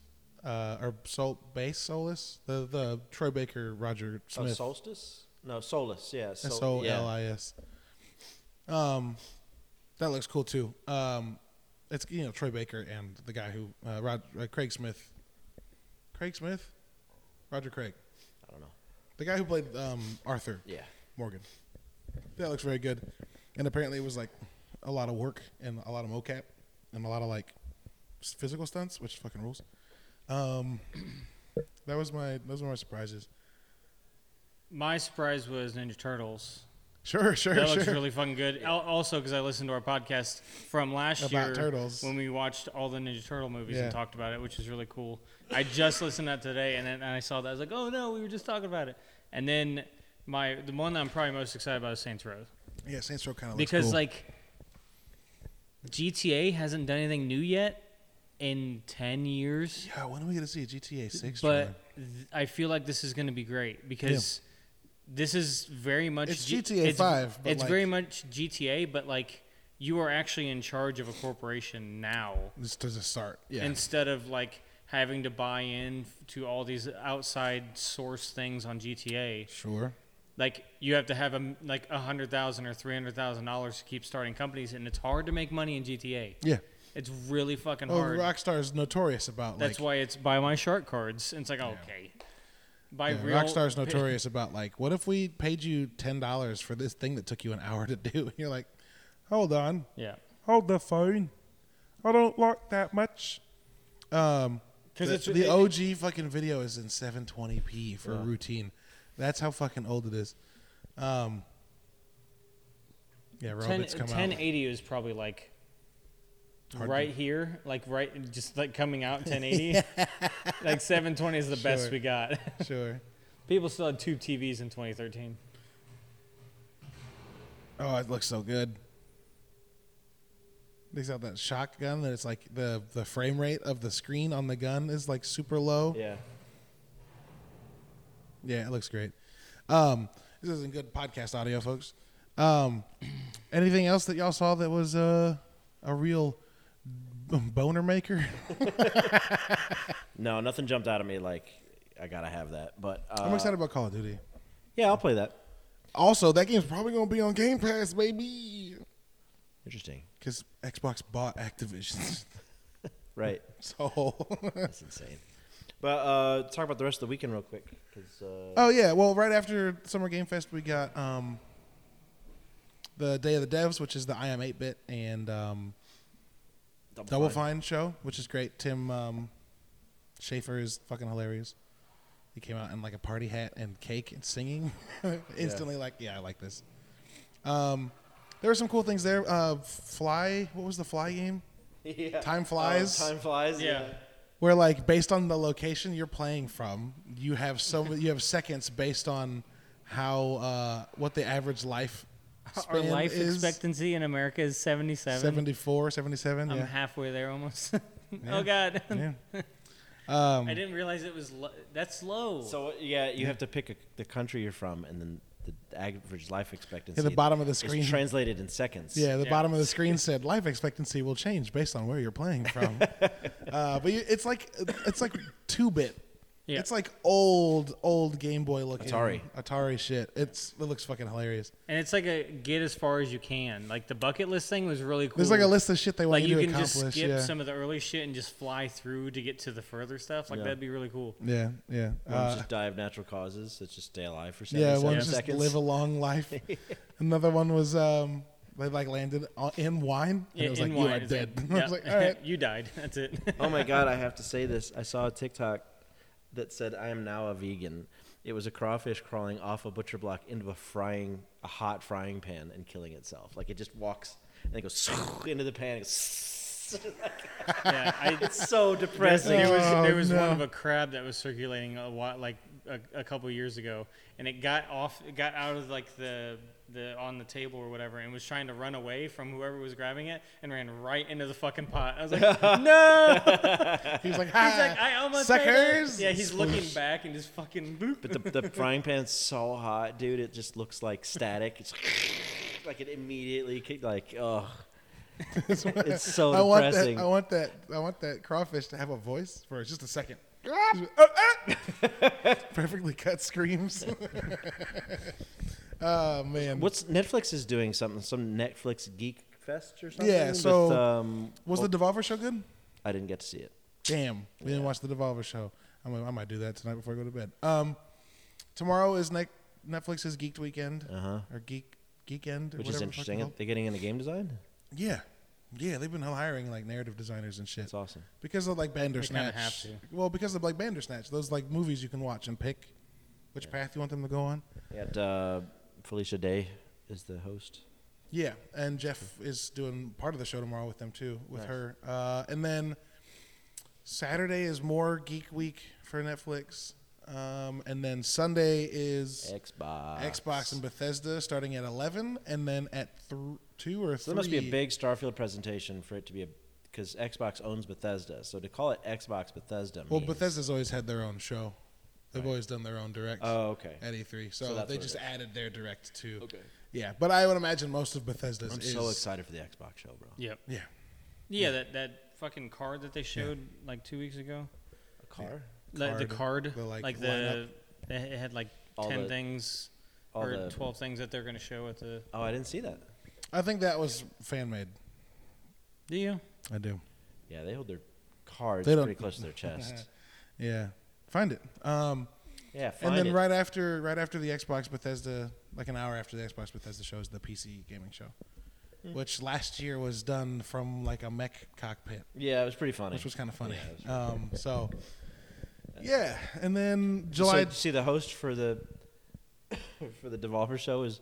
[SPEAKER 2] Uh, or Sol Base Solus, the the Troy Baker Roger
[SPEAKER 1] Oh,
[SPEAKER 2] Smith
[SPEAKER 1] Solstice? No, Solus. Yeah. Sol-
[SPEAKER 2] S O
[SPEAKER 1] yeah.
[SPEAKER 2] L I S. Um, that looks cool too. Um, it's you know Troy Baker and the guy who uh, Rod, uh, Craig Smith, Craig Smith, Roger Craig,
[SPEAKER 1] I don't know.
[SPEAKER 2] the guy who played um, Arthur
[SPEAKER 1] Yeah.
[SPEAKER 2] Morgan. That looks very good, and apparently it was like a lot of work and a lot of mocap and a lot of like s- physical stunts, which fucking rules. Um, that was my those were my surprises.
[SPEAKER 3] My surprise was Ninja Turtles.
[SPEAKER 2] Sure, sure,
[SPEAKER 3] That
[SPEAKER 2] sure.
[SPEAKER 3] looks really fucking good. Al Also, because I listened to our podcast from last
[SPEAKER 2] About
[SPEAKER 3] year
[SPEAKER 2] turtles.
[SPEAKER 3] when we watched all the Ninja Turtle movies
[SPEAKER 2] Yeah.
[SPEAKER 3] and talked about it, which is really cool. I just listened to that today, and then and I saw that. I was like, oh no, we were just talking about it. And then my the one that I'm probably most excited about is Saints Row
[SPEAKER 2] yeah, Saints Row kind of
[SPEAKER 3] because
[SPEAKER 2] cool.
[SPEAKER 3] like GTA hasn't done anything new yet in ten years.
[SPEAKER 2] Yeah, when are we gonna see a GTA six? trailer?
[SPEAKER 3] But th- I feel like this is going to be great because this is very much
[SPEAKER 2] It's
[SPEAKER 3] G-
[SPEAKER 2] GTA
[SPEAKER 3] it's,
[SPEAKER 2] 5, but
[SPEAKER 3] it's
[SPEAKER 2] like-
[SPEAKER 3] very much GTA, but like you are actually in charge of a corporation now
[SPEAKER 2] this doesn't start. Yeah,
[SPEAKER 3] instead of like having to buy in f- to all these outside source things on GTA.
[SPEAKER 2] sure.
[SPEAKER 3] Like you have to have a m like a hundred thousand or three hundred thousand dollars to keep starting companies, and it's hard to make money in GTA.
[SPEAKER 2] Yeah.
[SPEAKER 3] It's really fucking
[SPEAKER 2] Oh,
[SPEAKER 3] hard.
[SPEAKER 2] Rockstar is notorious about
[SPEAKER 3] That's
[SPEAKER 2] like.
[SPEAKER 3] why it's buy my shark cards. And it's like okay, buy
[SPEAKER 2] yeah,
[SPEAKER 3] real
[SPEAKER 2] Rockstar's
[SPEAKER 3] pi-
[SPEAKER 2] notorious about like, what if we paid you ten dollars for this thing that took you an hour to do? And you're like, hold on,
[SPEAKER 3] Yeah.
[SPEAKER 2] hold the phone, I don't like that much. Um,
[SPEAKER 3] Because
[SPEAKER 2] the,
[SPEAKER 3] it's
[SPEAKER 2] the
[SPEAKER 3] it-
[SPEAKER 2] OG fucking video is in 720p for a routine. That's how fucking old it is. Um, yeah,
[SPEAKER 3] ten-
[SPEAKER 2] robots come out.
[SPEAKER 3] 1080 is probably like
[SPEAKER 2] Hard
[SPEAKER 3] right here, like right, just like coming out 1080. like 720 is the best
[SPEAKER 2] Sure.
[SPEAKER 3] we got.
[SPEAKER 2] Sure.
[SPEAKER 3] People still had tube TVs in 2013.
[SPEAKER 2] Oh, it looks so good. Takes out that shotgun that it's like the the frame rate of the screen on the gun is like super low. Yeah,
[SPEAKER 1] Yeah.
[SPEAKER 2] it looks great. Um, this isn't good podcast audio, folks. Um, anything else that y'all saw that was uh, a real b- boner maker?
[SPEAKER 1] No, nothing jumped out at me like I gotta have that. But uh,
[SPEAKER 2] I'm excited about Call of Duty.
[SPEAKER 1] Yeah, I'll play that.
[SPEAKER 2] Also, that game's probably gonna be on Game Pass, baby.
[SPEAKER 1] Interesting.
[SPEAKER 2] Because Xbox bought Activision,
[SPEAKER 1] Right.
[SPEAKER 2] so.
[SPEAKER 1] That's insane. But uh, talk about the rest of the weekend real quick, 'cause, uh,
[SPEAKER 2] oh yeah, well, right after Summer Game Fest, we got um, the Day of the Devs, which is the I Am 8-bit and um, Double Fine. show, which is great. Tim um, Schaefer is fucking hilarious. He came out in like a party hat and cake and singing. Instantly, like, yeah, I like this. Um, there were some cool things there. Uh, Fly, what was the Fly game?
[SPEAKER 1] Yeah. Oh,
[SPEAKER 2] Time flies.
[SPEAKER 1] time flies. Yeah.
[SPEAKER 3] Yeah.
[SPEAKER 2] Where like based on the location you're playing from, you have so ma- you have seconds based on how uh, what the average life
[SPEAKER 3] Our
[SPEAKER 2] span
[SPEAKER 3] life
[SPEAKER 2] is.
[SPEAKER 3] expectancy in America is 77.
[SPEAKER 2] 74, 77,
[SPEAKER 3] I'm
[SPEAKER 2] yeah.
[SPEAKER 3] halfway there almost.
[SPEAKER 2] Yeah.
[SPEAKER 3] oh God,
[SPEAKER 2] yeah. Um,
[SPEAKER 3] I didn't realize it was lo- that's low.
[SPEAKER 1] So yeah, you have to pick a, the country you're from, and then the average life expectancy.
[SPEAKER 2] at the bottom of the
[SPEAKER 1] is
[SPEAKER 2] screen.
[SPEAKER 1] translated in seconds.
[SPEAKER 2] Yeah, the
[SPEAKER 3] Yeah.
[SPEAKER 2] bottom of the screen said life expectancy will change based on where you're playing from. uh, but you, it's like it's like two bit.
[SPEAKER 3] Yeah.
[SPEAKER 2] It's like old old Game Boy looking
[SPEAKER 1] Atari.
[SPEAKER 2] Atari shit. It's it looks fucking hilarious.
[SPEAKER 3] and it's like a get as far as you can. Like the bucket list thing was really cool.
[SPEAKER 2] There's like a list of shit they want
[SPEAKER 3] Like
[SPEAKER 2] you
[SPEAKER 3] you
[SPEAKER 2] to
[SPEAKER 3] can
[SPEAKER 2] accomplish.
[SPEAKER 3] just skip
[SPEAKER 2] yeah.
[SPEAKER 3] some of the early shit and just fly through to get to the further stuff. Like
[SPEAKER 1] Yeah.
[SPEAKER 3] that'd be really cool.
[SPEAKER 2] yeah, yeah,
[SPEAKER 1] One's
[SPEAKER 2] Uh,
[SPEAKER 1] just die of natural causes. It's just stay alive for
[SPEAKER 2] yeah.
[SPEAKER 1] seventy-seven
[SPEAKER 2] One just
[SPEAKER 1] seconds.
[SPEAKER 2] live a long life. Another one was um, they like landed on- in wine and it was
[SPEAKER 3] In
[SPEAKER 2] like
[SPEAKER 3] wine,
[SPEAKER 2] you are
[SPEAKER 3] it's
[SPEAKER 2] dead.
[SPEAKER 3] like,
[SPEAKER 2] I
[SPEAKER 3] yeah,
[SPEAKER 2] was like, all right.
[SPEAKER 3] you died. That's it.
[SPEAKER 1] oh my god, I have to say this. I saw a TikTok that said, "I am now a vegan." It was a crawfish crawling off a butcher block into a frying, a hot frying pan, and killing itself. Like it just walks and it goes into the pan. It goes
[SPEAKER 3] yeah, I,
[SPEAKER 1] It's so depressing.
[SPEAKER 3] There was
[SPEAKER 2] Oh,
[SPEAKER 3] there was
[SPEAKER 2] no.
[SPEAKER 3] one of a crab that was circulating a lot like a, a couple years ago, and it got off, it got out of like the the on the table or whatever, and was trying to run away from whoever was grabbing it, and ran right into the fucking pot. I was like, no! He's
[SPEAKER 2] He was like, ha,
[SPEAKER 3] like, I almost made it."
[SPEAKER 2] suckers.
[SPEAKER 3] Yeah, he's looking back and just fucking boop.
[SPEAKER 1] But the, the frying pan's so hot, dude. It just looks like static. It's like it immediately kicked. Like, oh, it's so
[SPEAKER 2] I want
[SPEAKER 1] depressing.
[SPEAKER 2] that. I want that. I want that crawfish to have a voice for just a second. Perfectly cut screams. oh man.
[SPEAKER 1] What's Netflix is doing something? Some Netflix Geek Fest or something?
[SPEAKER 2] Yeah, so-
[SPEAKER 1] with, um,
[SPEAKER 2] was the Devolver show good?
[SPEAKER 1] I didn't get to see it.
[SPEAKER 2] Damn, we didn't watch the Devolver show. I'm gonna, I might do that tonight before I go to bed. Um, tomorrow is ne- Netflix's Geeked Weekend
[SPEAKER 1] Uh-huh.
[SPEAKER 2] or Geek Geekend, or
[SPEAKER 1] Which is
[SPEAKER 2] whatever the fuck they're
[SPEAKER 1] interesting.
[SPEAKER 2] called.
[SPEAKER 1] They're getting into game design.
[SPEAKER 2] Yeah, yeah, they've been hiring like narrative designers and shit.
[SPEAKER 1] That's awesome.
[SPEAKER 2] Because of like Bandersnatch.
[SPEAKER 3] have to.
[SPEAKER 2] Well, because of like Bandersnatch, those like movies you can watch and pick which path you want them to go on.
[SPEAKER 1] Yeah, uh, Felicia Day is the host.
[SPEAKER 2] Yeah, and Jeff is doing part of the show tomorrow with them too, with her. Uh, and then Saturday is more Geek Week for Netflix, um, and then Sunday is
[SPEAKER 1] Xbox.
[SPEAKER 2] Xbox and Bethesda starting at eleven, and then at thr two or
[SPEAKER 1] So
[SPEAKER 2] three.
[SPEAKER 1] there must be a big Starfield presentation for it to be a because Xbox owns Bethesda. So to call it Xbox Bethesda.
[SPEAKER 2] Well,
[SPEAKER 1] means-
[SPEAKER 2] Bethesda's always had their own show. They've always done their own direct.
[SPEAKER 1] Oh, okay.
[SPEAKER 2] at E3. So,
[SPEAKER 1] So that's
[SPEAKER 2] they
[SPEAKER 1] what it
[SPEAKER 2] just
[SPEAKER 1] is.
[SPEAKER 2] added their direct to.
[SPEAKER 1] Okay.
[SPEAKER 2] Yeah, but I would imagine most of Bethesda's
[SPEAKER 1] I'm
[SPEAKER 2] is.
[SPEAKER 1] so excited for the Xbox show, bro.
[SPEAKER 3] Yep.
[SPEAKER 2] Yeah.
[SPEAKER 3] Yeah, that that fucking card that they showed like two weeks ago.
[SPEAKER 1] A car?
[SPEAKER 3] The- The,
[SPEAKER 2] Card,
[SPEAKER 3] card,
[SPEAKER 2] the, like,
[SPEAKER 3] like, the
[SPEAKER 2] lineup.
[SPEAKER 3] they- it had like
[SPEAKER 1] All
[SPEAKER 3] ten
[SPEAKER 1] the-
[SPEAKER 3] things
[SPEAKER 1] all
[SPEAKER 3] or
[SPEAKER 1] the-
[SPEAKER 3] twelve things that they're gonna show at the.
[SPEAKER 1] Oh, I didn't see that.
[SPEAKER 2] I think that was fan made.
[SPEAKER 3] Do you?
[SPEAKER 2] I do.
[SPEAKER 1] Yeah, they hold their cards
[SPEAKER 2] They don't-
[SPEAKER 1] pretty close to their chest.
[SPEAKER 2] Yeah. Find it. Um,
[SPEAKER 1] yeah,
[SPEAKER 2] and
[SPEAKER 1] find
[SPEAKER 2] then
[SPEAKER 1] it.
[SPEAKER 2] right after, right after the Xbox Bethesda, like an hour after the Xbox Bethesda show is the PC gaming show, which last year was done from like a mech cockpit,
[SPEAKER 1] Yeah, it was pretty funny.
[SPEAKER 2] which was kind of funny.
[SPEAKER 1] Yeah, it was
[SPEAKER 2] um, so, yeah. And then
[SPEAKER 1] So
[SPEAKER 2] July.
[SPEAKER 1] did you see the host for the for the developer show is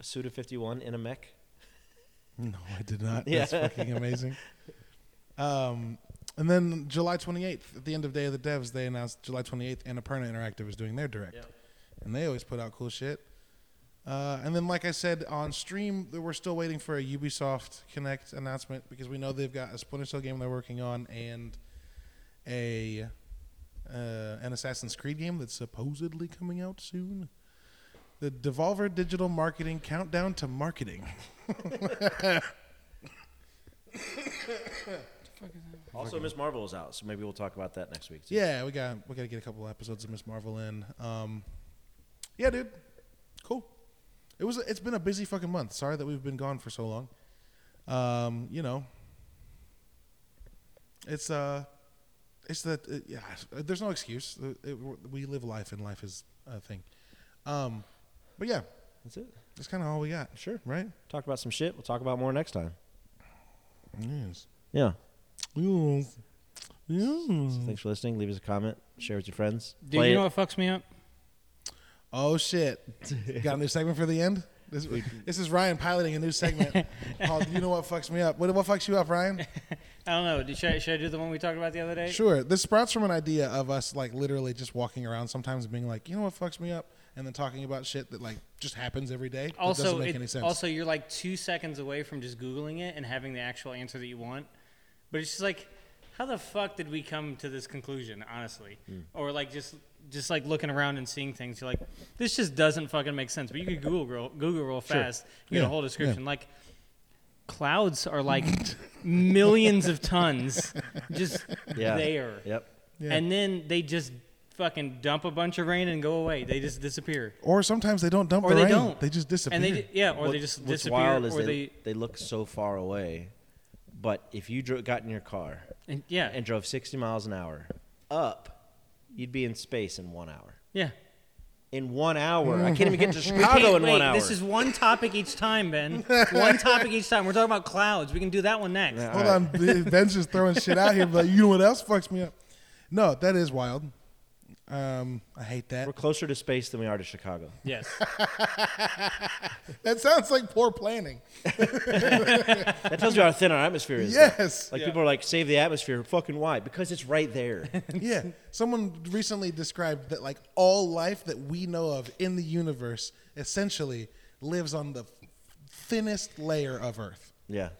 [SPEAKER 1] Suda fifty one in a mech.
[SPEAKER 2] No, I did not.
[SPEAKER 1] Yeah.
[SPEAKER 2] That's fucking amazing. Um, and then July 28th, at the end of Day of the Devs, they announced July 28th, Annapurna Interactive is doing their direct. And they always put out cool shit. Uh, and then, like I said on stream, that we're still waiting for a Ubisoft Connect announcement because we know they've got a Splinter Cell game they're working on and a uh, an Assassin's Creed game that's supposedly coming out soon. The Devolver Digital Marketing Countdown to Marketing.
[SPEAKER 1] Also, Miss Marvel is out, so maybe we'll talk about that next week. too.
[SPEAKER 2] Yeah, we got we got to get a couple episodes of Miss Marvel in. Um, yeah, dude, cool. It was it's been a busy fucking month. Sorry that we've been gone for so long. Um, you know, it's uh, it's that uh, yeah. There's no excuse. Uh, It, it- we live life, and life is a thing. Um, but yeah,
[SPEAKER 1] That's it.
[SPEAKER 2] that's kind of all we got.
[SPEAKER 1] Sure.
[SPEAKER 2] right?
[SPEAKER 1] Talk about some shit. We'll talk about more next time.
[SPEAKER 2] Yes.
[SPEAKER 1] Yeah.
[SPEAKER 2] Yes. Yes.
[SPEAKER 1] So thanks for listening. Leave us a comment. Share with your friends.
[SPEAKER 3] Dude,
[SPEAKER 1] Play
[SPEAKER 3] you
[SPEAKER 1] it.
[SPEAKER 3] know what fucks me up?
[SPEAKER 2] Oh shit! Got a new segment for the end. This, this is Ryan piloting a new segment called "You Know What Fucks Me Up." What, what fucks you up, Ryan?
[SPEAKER 3] I don't know. Do- Should I, should I do the one we talked about the other day?
[SPEAKER 2] Sure. This sprouts from an idea of us like literally just walking around sometimes and being like, "You know what fucks me up," and then talking about shit that like just happens every day. that
[SPEAKER 3] Also,
[SPEAKER 2] doesn't make
[SPEAKER 3] it-
[SPEAKER 2] any sense.
[SPEAKER 3] also you're like two seconds away from just googling it and having the actual answer that you want, but it's just like, how the fuck did we come to this conclusion? Honestly,
[SPEAKER 1] Hmm.
[SPEAKER 3] or like just just like looking around and seeing things, you're like, this just doesn't fucking make sense. But you could Google real, Google real fast, you get
[SPEAKER 2] Yeah,
[SPEAKER 3] a whole description. Like, clouds are like millions of tons just
[SPEAKER 1] Yeah.
[SPEAKER 3] there,
[SPEAKER 1] Yep.
[SPEAKER 2] Yeah.
[SPEAKER 3] and then they just fucking dump a bunch of rain and go away. They just disappear.
[SPEAKER 2] or sometimes they don't dump
[SPEAKER 3] Or
[SPEAKER 2] the
[SPEAKER 3] they
[SPEAKER 2] rain;
[SPEAKER 3] don't.
[SPEAKER 2] they just disappear.
[SPEAKER 3] And they di- yeah, or
[SPEAKER 1] What-
[SPEAKER 3] they just
[SPEAKER 1] what's
[SPEAKER 3] disappear,
[SPEAKER 1] wild is
[SPEAKER 3] or
[SPEAKER 1] they,
[SPEAKER 3] they,
[SPEAKER 1] they look so far away, but if you dro- got in your car
[SPEAKER 3] and, yeah,
[SPEAKER 1] and drove 60 miles an hour up, you'd be in space in one hour.
[SPEAKER 3] yeah.
[SPEAKER 1] In one hour, I can't even get to
[SPEAKER 3] We
[SPEAKER 1] Chicago
[SPEAKER 3] can't-
[SPEAKER 1] in one
[SPEAKER 3] wait,
[SPEAKER 1] hour.
[SPEAKER 3] This is one topic each time, Ben. one topic each time. We're talking about clouds. We can do that one next.
[SPEAKER 1] Yeah.
[SPEAKER 2] Hold on, Ben- Ben's just throwing shit out here, but you know what else fucks me up? No, that is wild. Um, I hate that.
[SPEAKER 1] We're closer to space than we are to Chicago.
[SPEAKER 3] Yes.
[SPEAKER 2] That sounds like poor planning.
[SPEAKER 1] That tells you how thin our atmosphere is. though.
[SPEAKER 2] Yes.
[SPEAKER 1] Like people are like, save the atmosphere. Fucking why? Because it's right there.
[SPEAKER 2] Yeah. Someone recently described that like all life that we know of in the universe essentially lives on the thinnest layer of earth.
[SPEAKER 1] yeah.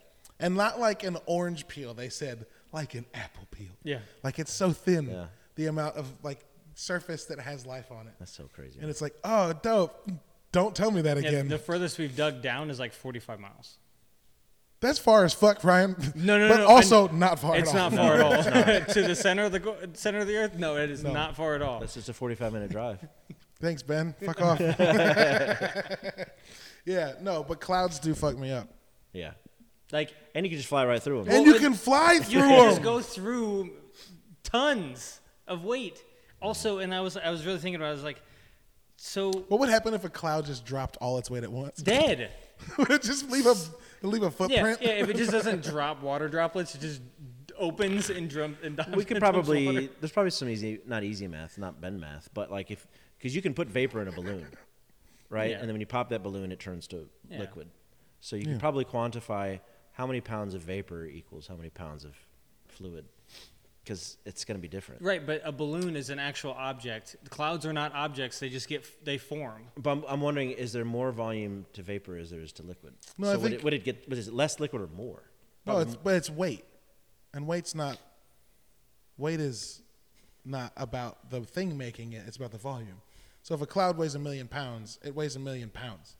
[SPEAKER 2] And not like an orange peel, they said, like an apple peel.
[SPEAKER 3] Yeah.
[SPEAKER 2] Like it's so thin
[SPEAKER 1] Yeah.
[SPEAKER 2] the amount of like surface that has life on it.
[SPEAKER 1] That's so crazy.
[SPEAKER 2] And it's like, "Oh, dope. Don't tell me that
[SPEAKER 3] Yeah,
[SPEAKER 2] again."
[SPEAKER 3] the furthest we've dug down is like 45 miles.
[SPEAKER 2] That's far as fuck, Ryan.
[SPEAKER 3] No, no,
[SPEAKER 2] but
[SPEAKER 3] no,
[SPEAKER 2] also not far
[SPEAKER 3] It's
[SPEAKER 2] at all.
[SPEAKER 3] not far at all. to the center of the go- center of the earth? No, it is not far at all.
[SPEAKER 1] That's just a 45 minute drive.
[SPEAKER 2] Thanks, Ben. Fuck off. yeah, no, but clouds do fuck me up.
[SPEAKER 1] Yeah.
[SPEAKER 3] Like
[SPEAKER 1] And you can just fly right through them.
[SPEAKER 2] And
[SPEAKER 3] Well,
[SPEAKER 2] you
[SPEAKER 3] it-
[SPEAKER 2] can fly
[SPEAKER 3] you
[SPEAKER 2] through
[SPEAKER 3] can just
[SPEAKER 2] them.
[SPEAKER 3] go through tons of weight. Also, and I was I was really thinking about. It, I was like, so
[SPEAKER 2] what would happen if a cloud just dropped all its weight at once?
[SPEAKER 3] dead.
[SPEAKER 2] would it just leave a leave a
[SPEAKER 3] Yeah,
[SPEAKER 2] footprint?
[SPEAKER 3] yeah. If it just doesn't drop water droplets, it just opens and drum and dumps
[SPEAKER 1] We could
[SPEAKER 3] and dumps
[SPEAKER 1] probably,
[SPEAKER 3] water.
[SPEAKER 1] there's probably some easy, not easy math, not Ben math, but like if, because you can put vapor in a balloon, right?
[SPEAKER 3] Yeah.
[SPEAKER 1] And then when you pop that balloon, it turns to
[SPEAKER 3] Yeah.
[SPEAKER 1] liquid. So you can probably quantify how many pounds of vapor equals how many pounds of fluid because it's going to be different.
[SPEAKER 3] Right, but a balloon is an actual object. The clouds are not objects; they just get they form.
[SPEAKER 1] But I'm, I'm wondering, is there more volume to vapor as there is to liquid?
[SPEAKER 2] No, I
[SPEAKER 1] so would,
[SPEAKER 2] think-
[SPEAKER 1] it, would it get, was it less liquid or more?
[SPEAKER 2] No, it's, but it's weight, and weight's not weight is not about the thing making it. It's about the volume. So if a cloud weighs a million pounds, it weighs a million pounds.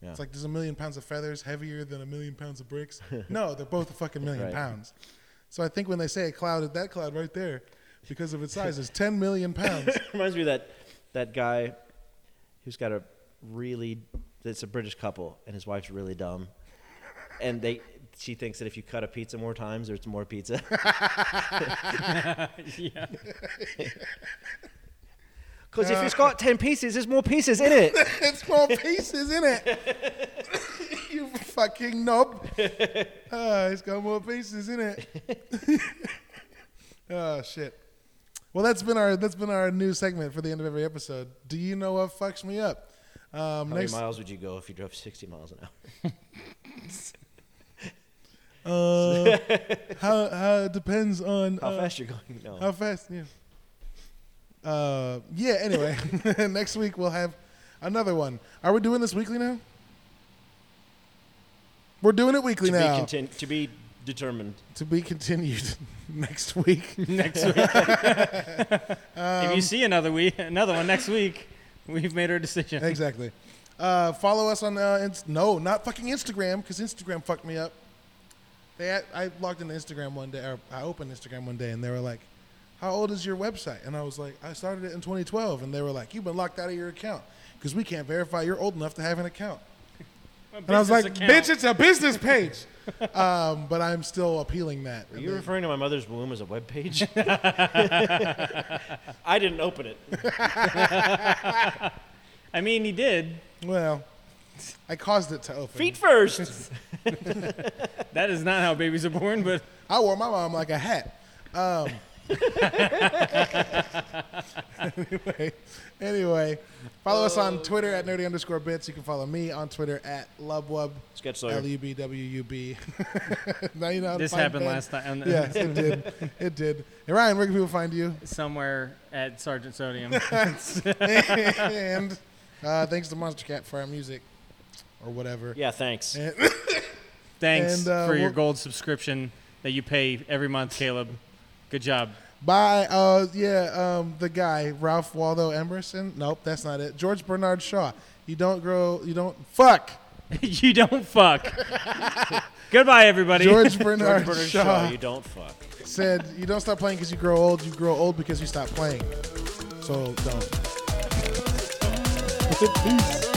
[SPEAKER 1] Yeah.
[SPEAKER 2] It's like does a million pounds of feathers heavier than a million pounds of bricks? no, they're both a fucking million
[SPEAKER 1] Right.
[SPEAKER 2] pounds. So I think when they say a cloud, that cloud right there, because of its size, is ten million pounds.
[SPEAKER 1] reminds me of that that guy who's got a really it's a British couple and his wife's really dumb. And they she thinks that if you cut a pizza more times there's more pizza.
[SPEAKER 3] yeah,
[SPEAKER 1] Because if
[SPEAKER 2] Uh,
[SPEAKER 1] it's got ten pieces, there's more pieces in it.
[SPEAKER 2] it's more pieces in it. you fucking knob. Uh, it's got more pieces in it. oh shit. Well, that's been our that's been our new segment for the end of every episode. Do you know what fucks me up? Um,
[SPEAKER 1] How many
[SPEAKER 2] next,
[SPEAKER 1] miles would you go if you drove sixty miles an hour?
[SPEAKER 2] uh, how how it depends on
[SPEAKER 1] How
[SPEAKER 2] uh,
[SPEAKER 1] fast you're going? No.
[SPEAKER 2] How fast? Yeah. Uh, yeah. Anyway, next week we'll have another one. Are we doing this weekly now? We're doing it weekly
[SPEAKER 1] to,
[SPEAKER 2] now.
[SPEAKER 1] be contin- to be determined.
[SPEAKER 2] to be continued next week.
[SPEAKER 3] next week.
[SPEAKER 2] Um,
[SPEAKER 3] if you see another week, another one next week, we've made our decision.
[SPEAKER 2] exactly. Uh, follow us on uh, ins- no, not fucking Instagram because Instagram fucked me up. They had, I logged into Instagram one day, or I opened Instagram one day, and they were like, "How old is your website?" And I was like, "I started it in 2012," and they were like, "You've been locked out of your account because we can't verify you're old enough to have an account." And I was like, "Bitch, it's a business page." um, but I'm still appealing that.
[SPEAKER 1] Are
[SPEAKER 2] And
[SPEAKER 1] you
[SPEAKER 2] they-
[SPEAKER 1] referring to my mother's womb as a web page? I didn't open it.
[SPEAKER 3] I mean, he did.
[SPEAKER 2] well, I caused it to open.
[SPEAKER 1] Feet first.
[SPEAKER 3] That is not how babies are born, but
[SPEAKER 2] I wore my mom like a hat. Um, anyway, anyway, follow us on Twitter at nerdy underscore bits. You can follow me on Twitter at lubwub.
[SPEAKER 1] Sketch
[SPEAKER 2] L
[SPEAKER 1] Sawyer.
[SPEAKER 2] U B W U B. Now you know. how to
[SPEAKER 3] this
[SPEAKER 2] find
[SPEAKER 3] happened
[SPEAKER 2] Ben.
[SPEAKER 3] last time.
[SPEAKER 2] Yes, it did. It did. And Ryan, where can people find you?
[SPEAKER 3] Somewhere at Sergeant Sodium.
[SPEAKER 2] and uh, thanks to Monster Cat for our music, or whatever.
[SPEAKER 1] Yeah, thanks.
[SPEAKER 2] And-
[SPEAKER 3] Thanks
[SPEAKER 2] And, uh,
[SPEAKER 3] for your
[SPEAKER 2] we'll-
[SPEAKER 3] gold subscription that you pay every month, Caleb. Good job.
[SPEAKER 2] By uh yeah, um the guy, Ralph Waldo Emerson. Nope, that's not it. George Bernard Shaw. You don't grow you don't fuck.
[SPEAKER 3] you don't fuck. Goodbye, everybody.
[SPEAKER 2] George Bernard,
[SPEAKER 1] Bernard
[SPEAKER 2] Shaw,
[SPEAKER 1] Shaw, you don't fuck.
[SPEAKER 2] said you don't stop playing because you grow old, you grow old because you stop playing. So don't. Peace.